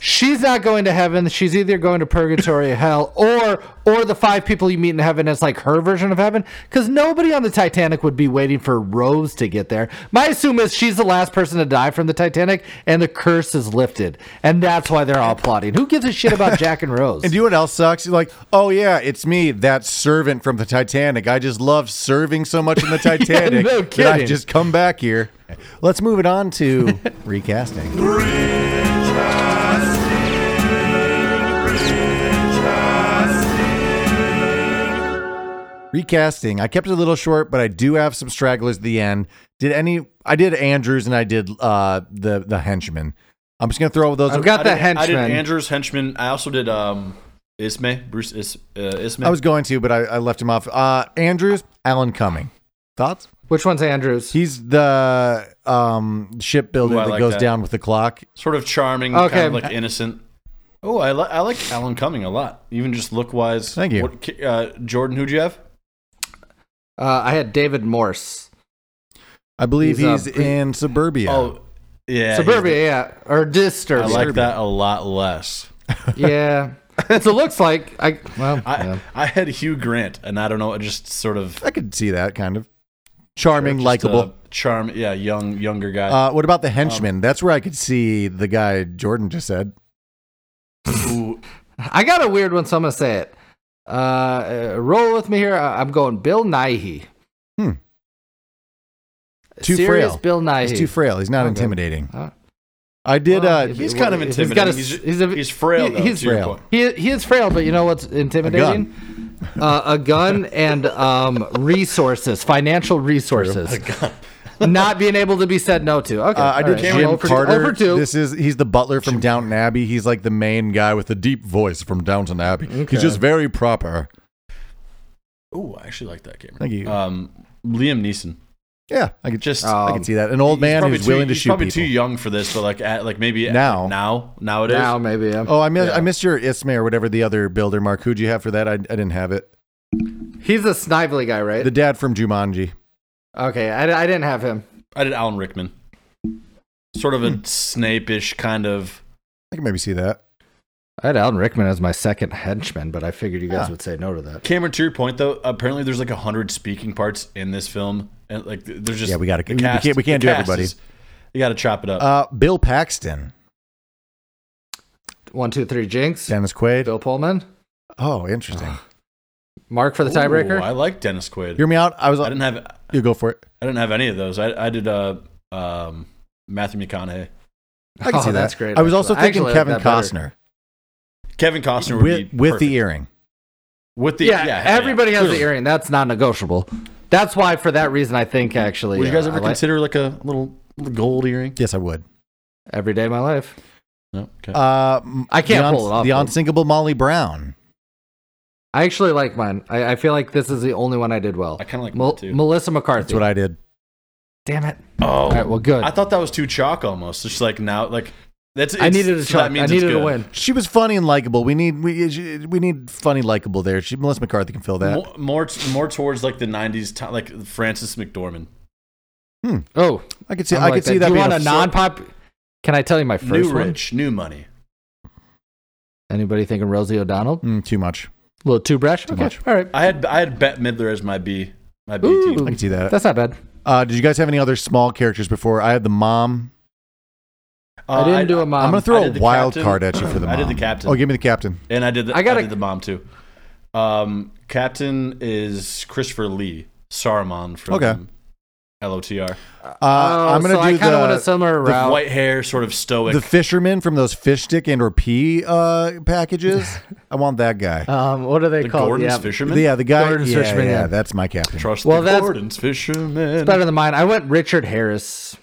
Speaker 4: She's not going to heaven. She's either going to purgatory or hell, or or the five people you meet in heaven. It's like her version of heaven, because nobody on the Titanic would be waiting for Rose to get there. My assume is she's the last person to die from the Titanic, and the curse is lifted, and that's why they're all plotting. Who gives a shit about Jack and Rose?
Speaker 2: And do you know what else sucks? You're like, oh yeah, it's me, that servant from the Titanic. I just love serving so much in the Titanic
Speaker 4: no
Speaker 2: that I
Speaker 4: kidding.
Speaker 2: just come back here. Let's move it on to recasting. Recasting. I kept it a little short, but I do have some stragglers at the end. Did any? I did Andrews and I did uh, the the henchman. I'm just gonna throw those.
Speaker 4: I've got
Speaker 3: I
Speaker 4: the
Speaker 3: did, I
Speaker 4: henchman.
Speaker 3: did Andrew's henchman. I also did um, Ismay, Bruce Is, uh, Ismay.
Speaker 2: I was going to, but I, I left him off. Uh, Andrews, Alan Cumming. Thoughts?
Speaker 4: Which one's Andrews?
Speaker 2: He's the um, shipbuilder
Speaker 3: Ooh, I
Speaker 2: that
Speaker 3: like
Speaker 2: goes
Speaker 3: that.
Speaker 2: down with the clock.
Speaker 3: sort of charming,
Speaker 4: Okay.
Speaker 3: kind of like innocent. Oh, I, li- I like Alan Cumming a lot, even just look wise.
Speaker 2: Thank you.
Speaker 3: What, ki- uh, Jordan. Who'd you have?
Speaker 4: Uh, I had David Morse.
Speaker 2: I believe he's,
Speaker 4: He's, uh,
Speaker 2: in suburbia.
Speaker 3: Oh, yeah, he's
Speaker 4: Suburbia, yeah. Or
Speaker 3: the-
Speaker 4: Disturbia.
Speaker 3: I like that a lot less.
Speaker 4: yeah. so it looks like I well
Speaker 3: I,
Speaker 4: yeah.
Speaker 3: I had Hugh Grant, and I don't know, it just sort of
Speaker 2: I could see that kind of charming,
Speaker 3: just uh, um,
Speaker 2: likable.
Speaker 3: a charm. Yeah, young, younger guy.
Speaker 2: Uh, what about the henchman? That's where I could see the guy Jordan just said.
Speaker 3: Ooh,
Speaker 4: I got a weird one, so I'm gonna say it. Uh, uh, roll with me here. I- I'm going Bill Nighy.
Speaker 2: Hmm. Too
Speaker 4: Serious
Speaker 2: frail.
Speaker 4: Bill Nighy.
Speaker 2: He's too frail. He's not
Speaker 4: Okay.
Speaker 2: intimidating.
Speaker 4: Huh?
Speaker 2: I did.
Speaker 4: Well,
Speaker 2: Uh,
Speaker 4: if
Speaker 3: he's
Speaker 4: it-
Speaker 3: kind of
Speaker 4: if
Speaker 3: intimidating.
Speaker 4: He's, got a,
Speaker 3: he's,
Speaker 4: he's, a,
Speaker 3: he's frail.
Speaker 4: he-
Speaker 3: though,
Speaker 4: he's
Speaker 3: to your
Speaker 2: frail.
Speaker 3: point.
Speaker 4: He, he is frail, but you know what's intimidating? Uh, a gun and um, resources, financial resources. Not being able to be said no to. Okay.
Speaker 2: uh, I
Speaker 4: all
Speaker 2: did
Speaker 4: right.
Speaker 2: Jim
Speaker 4: Over two-
Speaker 2: Carter.
Speaker 4: over two.
Speaker 2: This is he's the butler from Downton Abbey. He's like the main guy with the deep voice from Downton Abbey. He's just very proper.
Speaker 3: Ooh, I actually like that Cameron.
Speaker 2: Thank you.
Speaker 3: Um, Liam Neeson.
Speaker 2: Yeah, I could
Speaker 3: Just
Speaker 2: I
Speaker 4: Um,
Speaker 2: could see that. An old man
Speaker 3: probably
Speaker 2: who's
Speaker 3: too-
Speaker 2: willing to
Speaker 3: he's
Speaker 2: shoot
Speaker 3: probably
Speaker 2: people.
Speaker 3: too young for this, but like at, like maybe at-
Speaker 2: Now.
Speaker 3: now nowadays.
Speaker 4: now maybe. Yeah.
Speaker 2: Oh, I missed I missed your Ismay or whatever the other builder mark. Who'd you have for that? I, I didn't have it.
Speaker 4: He's the snively guy, right?
Speaker 2: The dad from Jumanji.
Speaker 4: okay, I, I didn't have him.
Speaker 3: I did Alan Rickman. Sort of a
Speaker 2: Hmm.
Speaker 3: Snape-ish kind of.
Speaker 2: I can maybe see that.
Speaker 4: I had Alan Rickman as my second henchman, but I figured you guys
Speaker 2: Yeah.
Speaker 4: would say no to that.
Speaker 3: Cameron, to your point though, apparently there's like a hundred speaking parts in this film, and like there's just
Speaker 2: Yeah, we gotta-
Speaker 3: the
Speaker 2: we can't- we can't
Speaker 3: the
Speaker 2: do
Speaker 3: cast
Speaker 2: everybody.
Speaker 3: is- you got to chop it up.
Speaker 2: Uh, Bill Paxton,
Speaker 4: One, two, three, Jinx.
Speaker 2: Dennis Quaid.
Speaker 4: Bill Pullman.
Speaker 2: Oh, interesting.
Speaker 4: Mark for the tiebreaker.
Speaker 3: Ooh, I like Dennis Quaid.
Speaker 2: Hear me out. I was.
Speaker 3: I didn't have
Speaker 2: you go for it.
Speaker 3: I didn't have any of those. I I did uh um Matthew McConaughey.
Speaker 2: I can
Speaker 4: Oh,
Speaker 2: see that.
Speaker 4: that's great,
Speaker 2: I was
Speaker 4: actually.
Speaker 2: also
Speaker 4: I
Speaker 2: thinking
Speaker 4: actually like
Speaker 2: Kevin
Speaker 4: that
Speaker 2: Costner
Speaker 4: better.
Speaker 3: Kevin Costner would
Speaker 2: with
Speaker 3: be
Speaker 2: with
Speaker 3: perfect.
Speaker 2: the earring.
Speaker 3: With the
Speaker 4: yeah,
Speaker 3: yeah,
Speaker 4: everybody has the
Speaker 3: clearly.
Speaker 4: earring. That's not negotiable. That's why, for that reason, I think actually.
Speaker 3: Would you guys
Speaker 4: uh,
Speaker 3: ever
Speaker 4: I like-
Speaker 3: consider like a little, little gold earring?
Speaker 2: Yes, I would.
Speaker 4: every day of my life?
Speaker 3: No. Okay.
Speaker 2: Uh,
Speaker 4: I can't
Speaker 2: the
Speaker 4: pull it off,
Speaker 2: The
Speaker 4: dude.
Speaker 2: unsinkable Molly Brown.
Speaker 4: I actually like mine. I, I feel like this is the only one I did well.
Speaker 3: I kind of like
Speaker 4: Mel-
Speaker 3: that too.
Speaker 4: Melissa McCarthy.
Speaker 2: That's what I did.
Speaker 4: Damn it.
Speaker 3: oh,
Speaker 4: All right. Well, good.
Speaker 3: I thought that was too chalk almost. It's just like now, like that's.
Speaker 4: I
Speaker 3: it's-
Speaker 4: needed a
Speaker 3: so that
Speaker 4: shot.
Speaker 3: means
Speaker 4: I
Speaker 3: it's
Speaker 4: needed a
Speaker 3: good.
Speaker 4: win.
Speaker 2: She was funny and likable. We need we she- we need funny likable there. She, Melissa McCarthy can fill that.
Speaker 3: More, more, more towards like the '90s, ti- like Francis McDormand,
Speaker 4: Oh,
Speaker 2: I could see
Speaker 4: I'm
Speaker 2: I
Speaker 4: like
Speaker 2: could see that
Speaker 4: Do you
Speaker 2: being
Speaker 4: want a non-pop? Can I tell you my first
Speaker 3: new
Speaker 4: one?
Speaker 3: rich, new money.
Speaker 4: Anybody thinking Rosie O'Donnell?
Speaker 2: Mm, too much.
Speaker 4: A little too brash. okay.
Speaker 2: much.
Speaker 4: All right.
Speaker 3: I had I had Bette Midler as my B, my B
Speaker 4: Ooh.
Speaker 2: I
Speaker 3: team.
Speaker 2: can see that.
Speaker 4: That's not bad.
Speaker 2: Uh, did you guys have any other small characters before? I had the mom.
Speaker 3: Uh,
Speaker 4: I didn't do a mom.
Speaker 2: I'm gonna
Speaker 3: I
Speaker 2: throw a
Speaker 3: did the
Speaker 2: wild
Speaker 3: captain.
Speaker 2: card at you for the mom.
Speaker 3: I did the captain.
Speaker 2: Oh, give me the captain.
Speaker 3: and I did. The,
Speaker 4: I
Speaker 3: I
Speaker 4: gotta-
Speaker 3: did the bomb too. Um, Captain is Christopher Lee Saruman from
Speaker 2: Okay.
Speaker 3: LOTR.
Speaker 2: Uh,
Speaker 4: Oh,
Speaker 2: I'm gonna do
Speaker 4: so I kind of want a
Speaker 2: the
Speaker 4: similar route.
Speaker 3: White hair, sort of stoic.
Speaker 2: the fisherman from those fish stick and or pea uh, packages. I want that guy.
Speaker 4: um, what are they
Speaker 3: the
Speaker 4: called?
Speaker 3: Gordon's
Speaker 4: yeah.
Speaker 3: fisherman.
Speaker 2: yeah, the guy.
Speaker 4: Gordon's
Speaker 2: Yeah,
Speaker 4: fisherman,
Speaker 2: yeah,
Speaker 4: yeah.
Speaker 2: that's my captain.
Speaker 3: Trust
Speaker 4: Well,
Speaker 3: the
Speaker 4: that's-
Speaker 3: Gordon's fisherman.
Speaker 4: It's better than mine. I went Richard Harris.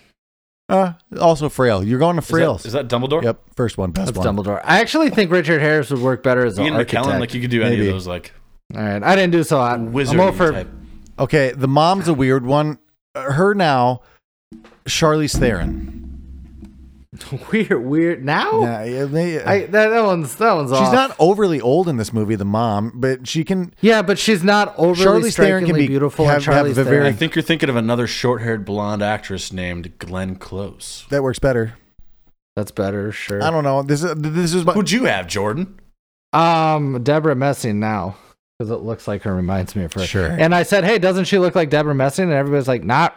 Speaker 2: Uh, also frail. You're going to
Speaker 3: Is that-
Speaker 2: frails.
Speaker 3: Is that Dumbledore?
Speaker 2: yep, first one, best
Speaker 4: That's
Speaker 2: one.
Speaker 4: Dumbledore. I actually think Richard Harris would work better as an
Speaker 3: Ian
Speaker 4: architect.
Speaker 3: McKellen, like you could do any
Speaker 2: Maybe.
Speaker 3: of those, like
Speaker 4: All right, I didn't do so hot.
Speaker 3: wizard
Speaker 4: I'm over.
Speaker 3: type.
Speaker 2: Okay, the mom's a weird one. Uh, Her now, Charlize Theron.
Speaker 4: Weird, weird. Now,
Speaker 2: Yeah, yeah, they-
Speaker 4: Oh. I that, that one's that one's
Speaker 2: she's
Speaker 4: off.
Speaker 2: not overly old in this movie, the mom, but she can.
Speaker 4: Yeah, but she's not overly
Speaker 2: Charlize Theron can
Speaker 4: strikingly
Speaker 2: be-
Speaker 4: beautiful.
Speaker 2: have-
Speaker 4: Have,
Speaker 2: have
Speaker 4: Charlize
Speaker 2: a very-
Speaker 3: I
Speaker 4: Theron.
Speaker 3: think you're thinking of another short-haired blonde actress named Glenn Close.
Speaker 2: That works better.
Speaker 4: That's better. Sure.
Speaker 2: I don't know. This is this is my,
Speaker 3: Who'd you have, Jordan?
Speaker 4: Um, Deborah Messing now because it looks like her reminds me of her.
Speaker 2: Sure.
Speaker 4: And I said, hey, doesn't she look like Deborah Messing? And everybody's like, not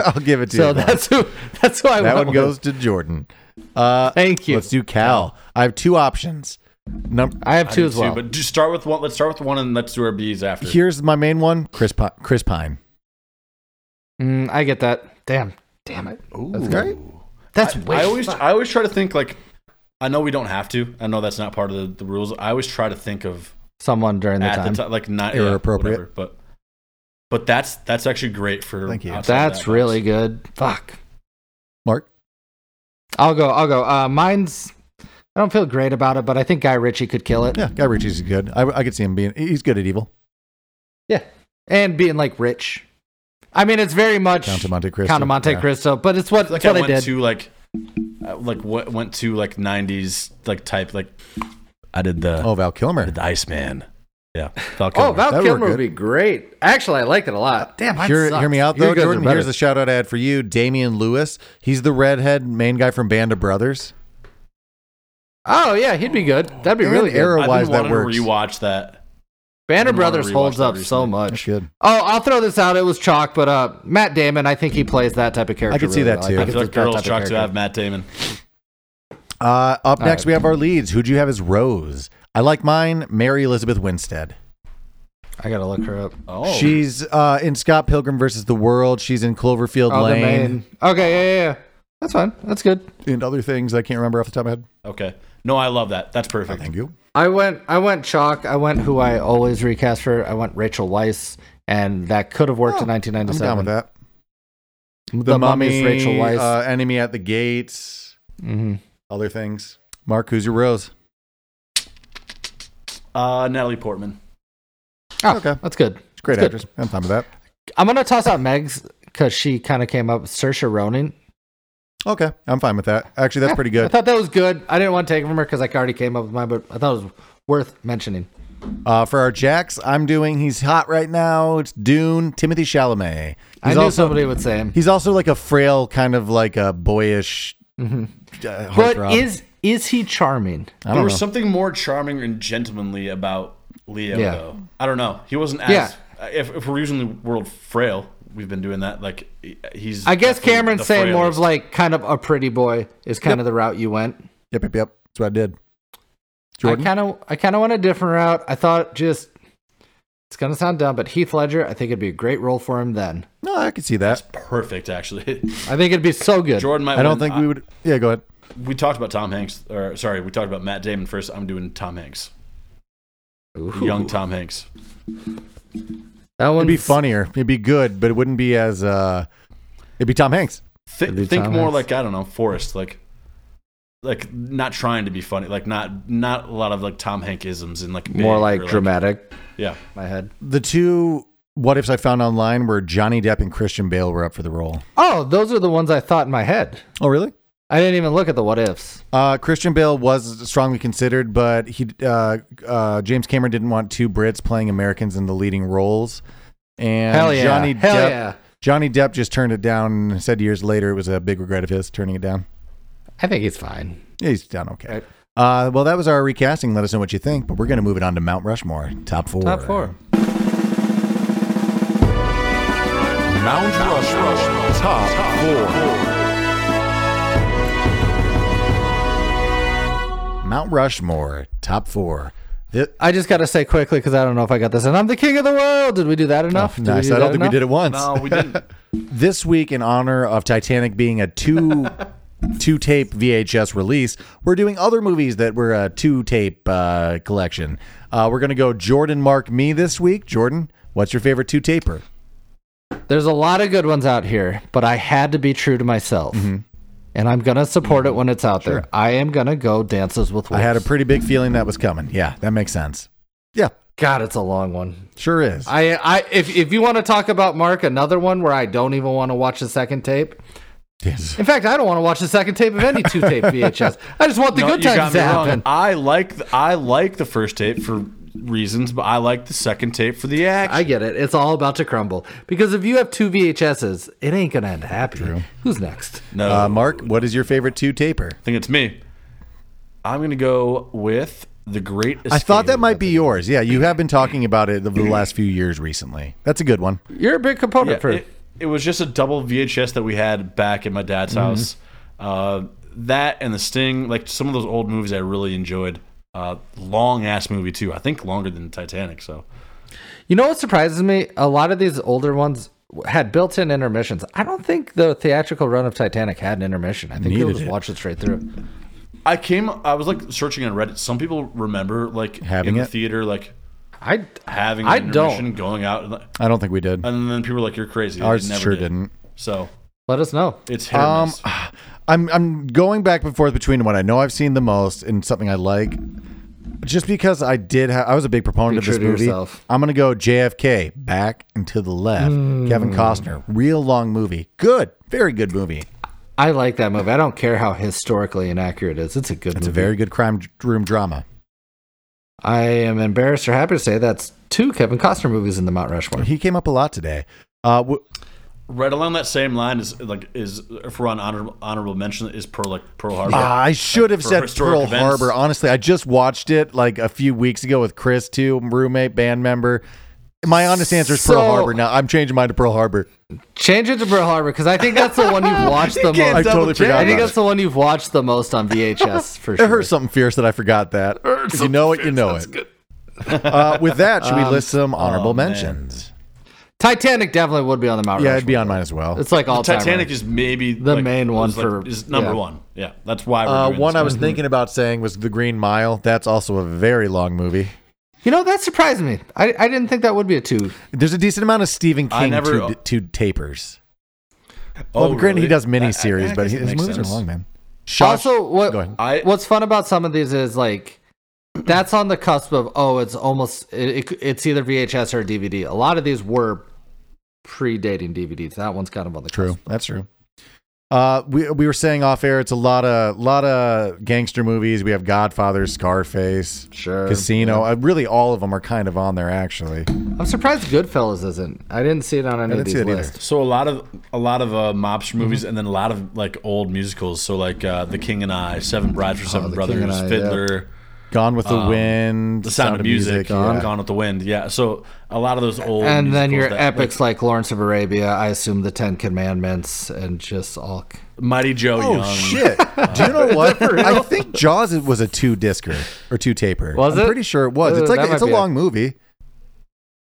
Speaker 2: I'll give it to
Speaker 4: so
Speaker 2: you. though.
Speaker 4: that's who. That's who I
Speaker 2: that
Speaker 4: went
Speaker 2: one goes to Jordan. Uh,
Speaker 4: Thank you.
Speaker 2: Let's do Cal. I have two options. Num-
Speaker 4: with. I have
Speaker 3: I
Speaker 4: two
Speaker 3: do
Speaker 4: as
Speaker 3: too,
Speaker 4: well.
Speaker 3: But just start with one. Let's start with one, and let's do our B's after.
Speaker 2: here's my main one: Chris Pine. Chris Pine.
Speaker 4: Mm, I get that. Damn. Damn it.
Speaker 3: Ooh.
Speaker 4: That's great. That's
Speaker 3: I,
Speaker 4: way.
Speaker 3: I always,
Speaker 4: fuck.
Speaker 3: I always try to think like. I know we don't have to. I know that's not part of the, the rules. I always try to think of
Speaker 4: someone during the
Speaker 3: at
Speaker 4: time.
Speaker 3: the time, like not
Speaker 2: Era
Speaker 3: yeah,
Speaker 2: appropriate.
Speaker 3: whatever, but but that's that's actually great for.
Speaker 2: Thank you.
Speaker 3: outside of
Speaker 4: That's
Speaker 3: that
Speaker 4: really good. Fuck.
Speaker 2: Mark.
Speaker 4: I'll go. I'll go. Uh, mine's. I don't feel great about it, but I think Guy Ritchie could kill it.
Speaker 2: Yeah, Guy Ritchie's good. I, I could see him being. He's good at evil.
Speaker 4: Yeah. And being like rich. I mean, it's very much
Speaker 2: Count of Monte Cristo.
Speaker 4: Count of Monte
Speaker 2: Yeah.
Speaker 4: Cristo, but it's what,
Speaker 3: like
Speaker 4: it's what
Speaker 3: I
Speaker 4: I
Speaker 3: went
Speaker 4: did.
Speaker 3: to like uh, like what went to like '90s like type like I did the
Speaker 2: Oh, Val Kilmer.
Speaker 3: did the Iceman. Yeah, Val
Speaker 4: oh,
Speaker 3: Kilmer.
Speaker 4: Val
Speaker 2: That were
Speaker 4: Kilmer
Speaker 2: good.
Speaker 4: would be great. Actually, I liked it a lot. Damn, I
Speaker 2: Hear, hear me out though, Jordan. Here's a shout out ad for you, Damian Lewis. He's the redhead main guy from Band of Brothers.
Speaker 4: oh yeah, he'd be good. That'd be
Speaker 2: And
Speaker 4: really
Speaker 2: Arrow-
Speaker 4: good.
Speaker 3: I've
Speaker 2: Otherwise,
Speaker 3: been
Speaker 2: that
Speaker 3: wanting to
Speaker 2: works.
Speaker 3: rewatch that.
Speaker 4: Banner
Speaker 3: I've been wanting to
Speaker 4: Brothers
Speaker 3: rewatch
Speaker 4: holds
Speaker 3: that
Speaker 4: up so
Speaker 3: recently.
Speaker 4: much.
Speaker 2: That's good.
Speaker 4: Oh, I'll throw this out. It was chalk, but uh, Matt Damon, I think he plays that type of character.
Speaker 2: I could see
Speaker 4: really
Speaker 2: that
Speaker 4: well.
Speaker 2: too.
Speaker 4: think
Speaker 3: I
Speaker 4: it's
Speaker 3: feel like
Speaker 4: that type
Speaker 3: girls
Speaker 4: of
Speaker 3: shocked to
Speaker 4: character.
Speaker 3: have Matt Damon.
Speaker 2: Uh, up
Speaker 4: All
Speaker 2: next,
Speaker 4: right.
Speaker 2: we have our leads. Who'd you have as Rose? I like mine, Mary Elizabeth Winstead.
Speaker 4: I gotta look her up.
Speaker 3: Oh,
Speaker 2: She's uh, in Scott Pilgrim versus the World. She's in Cloverfield
Speaker 4: Oh, the
Speaker 2: Lane
Speaker 4: main. Okay, yeah, yeah, yeah. That's fine. That's good.
Speaker 2: and other things I can't remember off the top of my head.
Speaker 3: Oh, okay. No, I love that. That's perfect.
Speaker 2: Thank you.
Speaker 4: I went I went chalk. I went who I always recast her. I went Rachel Weisz, and that could have worked in
Speaker 2: Oh, I'm down with
Speaker 4: 1997.
Speaker 2: that.
Speaker 4: The, Mummy's Rachel Weisz.
Speaker 2: uh, Enemy at the Gates,
Speaker 4: Mhm.
Speaker 2: other things. Mark, who's your Rose?
Speaker 3: Uh, Natalie Portman.
Speaker 4: Oh,
Speaker 2: okay.
Speaker 4: that's good.
Speaker 2: She's a great
Speaker 4: Good.
Speaker 2: actress. I'm fine with that.
Speaker 4: I'm gonna toss out Meg's because she kind of came up. Saoirse Ronan.
Speaker 2: Okay, I'm fine with that. Actually, that's pretty
Speaker 4: I
Speaker 2: good.
Speaker 4: thought that was good. I didn't want to take it from her because I already came up with mine, but I thought it was worth mentioning.
Speaker 2: Uh, for our Jacks, I'm doing. He's hot right now. It's Dune. Timothy Chalamet.
Speaker 4: I
Speaker 2: He's
Speaker 4: knew
Speaker 2: also
Speaker 4: somebody would say him.
Speaker 2: he's also like a frail kind of like a boyish. Uh,
Speaker 4: But
Speaker 2: heartthrob.
Speaker 4: is is he charming?
Speaker 2: I
Speaker 3: there
Speaker 2: don't
Speaker 3: was
Speaker 2: know.
Speaker 3: something more charming and gentlemanly about Leo,
Speaker 4: Yeah.
Speaker 3: though. I don't know. He wasn't as.
Speaker 4: Yeah.
Speaker 3: If, if we're using the word frail, we've been doing that. Like, he's.
Speaker 4: I guess
Speaker 3: definitely
Speaker 4: Cameron's
Speaker 3: the
Speaker 4: saying more of
Speaker 3: frailest.
Speaker 4: like kind of a pretty boy is kind of the route you went.
Speaker 2: Yep, yep, yep. That's what I did. Jordan.
Speaker 4: I kind of I kind of went a different route. I thought just it's gonna sound dumb, but Heath Ledger. I think it'd be a great role for him. Then
Speaker 2: no, I could see that.
Speaker 3: Perfect, actually.
Speaker 4: I think it'd be so good.
Speaker 3: Jordan might
Speaker 2: I don't
Speaker 3: win.
Speaker 2: think we would. Yeah, go ahead.
Speaker 3: We talked about Tom Hanks, or sorry, we talked about Matt Damon first. I'm doing Tom Hanks. young Tom Hanks.
Speaker 4: That
Speaker 2: It'd
Speaker 4: would
Speaker 2: be funnier. It'd be good, but it wouldn't be as. uh It'd be Tom Hanks.
Speaker 3: Th-
Speaker 4: It'd be
Speaker 3: think
Speaker 4: Tom
Speaker 3: more
Speaker 4: Hanks.
Speaker 3: like I don't know, Forrest, like like not trying to be funny, like not not a lot of like Tom Hankisms and like
Speaker 4: More
Speaker 3: big
Speaker 4: like
Speaker 3: or,
Speaker 4: dramatic.
Speaker 3: yeah.
Speaker 4: My head.
Speaker 2: The two what ifs I found online were Johnny Depp and Christian Bale were up for the role.
Speaker 4: Oh, those are the ones I thought in my head.
Speaker 2: Oh, really?
Speaker 4: I didn't even look at the what ifs.
Speaker 2: Uh, Christian Bale was strongly considered, but he uh, uh, James Cameron didn't want two Brits playing Americans in the leading roles, and
Speaker 4: Hell yeah.
Speaker 2: Johnny
Speaker 4: Hell
Speaker 2: Depp.
Speaker 4: yeah.
Speaker 2: Johnny Depp just turned it down and said years later it was a big regret of his turning it down.
Speaker 4: I think he's fine.
Speaker 2: Yeah, He's done okay.
Speaker 4: Right.
Speaker 2: Uh, well, that was our recasting. Let us know what you think, but we're going to move it on to Mount Rushmore. Top four.
Speaker 4: Top four.
Speaker 2: Mount Rushmore. Top four. Mount Rushmore. Top four. Thi-
Speaker 4: I just got to say quickly because I don't know if I got this. And I'm the king of the world. Did we do that enough? Did we
Speaker 2: Oh, nice.
Speaker 4: do
Speaker 2: I
Speaker 4: that
Speaker 2: don't think we
Speaker 4: enough?
Speaker 2: did it once.
Speaker 3: No, Oh, we didn't.
Speaker 2: This week, in honor of Titanic being a two two tape VHS release, we're doing other movies that were a two tape uh, collection. Uh, we're gonna go Jordan Mark Me this week. Jordan, what's your favorite two taper?
Speaker 4: There's a lot of good ones out here, but I had to be true to myself.
Speaker 3: Mm-hmm.
Speaker 4: And I'm going to support it when it's out there. I am going to go Dances with Wolves.
Speaker 2: I had a pretty big feeling that was coming. Yeah, that makes sense. Yeah,
Speaker 4: God, it's a long one.
Speaker 2: sure is.
Speaker 4: I, I, if, if you want to talk about Mark, another one where I don't even want to watch the second tape.
Speaker 2: Yes.
Speaker 4: In fact, I don't want to watch the second tape of any two tape VHS. I just want the
Speaker 3: No,
Speaker 4: good
Speaker 3: you got
Speaker 4: times
Speaker 3: me
Speaker 4: to
Speaker 3: wrong.
Speaker 4: happen.
Speaker 3: I like the, I like the first tape for reasons, but I like the second tape for the action.
Speaker 4: I get it. It's all about to crumble. Because if you have two VHSs, it ain't going to end happy. Who's next?
Speaker 3: no,
Speaker 2: Uh, Mark, what is your favorite two taper?
Speaker 3: I think it's me. I'm gonna go with the Great. Escape.
Speaker 2: I thought that might be yours. Yeah, you have been talking about it over the last few years recently. That's a good one.
Speaker 4: You're a big component
Speaker 3: Yeah,
Speaker 4: for
Speaker 3: it, it was just a double VHS that we had back at my dad's
Speaker 2: Mm-hmm.
Speaker 3: house. Uh, that and The Sting, like some of those old movies, I really enjoyed. Uh, long ass movie too. I think longer than Titanic. So
Speaker 4: You know what surprises me? A lot of these older ones had built-in intermissions. I don't think the theatrical run of Titanic had an intermission. I think
Speaker 2: Neither
Speaker 4: you'll just
Speaker 2: did.
Speaker 4: watch it straight through.
Speaker 3: I came. I was like searching on Reddit. Some people remember like
Speaker 2: Having
Speaker 3: in the
Speaker 2: it?
Speaker 3: theater, like
Speaker 4: I
Speaker 3: having an
Speaker 4: I don't.
Speaker 3: intermission, going out, and, like-
Speaker 2: I don't think we did.
Speaker 3: and then people were like, "You're crazy." They
Speaker 2: Ours
Speaker 3: never
Speaker 2: sure
Speaker 3: did.
Speaker 2: didn't.
Speaker 3: So
Speaker 4: let us know.
Speaker 3: it's hit or
Speaker 2: Um,
Speaker 3: miss.
Speaker 2: I'm I'm going back and forth between what I know I've seen the most and something I like. Just because I did, ha- I was a big proponent
Speaker 4: Be
Speaker 2: of
Speaker 4: true
Speaker 2: this
Speaker 4: to
Speaker 2: movie.
Speaker 4: yourself.
Speaker 2: I'm gonna go JFK back and to the left. Kevin Costner, real long movie, good, very good movie.
Speaker 4: I like that movie. I don't care how historically inaccurate it is. It's a good
Speaker 2: It's a
Speaker 4: movie.
Speaker 2: very good crime d- room drama.
Speaker 4: I am embarrassed or happy to say that's two Kevin Costner movies in the Mount Rushmore.
Speaker 2: He came up a lot today. Uh, w-
Speaker 3: right along that same line is like is if we're on honorable, honorable mention is Pearl like Pearl Harbor.
Speaker 2: uh, I should have
Speaker 3: for
Speaker 2: said
Speaker 3: historic
Speaker 2: Pearl
Speaker 3: events.
Speaker 2: Harbor. Honestly, I just watched it like a few weeks ago with Chris, too, roommate, band member. My honest answer is Pearl
Speaker 4: So-
Speaker 2: Harbor. Now I'm changing mine to Pearl Harbor.
Speaker 4: Change it to Pearl Harbor because I think that's the one you've watched the
Speaker 2: I
Speaker 4: most.
Speaker 2: totally forgot.
Speaker 4: I
Speaker 2: about
Speaker 4: think
Speaker 2: it.
Speaker 4: that's the one you've watched the most on VHS for sure.
Speaker 2: It hurts something fierce that I forgot that. If you know it, you know it. uh, with that, should we list
Speaker 3: oh,
Speaker 2: some honorable mentions?
Speaker 4: Titanic definitely would be on the Mount
Speaker 2: Yeah,
Speaker 4: Rushmore.
Speaker 2: it'd be on mine as well.
Speaker 4: It's like all
Speaker 3: Titanic is maybe
Speaker 4: The main one
Speaker 3: was,
Speaker 4: for-
Speaker 3: is number
Speaker 4: yeah.
Speaker 3: one. Yeah, that's why we're
Speaker 2: uh,
Speaker 3: doing
Speaker 2: one
Speaker 3: this
Speaker 2: I was thinking about saying was The Green Mile. That's also a very long movie.
Speaker 4: You know that surprised me. I, I didn't think that would be a two.
Speaker 2: There's a decent amount of Stephen
Speaker 3: I
Speaker 2: King
Speaker 3: never-
Speaker 2: to, to tapers.
Speaker 3: Oh,
Speaker 2: well, granted, he
Speaker 3: really?
Speaker 2: does
Speaker 3: I- I-
Speaker 2: miniseries,
Speaker 3: I
Speaker 2: but
Speaker 3: guess
Speaker 2: his
Speaker 3: that makes
Speaker 2: movies
Speaker 3: sense.
Speaker 2: are long, man. Shawsh-
Speaker 4: Also, what
Speaker 2: go ahead.
Speaker 3: I
Speaker 4: what's fun about some of these is like that's on the cusp of oh, it's almost it, it, it's either VHS or DVD. A lot of these were predating DVDs. That one's kind of on the
Speaker 2: True,
Speaker 4: cusp.
Speaker 2: that's true. Uh, we we were saying off air. It's a lot of lot of gangster movies. We have Godfather, Scarface,
Speaker 4: Sure.
Speaker 2: Casino. Uh, really, all of them are kind of on there. Actually,
Speaker 4: I'm surprised Goodfellas isn't. I didn't see it on any
Speaker 2: I didn't
Speaker 4: of these
Speaker 2: see that either.
Speaker 4: lists.
Speaker 3: so a lot of a lot of uh,
Speaker 2: Mm-hmm.
Speaker 3: mobster movies, and then a lot of like old musicals. So like uh, The King and I, Seven Brides
Speaker 2: Oh,
Speaker 3: for Seven
Speaker 4: The King and
Speaker 3: Brothers,
Speaker 4: I,
Speaker 3: Fiddler,
Speaker 2: Gone with the Wind,
Speaker 3: Um, The Sound, of Music, um,
Speaker 2: yeah.
Speaker 3: Gone with the Wind. Yeah, so a lot of those old
Speaker 4: And then your
Speaker 3: musicals that-
Speaker 4: epics like, Lawrence of Arabia, I assume the Ten Commandments, and just all.
Speaker 3: like Mighty Joe
Speaker 2: Oh
Speaker 3: Young.
Speaker 2: shit! Do you know what? I think Jaws it was a two discer or two taper.
Speaker 4: Was
Speaker 2: I'm
Speaker 4: it?
Speaker 2: pretty sure it was.
Speaker 4: Uh,
Speaker 2: It's like
Speaker 4: that
Speaker 2: it's a
Speaker 4: might be
Speaker 2: long movie.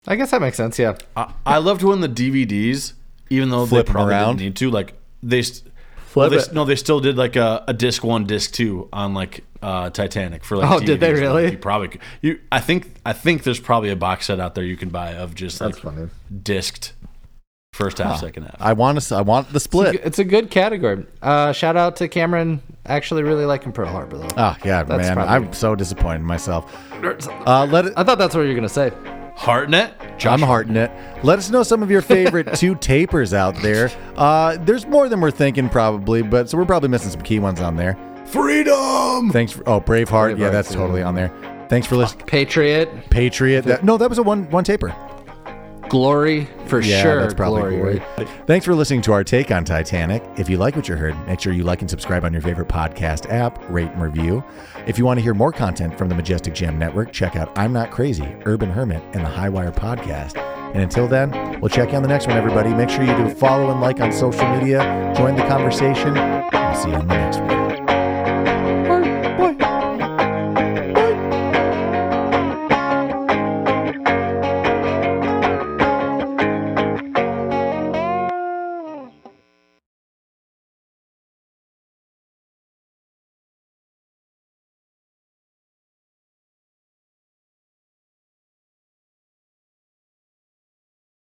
Speaker 4: I guess that makes sense. Yeah.
Speaker 3: I, I loved when the DVDs, even though
Speaker 2: Flip
Speaker 3: they
Speaker 2: 'em
Speaker 3: probably
Speaker 2: around.
Speaker 3: didn't need to, like they. St- well, they s- no, they still did like a, a disc one, disc two on like uh, Titanic for like.
Speaker 4: Oh, did
Speaker 3: DVDs.
Speaker 4: they
Speaker 3: Like,
Speaker 4: really?
Speaker 3: You probably could, you. I think I think there's probably a box set out there you can buy of just like
Speaker 4: That's funny.
Speaker 3: disced first half, second half.
Speaker 2: I want to. I want the
Speaker 4: It's a,
Speaker 2: split.
Speaker 4: g- it's a good category. Uh, shout out to Cameron. Actually, really liking Pearl Harbor though.
Speaker 2: Oh yeah,
Speaker 4: That's
Speaker 2: man,
Speaker 4: probably-
Speaker 2: I'm so disappointed in myself. Uh, let it,
Speaker 4: I thought that's what you were gonna say.
Speaker 3: Hartnett,
Speaker 2: I'm hearting it. Let us know some of your favorite two tapers out there. Uh, there's more than we're thinking probably, but so we're probably missing some key ones on there.
Speaker 3: freedom.
Speaker 2: Thanks for oh Braveheart, yeah,
Speaker 4: Braveheart,
Speaker 2: that's
Speaker 4: yeah.
Speaker 2: totally on there. Thanks for listening,
Speaker 4: Patriot,
Speaker 2: Patriot. That, no, that was a one one taper.
Speaker 4: Glory for
Speaker 2: Yeah,
Speaker 4: sure.
Speaker 2: that's probably
Speaker 4: glory.
Speaker 2: glory. Thanks for listening to our take on Titanic. If you like what you heard, make sure you like and subscribe on your favorite podcast app, rate and review. If you want to hear more content from the Majestic Jam Network, check out I'm Not Crazy, Urban Hermit, and the Highwire Podcast. And until then, we'll check you on the next one, everybody. Make sure you do follow and like on social media, join the conversation, and we'll see you on the next one.